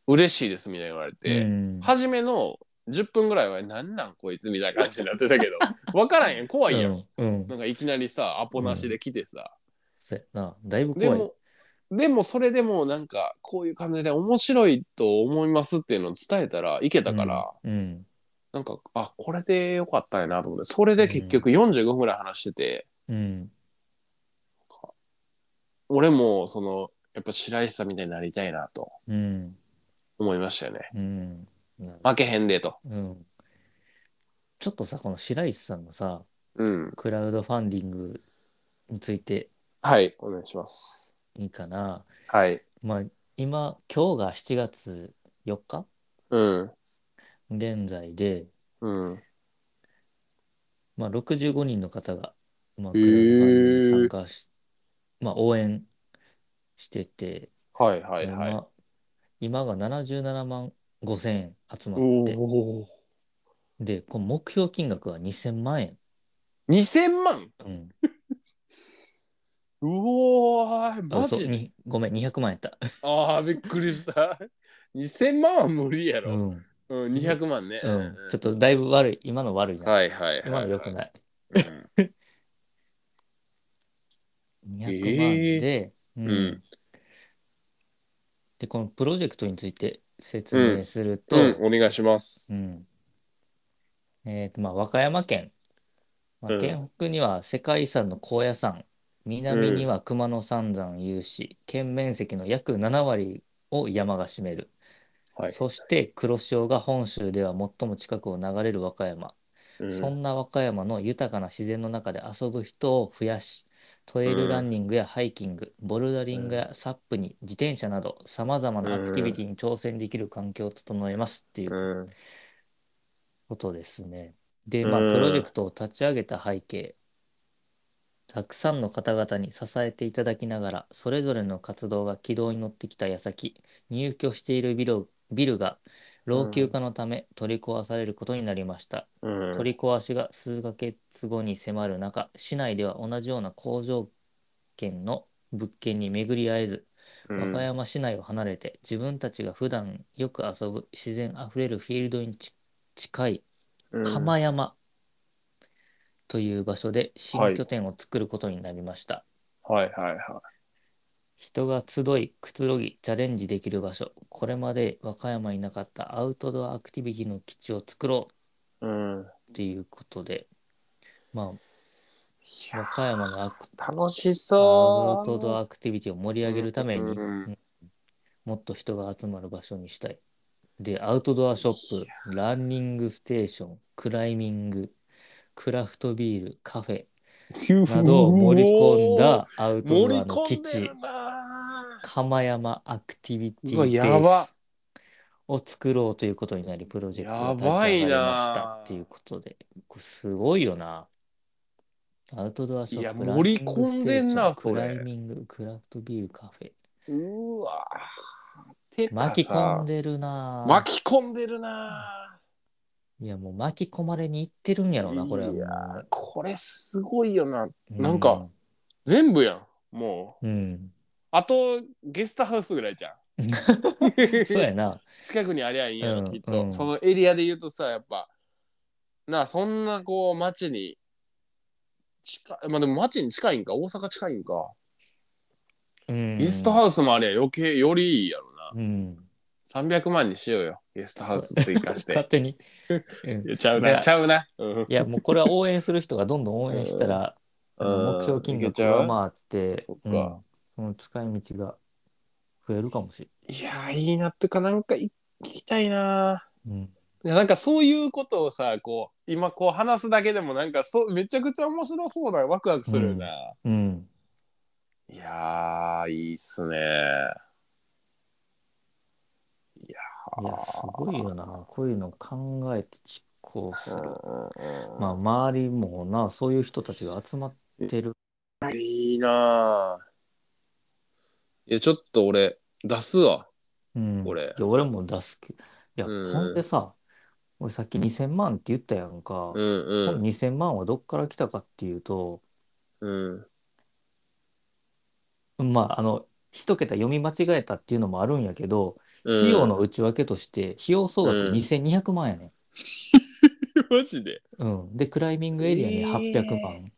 [SPEAKER 2] 嬉しいですみたいに言われて、
[SPEAKER 1] うん
[SPEAKER 2] 初めの10分ぐらいはなんなんこいつみたいな感じになって たけど分からんやん怖いやん、
[SPEAKER 1] うんうん
[SPEAKER 2] なんかいきなりさアポなしで来てさ、
[SPEAKER 1] そうやなだいぶ
[SPEAKER 2] で
[SPEAKER 1] 怖い
[SPEAKER 2] もでもそれでもなんかこういう感じで面白いと思いますっていうのを伝えたらいけたから。
[SPEAKER 1] うん
[SPEAKER 2] なんか、あ、これでよかったんやなと思って、それで結局45分ぐらい話してて、
[SPEAKER 1] うん
[SPEAKER 2] 俺も、その、やっぱ白石さんみたいになりたいなと
[SPEAKER 1] うん
[SPEAKER 2] 思いましたよね。
[SPEAKER 1] うんうん
[SPEAKER 2] 負けへんでと。
[SPEAKER 1] うんちょっとさこの白石さんのさ
[SPEAKER 2] うん。
[SPEAKER 1] クラウドファンディングについて
[SPEAKER 2] はい、お願いします。
[SPEAKER 1] いいかな
[SPEAKER 2] はい。
[SPEAKER 1] まあ今今日が7月4日
[SPEAKER 2] うん。
[SPEAKER 1] 現在で、
[SPEAKER 2] うん。
[SPEAKER 1] まあ、65人の方が、まあ、
[SPEAKER 2] へ
[SPEAKER 1] クラウドファ
[SPEAKER 2] ー
[SPEAKER 1] ンディングに参加し、まあ、応援してて、
[SPEAKER 2] はいはいはい。
[SPEAKER 1] まあ今が77万5千円集ま
[SPEAKER 2] お
[SPEAKER 1] って
[SPEAKER 2] お。
[SPEAKER 1] でこの目標金額は2000万円、
[SPEAKER 2] 2000万
[SPEAKER 1] うん、
[SPEAKER 2] うおー、
[SPEAKER 1] あ
[SPEAKER 2] マ
[SPEAKER 1] 嘘
[SPEAKER 2] ジ
[SPEAKER 1] にごめん200万円やった、
[SPEAKER 2] ああ、びっくりした。2000万は無理や
[SPEAKER 1] う
[SPEAKER 2] ろ。
[SPEAKER 1] ん、
[SPEAKER 2] うん、200万ね。
[SPEAKER 1] うん、ちょっとだいぶ悪い。今の悪いな。
[SPEAKER 2] はいはいはい、
[SPEAKER 1] 今の良く
[SPEAKER 2] い。
[SPEAKER 1] ない。
[SPEAKER 2] うん
[SPEAKER 1] 200万で、うん
[SPEAKER 2] うん
[SPEAKER 1] で、このプロジェクトについて説明すると、
[SPEAKER 2] うん、お願いします。
[SPEAKER 1] うんえっ、と、まあ、和歌山県。ま
[SPEAKER 2] う
[SPEAKER 1] あ、
[SPEAKER 2] ん
[SPEAKER 1] 県北には世界遺産の高野山、南には熊野三山有志、県面積の約7割を山が占める。
[SPEAKER 2] はい。
[SPEAKER 1] そして黒潮が本州では最も近くを流れる和歌山。
[SPEAKER 2] うん
[SPEAKER 1] そんな和歌山の豊かな自然の中で遊ぶ人を増やし、トレイルランニングやハイキング、ボルダリングやサップに自転車など、さまざまなアクティビティに挑戦できる環境を整えますっていう
[SPEAKER 2] うん
[SPEAKER 1] ことですね。で、まあ
[SPEAKER 2] う、ん
[SPEAKER 1] プロジェクトを立ち上げた背景、たくさんの方々に支えていただきながら、それぞれの活動が軌道に乗ってきた矢先、入居しているビルをビルが老朽化のため取り壊されることになりました。
[SPEAKER 2] うん
[SPEAKER 1] 取り壊しが数ヶ月後に迫る中、市内では同じような工場圏の物件に巡り合えず、
[SPEAKER 2] うん
[SPEAKER 1] 和歌山市内を離れて自分たちが普段よく遊ぶ自然あふれるフィールドにち近い釜山という場所で
[SPEAKER 2] は
[SPEAKER 1] 新
[SPEAKER 2] い
[SPEAKER 1] 拠点を作ることになりました、
[SPEAKER 2] うんはいはいは
[SPEAKER 1] 人が集いくつろぎチャレンジできる場所これまで和歌山になかったアウトドアアクティビティの基地を作ろ
[SPEAKER 2] い。うん。
[SPEAKER 1] うっていうことでま
[SPEAKER 2] い
[SPEAKER 1] あ和
[SPEAKER 2] や
[SPEAKER 1] 歌山のアク
[SPEAKER 2] 楽し
[SPEAKER 1] ア
[SPEAKER 2] そう。
[SPEAKER 1] ウトドアアクティビティを盛り上げるために
[SPEAKER 2] うん
[SPEAKER 1] もっと人が集まる場所にしたい。で、アウトドアショップ、ランニングステーション、クライミング、クラフトビール、カフェなどを盛り込んだアウトド
[SPEAKER 2] 盛り
[SPEAKER 1] アの基
[SPEAKER 2] 込んで
[SPEAKER 1] 地
[SPEAKER 2] る、な
[SPEAKER 1] 釜山アクティビテ
[SPEAKER 2] うわ
[SPEAKER 1] ィベ
[SPEAKER 2] や
[SPEAKER 1] ー
[SPEAKER 2] ば
[SPEAKER 1] スを作ろうということになり、プロジェクトが立ち上がりまし
[SPEAKER 2] やばい
[SPEAKER 1] た
[SPEAKER 2] な
[SPEAKER 1] っていうことで、これすごいよな。アウトドアショ
[SPEAKER 2] いや
[SPEAKER 1] ップ、ランニング
[SPEAKER 2] 盛り込
[SPEAKER 1] ステ
[SPEAKER 2] んで
[SPEAKER 1] ー
[SPEAKER 2] ん
[SPEAKER 1] シ
[SPEAKER 2] な
[SPEAKER 1] ョン、
[SPEAKER 2] それ
[SPEAKER 1] クライミング、クラフトビール、カフェ。
[SPEAKER 2] うわてかさ
[SPEAKER 1] 巻き込んでるなぁ
[SPEAKER 2] 巻き込んでるない
[SPEAKER 1] やもう巻き込まれに行ってるんやろうなこれはもう
[SPEAKER 2] いやーこれすごいよな
[SPEAKER 1] う
[SPEAKER 2] なんか全部やんもう
[SPEAKER 1] うん、
[SPEAKER 2] あとゲストハウスぐらいじゃん
[SPEAKER 1] そうやな
[SPEAKER 2] 近くにありゃいいんやろ、
[SPEAKER 1] うん
[SPEAKER 2] きっと、
[SPEAKER 1] うん
[SPEAKER 2] そのエリアで言うとさやっぱなあそんなこう街に近いまあでも街に近いんか大阪近いんか、
[SPEAKER 1] うん
[SPEAKER 2] ゲストハウスもありゃ余計よりいいやろな
[SPEAKER 1] うん
[SPEAKER 2] 300万にしようよゲストハウス追加して
[SPEAKER 1] 勝手に、うん
[SPEAKER 2] いやちゃう
[SPEAKER 1] じゃ
[SPEAKER 2] な
[SPEAKER 1] あ
[SPEAKER 2] ちゃうなうん
[SPEAKER 1] いやもうこれは応援する人がどんどん応援したら、
[SPEAKER 2] うん
[SPEAKER 1] あの
[SPEAKER 2] うん
[SPEAKER 1] 目標金
[SPEAKER 2] いけ
[SPEAKER 1] 額
[SPEAKER 2] ちゃう
[SPEAKER 1] 上回って
[SPEAKER 2] そっか
[SPEAKER 1] うん、その使い道が増えるかもし
[SPEAKER 2] いやーいいなっていうかなんかい聞きたいな
[SPEAKER 1] れん、うん、
[SPEAKER 2] いやなんかそういうことをさこう今こう話すだけでもなんかそうめちゃくちゃ面白そうだワクワクするな、
[SPEAKER 1] うん、
[SPEAKER 2] いやーいいっすね
[SPEAKER 1] いやすごいよなこういうの考えて実行する、
[SPEAKER 2] うん
[SPEAKER 1] まあ周りもなそういう人たちが集まってる
[SPEAKER 2] いいなあいやちょっと俺出すわ
[SPEAKER 1] うん、
[SPEAKER 2] 俺
[SPEAKER 1] いや俺も出すけど。いや、
[SPEAKER 2] うん
[SPEAKER 1] ほんでさ、俺さっき2000万って言ったやんか。
[SPEAKER 2] うんう
[SPEAKER 1] この
[SPEAKER 2] ん
[SPEAKER 1] 2000万はどっから来たかっていうと、
[SPEAKER 2] うん
[SPEAKER 1] まあ、あの、一桁読み間違えたっていうのもあるんやけど、
[SPEAKER 2] うん
[SPEAKER 1] 費用の内訳として、費用総額
[SPEAKER 2] うん
[SPEAKER 1] 2200万やね、
[SPEAKER 2] マジで
[SPEAKER 1] ん。うん。で、クライミングエリアに800万。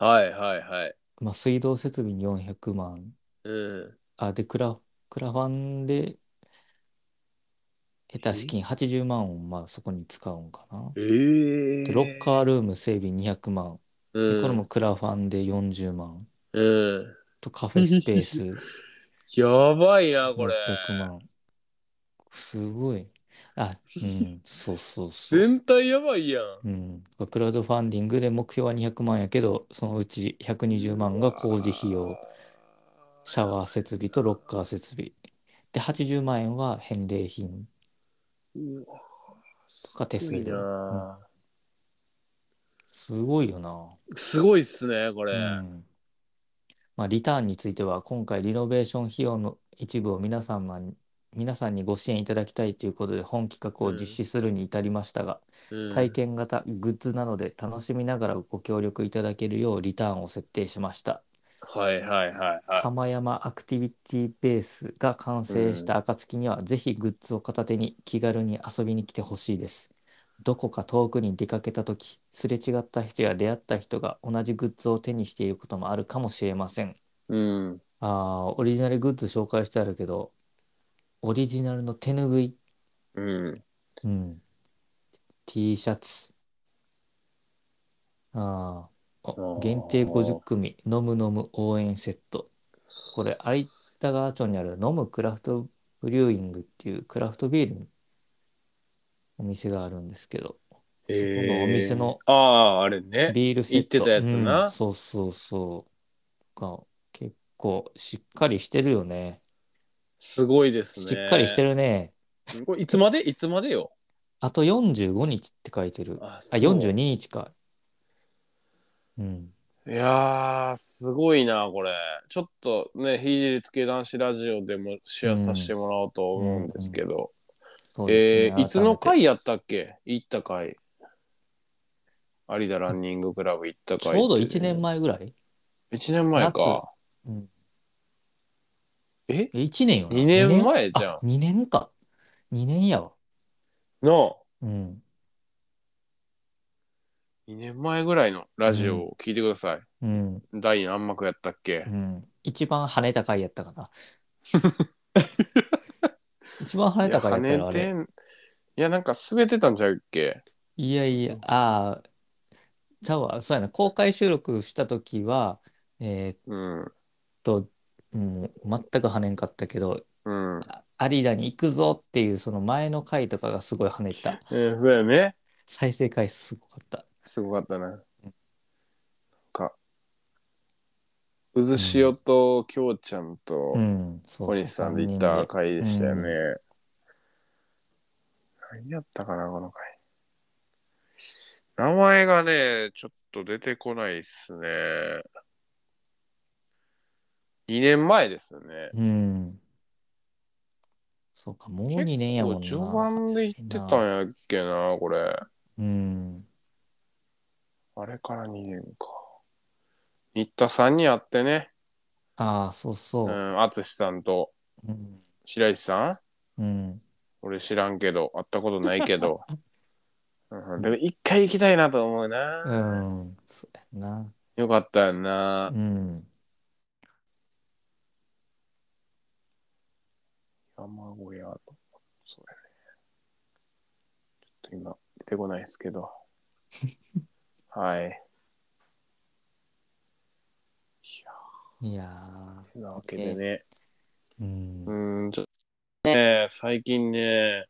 [SPEAKER 2] はいはいはい
[SPEAKER 1] まあ、水道設備に400万。
[SPEAKER 2] うん
[SPEAKER 1] あ、で、クラ、クラファンで得た資金80万を、まあ、そこに使うんかな。
[SPEAKER 2] ええ
[SPEAKER 1] で、ロッカールーム整備200万。
[SPEAKER 2] う
[SPEAKER 1] で
[SPEAKER 2] ん
[SPEAKER 1] これもクラファンで40万
[SPEAKER 2] うん
[SPEAKER 1] とカフェスペース
[SPEAKER 2] やばい なこれ
[SPEAKER 1] 600万すごいあうんそうそうそう、
[SPEAKER 2] 全体やばいや
[SPEAKER 1] う
[SPEAKER 2] ん
[SPEAKER 1] ん、クラウドファンディングで目標は200万やけどそのうち120万が工事費用シャワー設備とロッカー設備で80万円は返礼品
[SPEAKER 2] うわす
[SPEAKER 1] か手数料
[SPEAKER 2] ごいなあ
[SPEAKER 1] すごいよな
[SPEAKER 2] すごいっすねこれ、
[SPEAKER 1] うんまあ、リターンについては今回リノベーション費用の一部を皆様に皆さんにご支援いただきたいということで本企画を実施するに至りましたが、
[SPEAKER 2] うん
[SPEAKER 1] 体験型グッズなので楽しみながらご協力いただけるようリターンを設定しました。
[SPEAKER 2] はいはいはいは
[SPEAKER 1] 釜山アクティビティベースが完成した暁には、ぜひグッズを片手に気軽に遊びに来てほしいです。どこか遠くに出かけた時すれ違った人や出会った人が同じグッズを手にしていることもあるかもしれません。
[SPEAKER 2] い。うん。
[SPEAKER 1] あーオリジナルグッズ紹介してあるけどオリジナルの手ぬぐい、
[SPEAKER 2] うん。
[SPEAKER 1] うん、T シャツあーお
[SPEAKER 2] あー
[SPEAKER 1] 限定50組「飲む飲む応援セット」これ有田川町にある飲むクラフトブリューイングっていうクラフトビールのお店があるんですけど
[SPEAKER 2] えー
[SPEAKER 1] そこのお店の
[SPEAKER 2] ああ、あれね。
[SPEAKER 1] ビールセット
[SPEAKER 2] 言ってたやつな
[SPEAKER 1] うんそうそうそうが結構しっかりしてるよね
[SPEAKER 2] すごいですね。
[SPEAKER 1] しっかりして
[SPEAKER 2] る。
[SPEAKER 1] るね
[SPEAKER 2] これいつまでいつまでよ。
[SPEAKER 1] あと45日って書いてるあ
[SPEAKER 2] あ、そう
[SPEAKER 1] 42日かうん
[SPEAKER 2] いやー、すごいな、これ。ちょっとね、ひじりつけ男子ラジオでもシェアさせてもらおうと思うんですけど。
[SPEAKER 1] そうで
[SPEAKER 2] え
[SPEAKER 1] すね
[SPEAKER 2] ーいつの
[SPEAKER 1] 改めて
[SPEAKER 2] 回やったっけ行った回。有田ランニングクラブ行った回。
[SPEAKER 1] ちょうど1年。前ぐらい、
[SPEAKER 2] 1年前か。
[SPEAKER 1] うん、
[SPEAKER 2] え
[SPEAKER 1] 1年よな
[SPEAKER 2] 二年前じゃん
[SPEAKER 1] 2年か2年やわ
[SPEAKER 2] の
[SPEAKER 1] うん
[SPEAKER 2] 2年前ぐらいのラジオを聞いてください。
[SPEAKER 1] うん
[SPEAKER 2] 第何幕やったっけ
[SPEAKER 1] う、ん一番跳ねた回やったか な一番跳ねた回やっ
[SPEAKER 2] いや
[SPEAKER 1] たら
[SPEAKER 2] 跳
[SPEAKER 1] あ
[SPEAKER 2] ね
[SPEAKER 1] れ
[SPEAKER 2] てんいやなんか滑ってたんちゃうっけ
[SPEAKER 1] いやいや、ああ、じゃあわ、そうやな、公開収録した時は、えーっ
[SPEAKER 2] うん
[SPEAKER 1] と、うん、全く跳ねんかったけど、
[SPEAKER 2] うん
[SPEAKER 1] あ有田に行くぞっていう、その前の回とかがすごい跳ねた。
[SPEAKER 2] えーそうやね
[SPEAKER 1] 再生回数すごかった。
[SPEAKER 2] すごかったななんか渦潮ときょうちゃんと
[SPEAKER 1] うん、そうそ
[SPEAKER 2] 小
[SPEAKER 1] う、
[SPEAKER 2] 西さんで行っ
[SPEAKER 1] 三
[SPEAKER 2] た
[SPEAKER 1] 人
[SPEAKER 2] 回でしたよね、
[SPEAKER 1] う
[SPEAKER 2] 何やったかなこの回名前がねちょっと出てこないっすね2年前ですね、
[SPEAKER 1] でうん。そうか、もう2年やもん
[SPEAKER 2] 結構序
[SPEAKER 1] な。
[SPEAKER 2] 盤で言ってたんやっけな、これ。
[SPEAKER 1] うん。
[SPEAKER 2] あれから2年か。新田さんに会ってね、
[SPEAKER 1] ああ、そう
[SPEAKER 2] う
[SPEAKER 1] そう。
[SPEAKER 2] ん、淳さんと
[SPEAKER 1] うん。
[SPEAKER 2] 白石さ
[SPEAKER 1] う
[SPEAKER 2] ん
[SPEAKER 1] ん。
[SPEAKER 2] 俺知らんけど、会ったことないけ ど。うん、でも一回行きたいなと思う
[SPEAKER 1] う
[SPEAKER 2] な。
[SPEAKER 1] ん。そうやな。
[SPEAKER 2] よかったよな
[SPEAKER 1] う。ん。
[SPEAKER 2] 山小屋と。そうやね。ちょっと今、出てこないですけ ど。はい。いや
[SPEAKER 1] いやー。
[SPEAKER 2] ー、てなわけでね。
[SPEAKER 1] うん
[SPEAKER 2] う。ーん、ちょっとね、最近ね、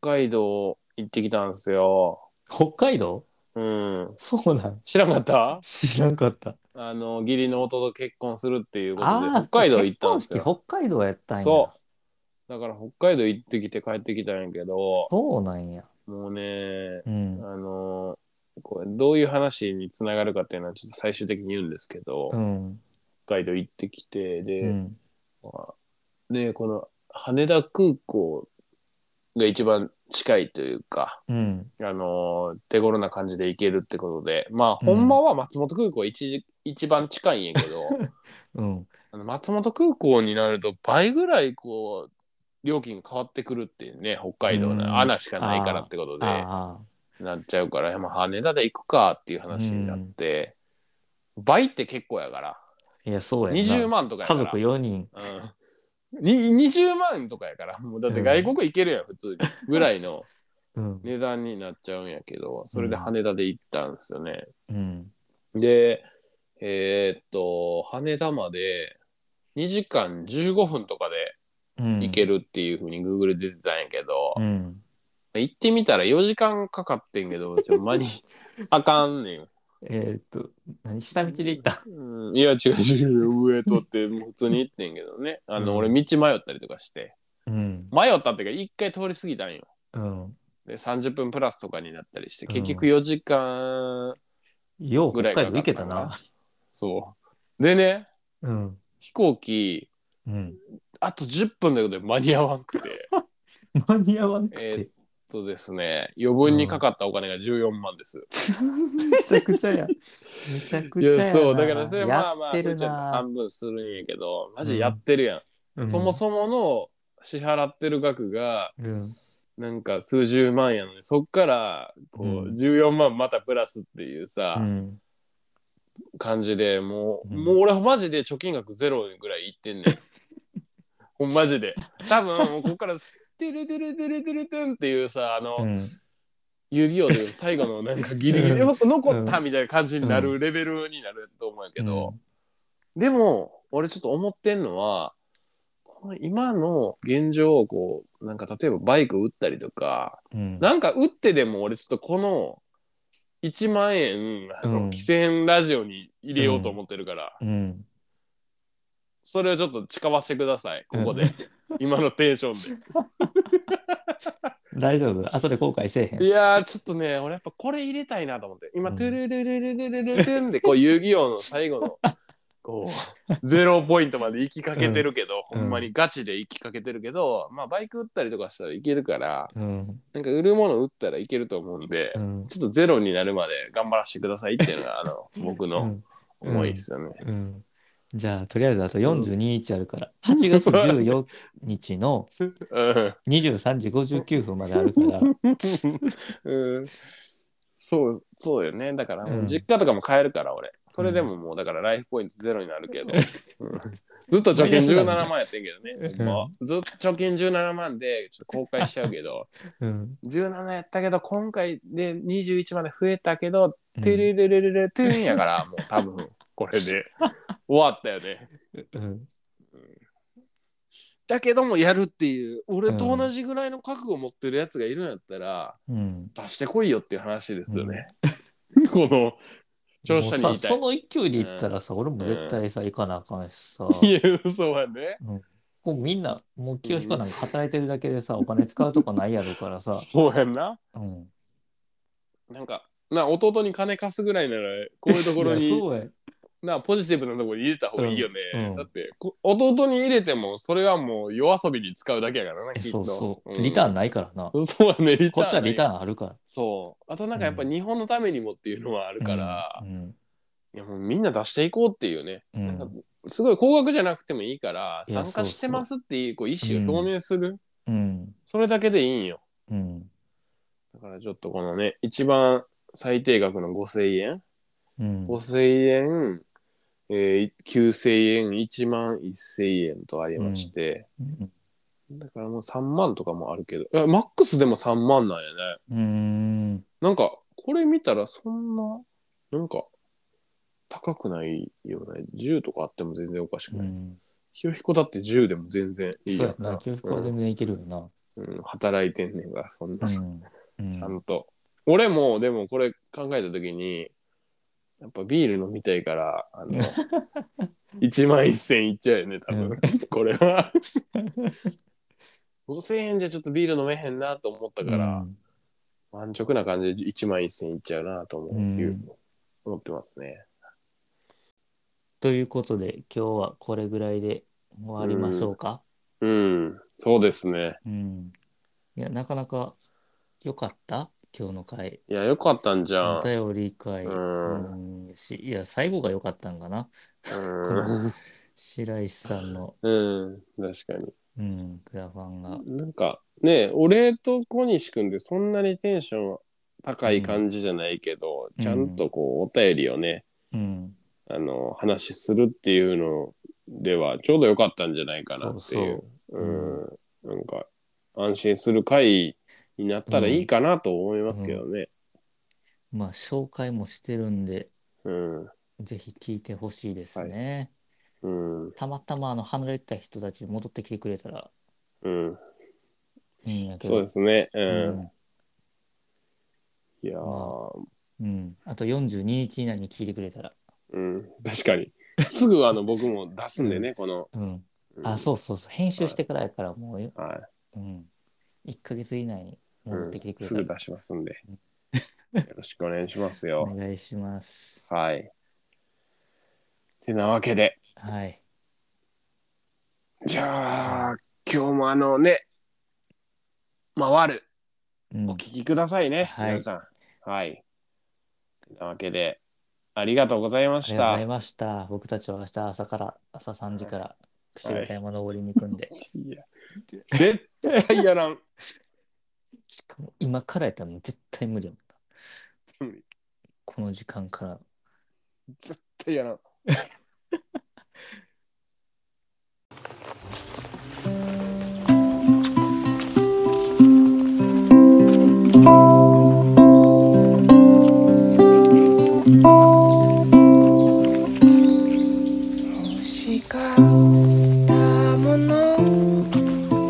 [SPEAKER 2] 北海道行ってきたんですよ。
[SPEAKER 1] 北海道
[SPEAKER 2] うん。
[SPEAKER 1] そうなん
[SPEAKER 2] 知らなかった
[SPEAKER 1] 知らんかった。
[SPEAKER 2] あの、義理の弟と結婚するっていうことで、
[SPEAKER 1] ああ、
[SPEAKER 2] 北海道行ったんです
[SPEAKER 1] 結
[SPEAKER 2] よ。
[SPEAKER 1] 婚式北海道やったんや。
[SPEAKER 2] そう。だから北海道行ってきて帰ってきたんやけど、
[SPEAKER 1] そうなんや。
[SPEAKER 2] もうね、
[SPEAKER 1] うん。
[SPEAKER 2] あの、これどういう話につながるかっていうのはちょっと最終的に言うんですけど、
[SPEAKER 1] うん。
[SPEAKER 2] 北海道行ってきて、で、
[SPEAKER 1] うん。
[SPEAKER 2] まあね、この羽田空港が一番近いというか、
[SPEAKER 1] うん。
[SPEAKER 2] あのー手頃な感じで行けるってことで、まあ、
[SPEAKER 1] うん
[SPEAKER 2] ほんまは松本空港一時一番近いんや けど、
[SPEAKER 1] うん。
[SPEAKER 2] あの松本空港になると倍ぐらいこう、料金が変わってくるっていうね、北海道
[SPEAKER 1] うん
[SPEAKER 2] の穴しかないからってことで、
[SPEAKER 1] あ
[SPEAKER 2] なっちゃうから、まあ、羽田で行くかっていう話になって、倍って結構やから、
[SPEAKER 1] あ。いや、そうやな。
[SPEAKER 2] 20万とかやか
[SPEAKER 1] 家
[SPEAKER 2] ら。
[SPEAKER 1] 族4人。
[SPEAKER 2] うんに20万とかやから、もうだって外国行けるやん、普通に。ぐらいの
[SPEAKER 1] うん。
[SPEAKER 2] 値段になっちゃうんやけど、それで羽田で行ったんですよね。
[SPEAKER 1] うん。
[SPEAKER 2] で、えーっと、羽田まで2時間15分とかで
[SPEAKER 1] うん。
[SPEAKER 2] 行け
[SPEAKER 1] る。
[SPEAKER 2] るっていうふうに Google で出てたんやけど、
[SPEAKER 1] うん。
[SPEAKER 2] 行ってみたら4時間かかってんけど、ちょ、間に あかんねん。
[SPEAKER 1] えーっと、何下道で行った。
[SPEAKER 2] うん、いや、違う違う、上通って、もう普通に行ってんけどね。あの、
[SPEAKER 1] うん
[SPEAKER 2] 俺、道迷ったりとかして。
[SPEAKER 1] うん。
[SPEAKER 2] 迷ったっていうか、1回通り過ぎたんよ。
[SPEAKER 1] うん。
[SPEAKER 2] で、30分プラスとかになったりして、
[SPEAKER 1] うん
[SPEAKER 2] 結局4時間、
[SPEAKER 1] よう
[SPEAKER 2] ぐら
[SPEAKER 1] 北
[SPEAKER 2] いか
[SPEAKER 1] 海
[SPEAKER 2] か
[SPEAKER 1] 道行け
[SPEAKER 2] った
[SPEAKER 1] たな。
[SPEAKER 2] そう。でね、
[SPEAKER 1] うん。
[SPEAKER 2] 飛行機、
[SPEAKER 1] うん。
[SPEAKER 2] あと10分だけど間に合わんくて。
[SPEAKER 1] 間に合わんく
[SPEAKER 2] えー
[SPEAKER 1] て。
[SPEAKER 2] とですね、余分にかかったお金が14万です。
[SPEAKER 1] めちゃくちゃや。めちゃく
[SPEAKER 2] い
[SPEAKER 1] ちゃやな。
[SPEAKER 2] や、そう、だからそれはま
[SPEAKER 1] や
[SPEAKER 2] あま
[SPEAKER 1] っ
[SPEAKER 2] あ、
[SPEAKER 1] て
[SPEAKER 2] ちょ
[SPEAKER 1] る
[SPEAKER 2] っと
[SPEAKER 1] な。
[SPEAKER 2] 半分するんやけど、マジやってるやん。
[SPEAKER 1] うん
[SPEAKER 2] そもそもの支払ってる額が、
[SPEAKER 1] うん
[SPEAKER 2] なんか数十万やのに、そっから、こう、
[SPEAKER 1] うん
[SPEAKER 2] 14万またプラスっていうさ、
[SPEAKER 1] うん
[SPEAKER 2] 感じでも
[SPEAKER 1] う
[SPEAKER 2] う、
[SPEAKER 1] ん
[SPEAKER 2] もう俺はマジで貯金額ゼロぐらいいって んねん。ほんマジで。多分もうここからス「テレテレテレテレテン」っていうさあの、
[SPEAKER 1] うん
[SPEAKER 2] 遊戯王でいう最後のなんかギリギリ、
[SPEAKER 1] う
[SPEAKER 2] よく残ったみたいな感じになるレベルになると思うんやけど、でも俺ちょっと思ってんのはこの今の現状をこうなんか例えばバイク売ったりとか
[SPEAKER 1] うん
[SPEAKER 2] なんか打ってでも俺ちょっとこの1万円、あ
[SPEAKER 1] う
[SPEAKER 2] の
[SPEAKER 1] ん
[SPEAKER 2] 汽船ラジオに入れようと思ってるから、
[SPEAKER 1] うん
[SPEAKER 2] それをちょっと誓わせてください、ここで。今のテンション
[SPEAKER 1] 大丈夫後で後悔せえへ
[SPEAKER 2] で。
[SPEAKER 1] ん。
[SPEAKER 2] いやー、ちょっとね、俺やっぱこれ入れたいなと思って。今、トゥルルルルルルルルンで、こう、遊戯王の最 後の、こう、ゼロポイントまで行きかけてるけど、
[SPEAKER 1] うん
[SPEAKER 2] ほんまにガチで行きかけてるけど、まあ、バイク売ったりとかしたらいけるから、
[SPEAKER 1] うん
[SPEAKER 2] なんか売るもの売ったらいけると思うんで
[SPEAKER 1] う、ん
[SPEAKER 2] ちょっとゼロになるまで頑張らせてくださいっていうのが、あの、僕
[SPEAKER 1] う
[SPEAKER 2] の
[SPEAKER 1] ん
[SPEAKER 2] 思いですよね。
[SPEAKER 1] うんじゃあとりあえずあと42日ある から8月14日の
[SPEAKER 2] うん。
[SPEAKER 1] 23時59分まであるから
[SPEAKER 2] うんそう、そうよね。だから、
[SPEAKER 1] うん
[SPEAKER 2] 実家とかも買えるから、俺。それでももう、だからライフポイントゼロになるけど。うん ずっと貯金17万やってんけどね。
[SPEAKER 1] うん
[SPEAKER 2] もうずっと貯金17万で、ちょっと後悔しちゃうけど、
[SPEAKER 1] うん
[SPEAKER 2] 17やったけど、今回で21まで増えたけど、
[SPEAKER 1] うん
[SPEAKER 2] てるるるるるてんやから、もう多 分、これで終わったよね。
[SPEAKER 1] うん
[SPEAKER 2] だけどもやるっていう、俺と同じぐらいの覚悟を持ってるやつがいるんやったら、
[SPEAKER 1] うん
[SPEAKER 2] 出してこいよっていう話ですよね。 この調査に
[SPEAKER 1] も
[SPEAKER 2] 言
[SPEAKER 1] う
[SPEAKER 2] い
[SPEAKER 1] さ
[SPEAKER 2] た
[SPEAKER 1] そ
[SPEAKER 2] い。
[SPEAKER 1] の勢いでいったらさ俺も絶対さ行かなあかんしさ
[SPEAKER 2] いや、嘘はね。
[SPEAKER 1] こうみんなもう清彦なんか働いてるだけでさお金使うとこないやろからさ
[SPEAKER 2] そうやんな。
[SPEAKER 1] うん
[SPEAKER 2] なんか、な弟に金貸すぐらいなら、こういうところ
[SPEAKER 1] いや
[SPEAKER 2] に、
[SPEAKER 1] そうや
[SPEAKER 2] なポジティブなところに入れた方がいいよね。
[SPEAKER 1] うんうん
[SPEAKER 2] だって、こ弟に入れても、それはもう夜遊びに使うだけやからな、
[SPEAKER 1] え
[SPEAKER 2] きっ
[SPEAKER 1] そ
[SPEAKER 2] と。
[SPEAKER 1] うそうリターン
[SPEAKER 2] ン。
[SPEAKER 1] ないからな
[SPEAKER 2] そうやね、リタ
[SPEAKER 1] こ
[SPEAKER 2] ーン。
[SPEAKER 1] っちはリタ
[SPEAKER 2] ン。
[SPEAKER 1] ーンあるか
[SPEAKER 2] そう。あとなんかやっぱ日本のためにもっていうのはある
[SPEAKER 1] ら
[SPEAKER 2] から、
[SPEAKER 1] うん
[SPEAKER 2] いやもうみんな出していこうっていうね。
[SPEAKER 1] うん
[SPEAKER 2] なんかすごい高額じゃなくてもいいから、
[SPEAKER 1] いや
[SPEAKER 2] 参加してますっていうこう意思を表明する。
[SPEAKER 1] うん
[SPEAKER 2] それだけでいいんよ。
[SPEAKER 1] うん
[SPEAKER 2] だからちょっとこのね、一番最低額の5000円、
[SPEAKER 1] うん
[SPEAKER 2] 5000円、えー9000円、1万1000円とありまして、
[SPEAKER 1] うん
[SPEAKER 2] だからもう3万とかもあるけど、いやマックスでも3万なんやね。
[SPEAKER 1] うーん
[SPEAKER 2] なんか、これ見たらそんな、なんか、高くないよね。10とかあっても全然おかしく
[SPEAKER 1] う
[SPEAKER 2] ない。
[SPEAKER 1] ん
[SPEAKER 2] 清彦だって10でも全然いい
[SPEAKER 1] そう
[SPEAKER 2] や
[SPEAKER 1] や
[SPEAKER 2] ん
[SPEAKER 1] な、給付は全然いけるよな。
[SPEAKER 2] うんうん働いてんねんから、そんな。
[SPEAKER 1] うん。うん
[SPEAKER 2] ちゃんと。俺も、でもこれ考えたときに、やっぱビール飲みたいから、あの、1万1000円いっちゃうよね、多分、
[SPEAKER 1] う
[SPEAKER 2] これは。5000円じゃちょっとビール飲めへんなと思ったから、安直な感じで1万1000円いっちゃうなと思う、
[SPEAKER 1] うん
[SPEAKER 2] いう思ってますね。
[SPEAKER 1] ということで、今日はこれぐらいで終わりましょうか。
[SPEAKER 2] うん、そうですね。
[SPEAKER 1] うん。いや、なかなか良かった今日の回。
[SPEAKER 2] いや、よかったんじ
[SPEAKER 1] お
[SPEAKER 2] ゃん。
[SPEAKER 1] 便り会。
[SPEAKER 2] うん
[SPEAKER 1] うんしいや、最後が良かったんかな。
[SPEAKER 2] うん、
[SPEAKER 1] 白石さんの、
[SPEAKER 2] うん、確かに。
[SPEAKER 1] うん、クラファンが。
[SPEAKER 2] なんかね俺と小西君でそんなにテンション高い感じじゃないけど、
[SPEAKER 1] うん
[SPEAKER 2] ちゃんとこうお便りをね
[SPEAKER 1] うん。
[SPEAKER 2] あの話するっていうのではちょうど良かったんじゃないかなっていう
[SPEAKER 1] そうう
[SPEAKER 2] うんなんか安心する回になったらいいかなと思いますけどね。
[SPEAKER 1] まあ、紹介もしてるんで、
[SPEAKER 2] うん、うん
[SPEAKER 1] ぜひ聞いてほしいですね。
[SPEAKER 2] うん
[SPEAKER 1] たまたまあの離れてた人たち戻ってきてくれたら
[SPEAKER 2] うん、
[SPEAKER 1] いいんやけど。
[SPEAKER 2] そうですね。うん。
[SPEAKER 1] うん
[SPEAKER 2] いやー、
[SPEAKER 1] うん、あと42日以内に聞いてくれたら。
[SPEAKER 2] うん、確かに。すぐあの僕も出すんでね、この。
[SPEAKER 1] うん、あ、そうそうそう。編集してからやからもう、
[SPEAKER 2] うん。はい。
[SPEAKER 1] うん、1ヶ月以内に戻ってきてく
[SPEAKER 2] す
[SPEAKER 1] れ
[SPEAKER 2] ぐ
[SPEAKER 1] たら
[SPEAKER 2] 出、しますんで。 よろしくお願いしますよ。
[SPEAKER 1] お願いします。
[SPEAKER 2] はい。てなわけで、
[SPEAKER 1] はい。
[SPEAKER 2] じゃあ、今日もあのね、回る
[SPEAKER 1] うん
[SPEAKER 2] お聞きくださいね、
[SPEAKER 1] はい
[SPEAKER 2] 皆さん。はい。というわけで、ありがとうございま
[SPEAKER 1] あ
[SPEAKER 2] し
[SPEAKER 1] りがとうござい
[SPEAKER 2] た。
[SPEAKER 1] ました。僕たちは明日朝から、朝3時から、串部山登りに行くんで、
[SPEAKER 2] いや絶対やらん。
[SPEAKER 1] しかも今からやったらもう絶対無理やもんな
[SPEAKER 2] 無理
[SPEAKER 1] この時間から。
[SPEAKER 2] 絶対やらん。
[SPEAKER 4] 星がたもの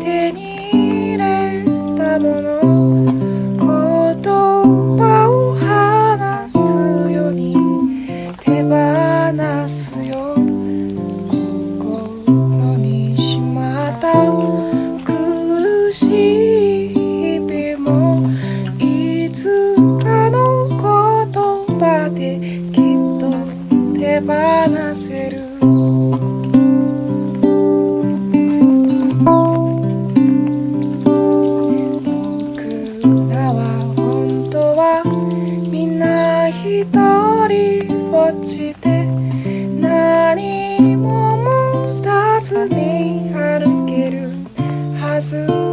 [SPEAKER 4] 手に入れたもの言葉を話すように手放すよ心にしまった苦しい日々もいつかの言葉できっと手放せる僕らは本当はみんな一人ぼっちで何も持たずに歩けるはず